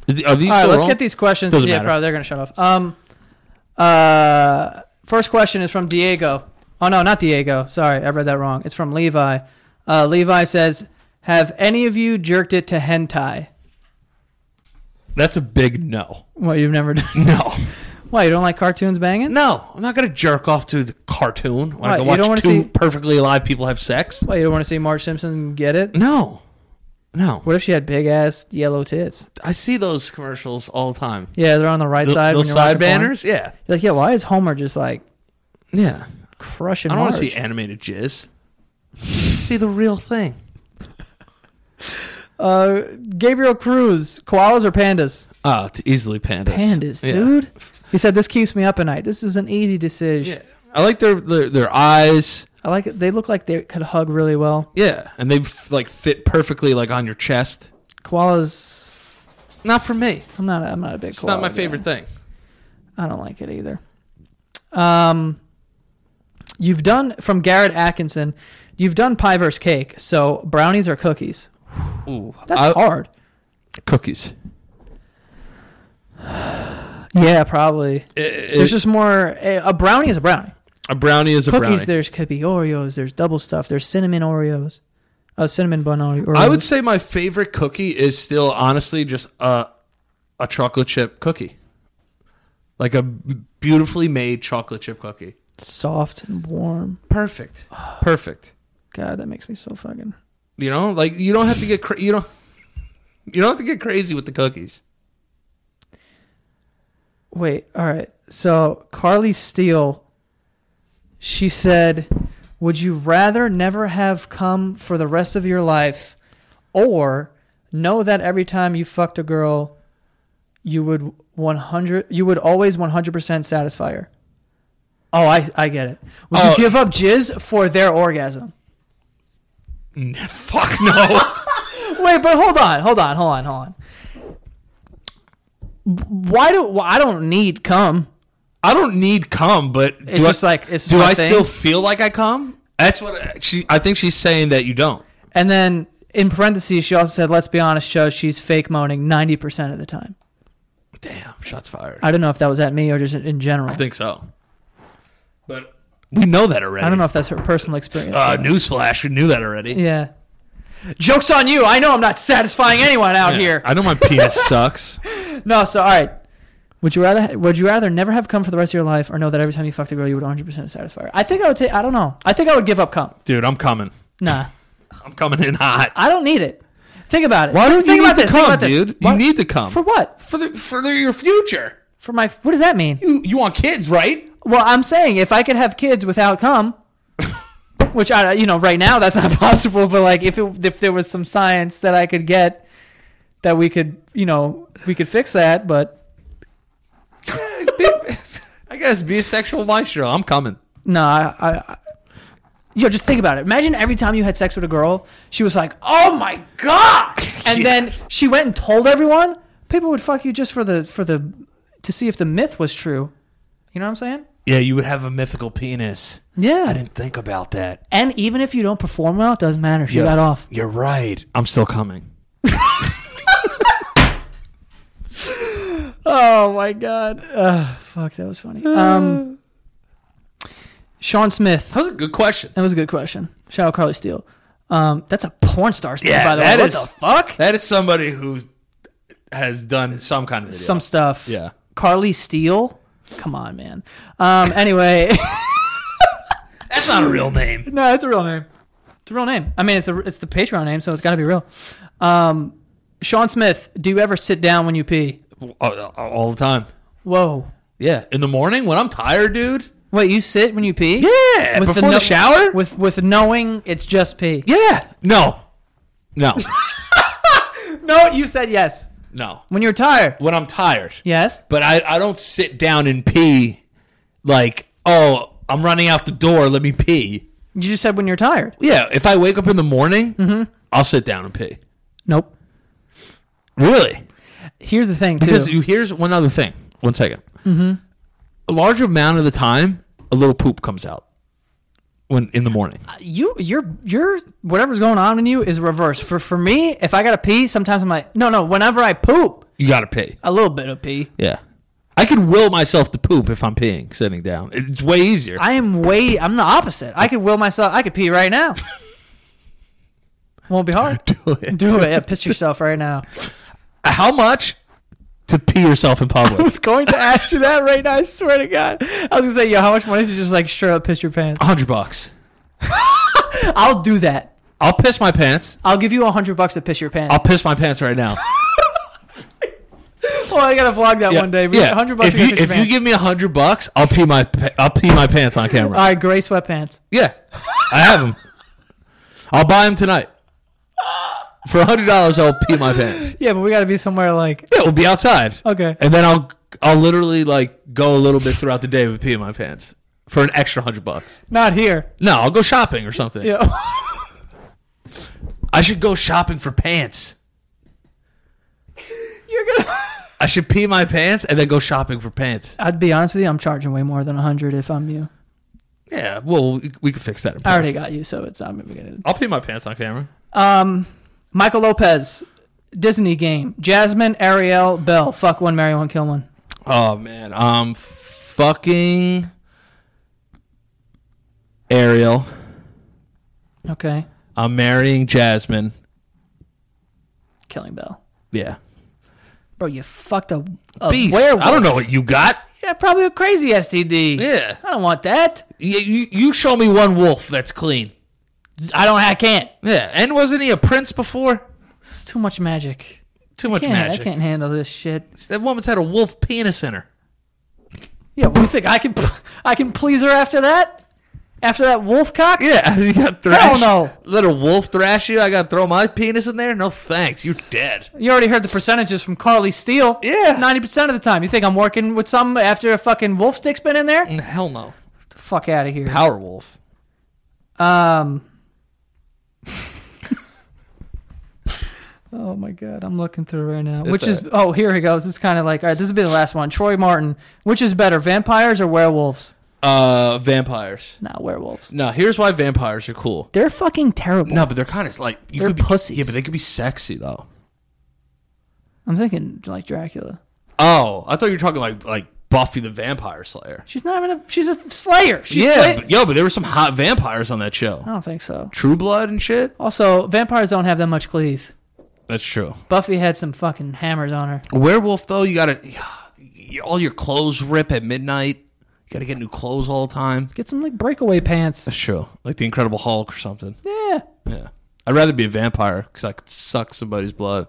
S2: Is the- Are these
S1: All right,
S2: still
S1: let's
S2: wrong?
S1: get these questions.
S2: Doesn't
S1: yeah,
S2: matter.
S1: probably they're gonna shut off. Um, uh, first question is from Diego. Oh no, not Diego. Sorry, I read that wrong. It's from Levi. Uh, Levi says, "Have any of you jerked it to hentai?"
S2: That's a big no.
S1: What you've never done? *laughs*
S2: No. *laughs*
S1: Why you don't like cartoons banging?
S2: No, I'm not gonna jerk off to the cartoon when
S1: Why,
S2: I can
S1: you
S2: watch
S1: don't wanna
S2: two
S1: see-
S2: perfectly alive people have sex.
S1: Why you don't want to see Marge Simpson get it?
S2: No, no.
S1: What if she had big ass yellow tits?
S2: I see those commercials all the time.
S1: Yeah, they're on the right
S2: Th-
S1: side.
S2: those
S1: when you're
S2: side
S1: watching porn.
S2: banners. Yeah,
S1: You're like, yeah. Why is Homer just like
S2: yeah.
S1: crushing?
S2: I don't want to
S1: Marge?
S2: see animated jizz. *laughs* see the real thing.
S1: Uh, Gabriel Cruz, koalas or pandas?
S2: Oh, to easily pandas.
S1: Pandas,
S2: Yeah.
S1: dude. He said this keeps me up at night. This is an easy decision.
S2: Yeah. I like their, their their eyes.
S1: I like it. They look like they could hug really well.
S2: Yeah, and they f- like fit perfectly like on your chest.
S1: Koalas,
S2: Not for me.
S1: I'm not. I'm not a big.
S2: It's not
S1: koala
S2: my
S1: guy.
S2: favorite thing.
S1: I don't like it either. Um, you've done from Garrett Atkinson. You've done pie versus cake. So brownies or cookies?
S2: Ooh,
S1: That's
S2: I-
S1: hard.
S2: Cookies.
S1: Yeah, probably.
S2: It-
S1: There's
S2: it-
S1: just more. A a brownie is a brownie.
S2: a brownie is a
S1: Cookies.
S2: brownie.
S1: There's could be Oreos. There's double stuff. There's cinnamon Oreos. Uh, cinnamon bun Ore- Oreos.
S2: I would say my favorite cookie is still honestly just a a chocolate chip cookie, like a beautifully made chocolate chip cookie.
S1: soft and warm.
S2: Perfect, perfect.
S1: God, that makes me so fucking.
S2: You know, like you don't have to get cra- you don't you don't have to get crazy with the cookies.
S1: Wait, all right. So Carly Steele, she said, "Would you rather never have come for the rest of your life, or know that every time you fucked a girl, you would one hundred, you would always one hundred percent satisfy her?" Oh, I I get it. Would
S2: Oh.
S1: you give up jizz for their orgasm?
S2: N- Fuck *laughs* no.
S1: Wait, but hold on, hold on, hold on, hold on. Why do why- I don't need cum?
S2: I don't need cum, but
S1: It's
S2: do I-
S1: just like it's
S2: do
S1: my
S2: I
S1: thing.
S2: still feel like I cum? That's what she. I think she's saying that you don't.
S1: And then in parentheses, she also said, "Let's be honest, Joe. She's fake moaning ninety percent of the time."
S2: Damn, shots fired.
S1: I don't know if that was at me or just in general.
S2: I
S1: I,
S2: think so. But we know that already.
S1: don't know if that's her personal experience.
S2: Uh, newsflash, we knew that already.
S1: yeah. Jokes on you. I know I'm not satisfying anyone out
S2: Yeah.
S1: here.
S2: I know my penis *laughs* sucks.
S1: no, so all right. Would you rather would you rather never have cum for the rest of your life or know that every time you fucked a girl you would 100% satisfy her? I think I would take I don't know. I think I would give up cum.
S2: Dude, I'm coming.
S1: Nah.
S2: I'm coming in hot.
S1: I don't need it. Think about it.
S2: Why don't
S1: think
S2: you
S1: about
S2: need
S1: this,
S2: to
S1: think
S2: come,
S1: about this.
S2: dude?
S1: Why-
S2: You need to come
S1: For what?
S2: for the for the, your future.
S1: For my What does that mean?
S2: You you want kids, right?
S1: Well, I'm saying if I could have kids without cum, which I you know right now that's not *laughs* possible, but like if it, if there was some science that I could get that we could you know we could fix that, but
S2: *laughs* I guess be a sexual maestro. I'm coming.
S1: no, I. I, I Yo, just think about it. Imagine every time you had sex with a girl, she was like, "Oh my god!" And
S2: Yeah.
S1: then she went and told everyone. People would fuck you just for the for the to see if the myth was true. You know what I'm saying?
S2: Yeah, you would have a mythical penis. I
S1: Yeah.
S2: didn't think about that.
S1: And even if you don't perform well, it doesn't matter. She
S2: Yeah.
S1: got off.
S2: You're right. I'm still coming.
S1: Oh my god. Ugh, fuck, that was funny. Um, Sean Smith.
S2: That was a good question.
S1: That was a good question. Shout out Carly Steele. Um, that's a porn star star,
S2: Yeah,
S1: by the
S2: that
S1: way.
S2: is-
S1: what the fuck?
S2: That is somebody who has done some kind of video.
S1: Some stuff.
S2: Yeah.
S1: Carly Steele. Come on, man. Um, anyway, *laughs*
S2: That's not a real name.
S1: no, it's a real name. It's a real name. I mean, it's a, it's the Patreon name, so it's got to be real. Um, Sean Smith. Do you ever sit down when you pee?
S2: all, all the time.
S1: Whoa.
S2: Yeah. In the morning when I'm tired, dude.
S1: Wait, you sit when you pee?
S2: Yeah.
S1: With
S2: before
S1: no-
S2: the shower.
S1: With with knowing it's just pee.
S2: yeah. No. No. *laughs*
S1: No, you said yes.
S2: no.
S1: When you're tired.
S2: When I'm tired.
S1: Yes.
S2: But I, I don't sit down and pee like, oh, I'm running out the door. Let me pee.
S1: You just said when you're tired.
S2: Yeah. If I wake up in the morning,
S1: Mm-hmm.
S2: I'll sit down and pee.
S1: Nope.
S2: Really?
S1: Here's the thing,
S2: Because
S1: too.
S2: you, here's one other thing. One Mm-hmm. A large amount of the time, a little poop comes out when in the morning.
S1: You, your, your, whatever's going on in you is reverse. For for me, if I gotta pee, sometimes I'm like, no, no. Whenever I poop,
S2: You gotta pee.
S1: a little bit of pee.
S2: Yeah. I could will myself to poop if I'm peeing sitting down. It's way easier.
S1: I am way. I'm the opposite. I could will myself. I could pee right now. Won't be hard.
S2: *laughs* do
S1: *laughs*
S2: it.
S1: Do it. Yeah, piss yourself right now.
S2: How much to pee yourself in
S1: *laughs* I *laughs*
S2: public?
S1: was going to ask you that right now. I swear to God. I was gonna say, yo, how much money to just like straight up piss your pants?
S2: A hundred bucks.
S1: I'll do that.
S2: I'll piss my pants.
S1: I'll give you a hundred bucks to piss your pants.
S2: I'll piss my pants right now.
S1: Well, I gotta vlog that *laughs*
S2: Yeah.
S1: one day. But
S2: Yeah.
S1: yeah, hundred bucks.
S2: If
S1: you
S2: you,
S1: gotta piss your
S2: if you
S1: pants.
S2: give me a hundred bucks, I'll pee my pa- I'll pee my pants on camera.
S1: all right, gray sweatpants.
S2: Yeah, I have them. I'll buy them tonight. For a hundred dollars, I'll pee my pants.
S1: Yeah, but we gotta be somewhere like
S2: *laughs* Yeah, we'll be outside,
S1: okay.
S2: and then I'll I'll literally like go a little bit throughout the day with pee in my pants for an extra hundred bucks.
S1: Not here.
S2: No, I'll go shopping or something.
S1: Yeah. *laughs*
S2: I should go shopping for pants.
S1: You're gonna. *laughs*
S2: I should pee my pants and then go shopping for pants.
S1: I'd be honest with you. I'm charging way more than a hundred if I'm you.
S2: Yeah, well, we- we could fix that. In
S1: I already
S2: post.
S1: got you, so it's I'm gonna. get it.
S2: I'll pee my pants on camera.
S1: Um, Michael Lopez, Disney game. Jasmine, Ariel, Bell. Fuck one, marry one, kill one.
S2: Oh man, um, fucking Ariel.
S1: Okay,
S2: I'm marrying Jasmine.
S1: killing Bell.
S2: Yeah.
S1: Bro, you fucked a, a
S2: Beast.
S1: werewolf.
S2: I don't know what you got.
S1: Yeah, probably a crazy STD.
S2: Yeah.
S1: I don't want that.
S2: You, you, you show me one wolf that's clean.
S1: I don't. I can't.
S2: Yeah. And wasn't he a prince before?
S1: It's too much magic.
S2: Too much
S1: Can't, I
S2: magic.
S1: can't handle this shit.
S2: That woman's had a wolf penis in her.
S1: Yeah, what do you think? I can *laughs* I can please her after that? After that wolf cock?
S2: Yeah. *laughs* You got
S1: Hell
S2: thrashed.
S1: no.
S2: Let a wolf thrash you. I got to throw my penis in there? No thanks. You're dead.
S1: You already heard the percentages from Carly Steele.
S2: Yeah.
S1: 90% of the time. You think I'm working with some after a fucking wolf stick's been in there? Get
S2: Mm, Hell no.
S1: the fuck out of here.
S2: Power wolf. *laughs*
S1: um Oh my god, I'm looking through right now. Which is
S2: a-
S1: oh here he goes. It's kind of like all right. This will be the last one. Troy Martin. Which is better, vampires or werewolves?
S2: Uh, vampires.
S1: Not werewolves.
S2: No, here's why vampires are cool.
S1: They're fucking terrible.
S2: No, but they're kind of like you
S1: They're
S2: could be,
S1: pussies.
S2: Yeah, but they could be sexy though.
S1: I'm thinking like Dracula.
S2: Oh, I thought you were talking like like Buffy the Vampire Slayer.
S1: She's not even a. She's a slayer. She's
S2: yeah,
S1: sla-
S2: but, yo, but there were some hot vampires on that show.
S1: I don't think so.
S2: True Blood and shit.
S1: Also, vampires don't have that much cleave.
S2: That's true.
S1: Buffy had some fucking hammers on her.
S2: Werewolf though, you gotta. your- all your clothes rip at midnight. You got to get new clothes all the time.
S1: Get some like breakaway
S2: *laughs*
S1: pants.
S2: That's true. Like the Incredible Hulk or something.
S1: Yeah,
S2: Yeah. I'd rather be a vampire because I could suck somebody's blood.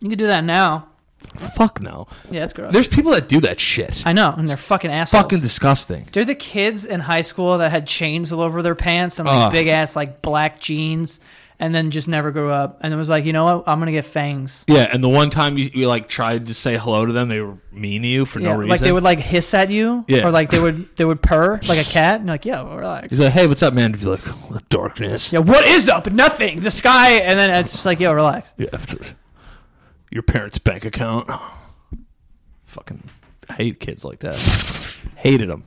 S1: you can do that now.
S2: Fuck no.
S1: Yeah, that's gross.
S2: There's people that do that shit.
S1: I know, and they're fucking assholes.
S2: Fucking disgusting.
S1: They're the kids in high school that had chains all over their pants and like
S2: Ugh.
S1: big ass like black jeans, and then just never grew up, and then was like, you know what, I'm gonna get fangs.
S2: Yeah, and the one time you, you like tried to say hello to them, they were mean to you for no
S1: Yeah,
S2: reason.
S1: like they would like hiss at you,
S2: Yeah.
S1: or like they would they would purr like a cat, and you're like, yo, relax.
S2: He's like, "Hey, what's up, man?" To be like, "We're "Darkness."
S1: Yeah, what is up? Nothing. The sky, and then it's just like, yo, relax.
S2: Yeah. Your parents' bank account. Fucking hate kids like that. Hated them.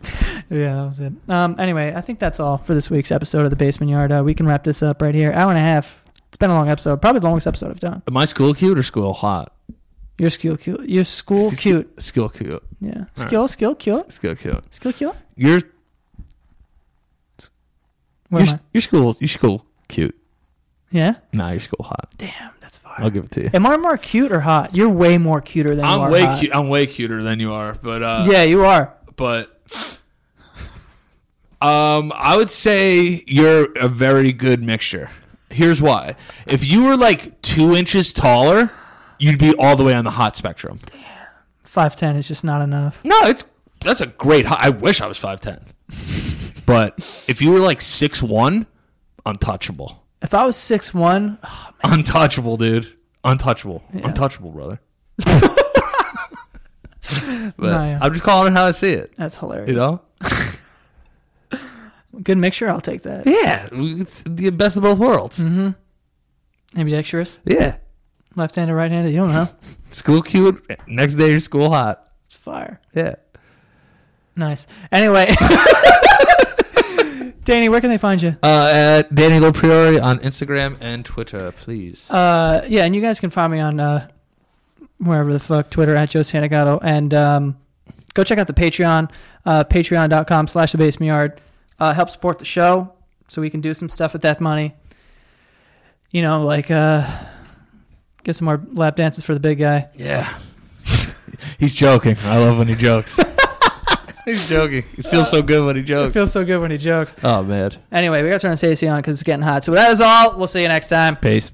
S1: Yeah, that was it. Um, anyway, I think that's all for this week's episode of the Basement Yard. Uh, we can wrap this up right here. Hour and a half. It's been a long episode. Probably the longest episode I've done.
S2: Am I school cute or school hot?
S1: Your skill, cute. Your
S2: *laughs*
S1: school, cute.
S2: School cute.
S1: Yeah, skill, skill, cute.
S2: School cute.
S1: Skill, cute.
S2: Your
S1: Where am
S2: your,
S1: I?
S2: your school your school cute.
S1: Yeah.
S2: Nah, your school hot.
S1: Damn, that's far.
S2: I'll give it to you.
S1: Am I more cute or hot? You're way more cuter than you
S2: I'm
S1: are
S2: way
S1: hot.
S2: cute. I'm way cuter than you are, but uh,
S1: Yeah, you are.
S2: but um, I would say you're a very good mixture. Here's why: if you were like two inches taller, you'd be all the way on the hot spectrum.
S1: Five ten is just not enough.
S2: No, it's that's a great. Hot, I wish I was five ten, *laughs* but if you were like six one, untouchable,
S1: If I was six one, *sighs*
S2: untouchable, dude, untouchable, untouchable, brother. *laughs* but
S1: No, yeah.
S2: I'm just calling it how I see it.
S1: that's hilarious.
S2: You know.
S1: Good mixture. I'll take that.
S2: Yeah, it's the best of both worlds.
S1: Ambidextrous,
S2: Mm-hmm. Yeah,
S1: left handed, right handed. You don't know.
S2: school cute. Eh, Next day, you're school hot.
S1: It's fire.
S2: Yeah,
S1: Nice. Anyway, *laughs* Danny, where can they find you?
S2: uh, at Danny Lopriori on Instagram and Twitter, please.
S1: Uh, yeah, and you guys can find me on uh, wherever the fuck Twitter at Joe Santagato, and um, go check out the Patreon, uh, patreon.com slash the basement yard. Uh, help support the show so we can do some stuff with that money. You know, like uh, get some more lap dances for the big guy.
S2: yeah, *laughs* he's joking. I love when he jokes. *laughs* he's joking. It feels so good when he
S1: It
S2: jokes.
S1: feels so good when he jokes.
S2: oh man,
S1: Anyway, we got to turn the AC on because it's getting hot. So that is all. We'll see you next time.
S2: peace.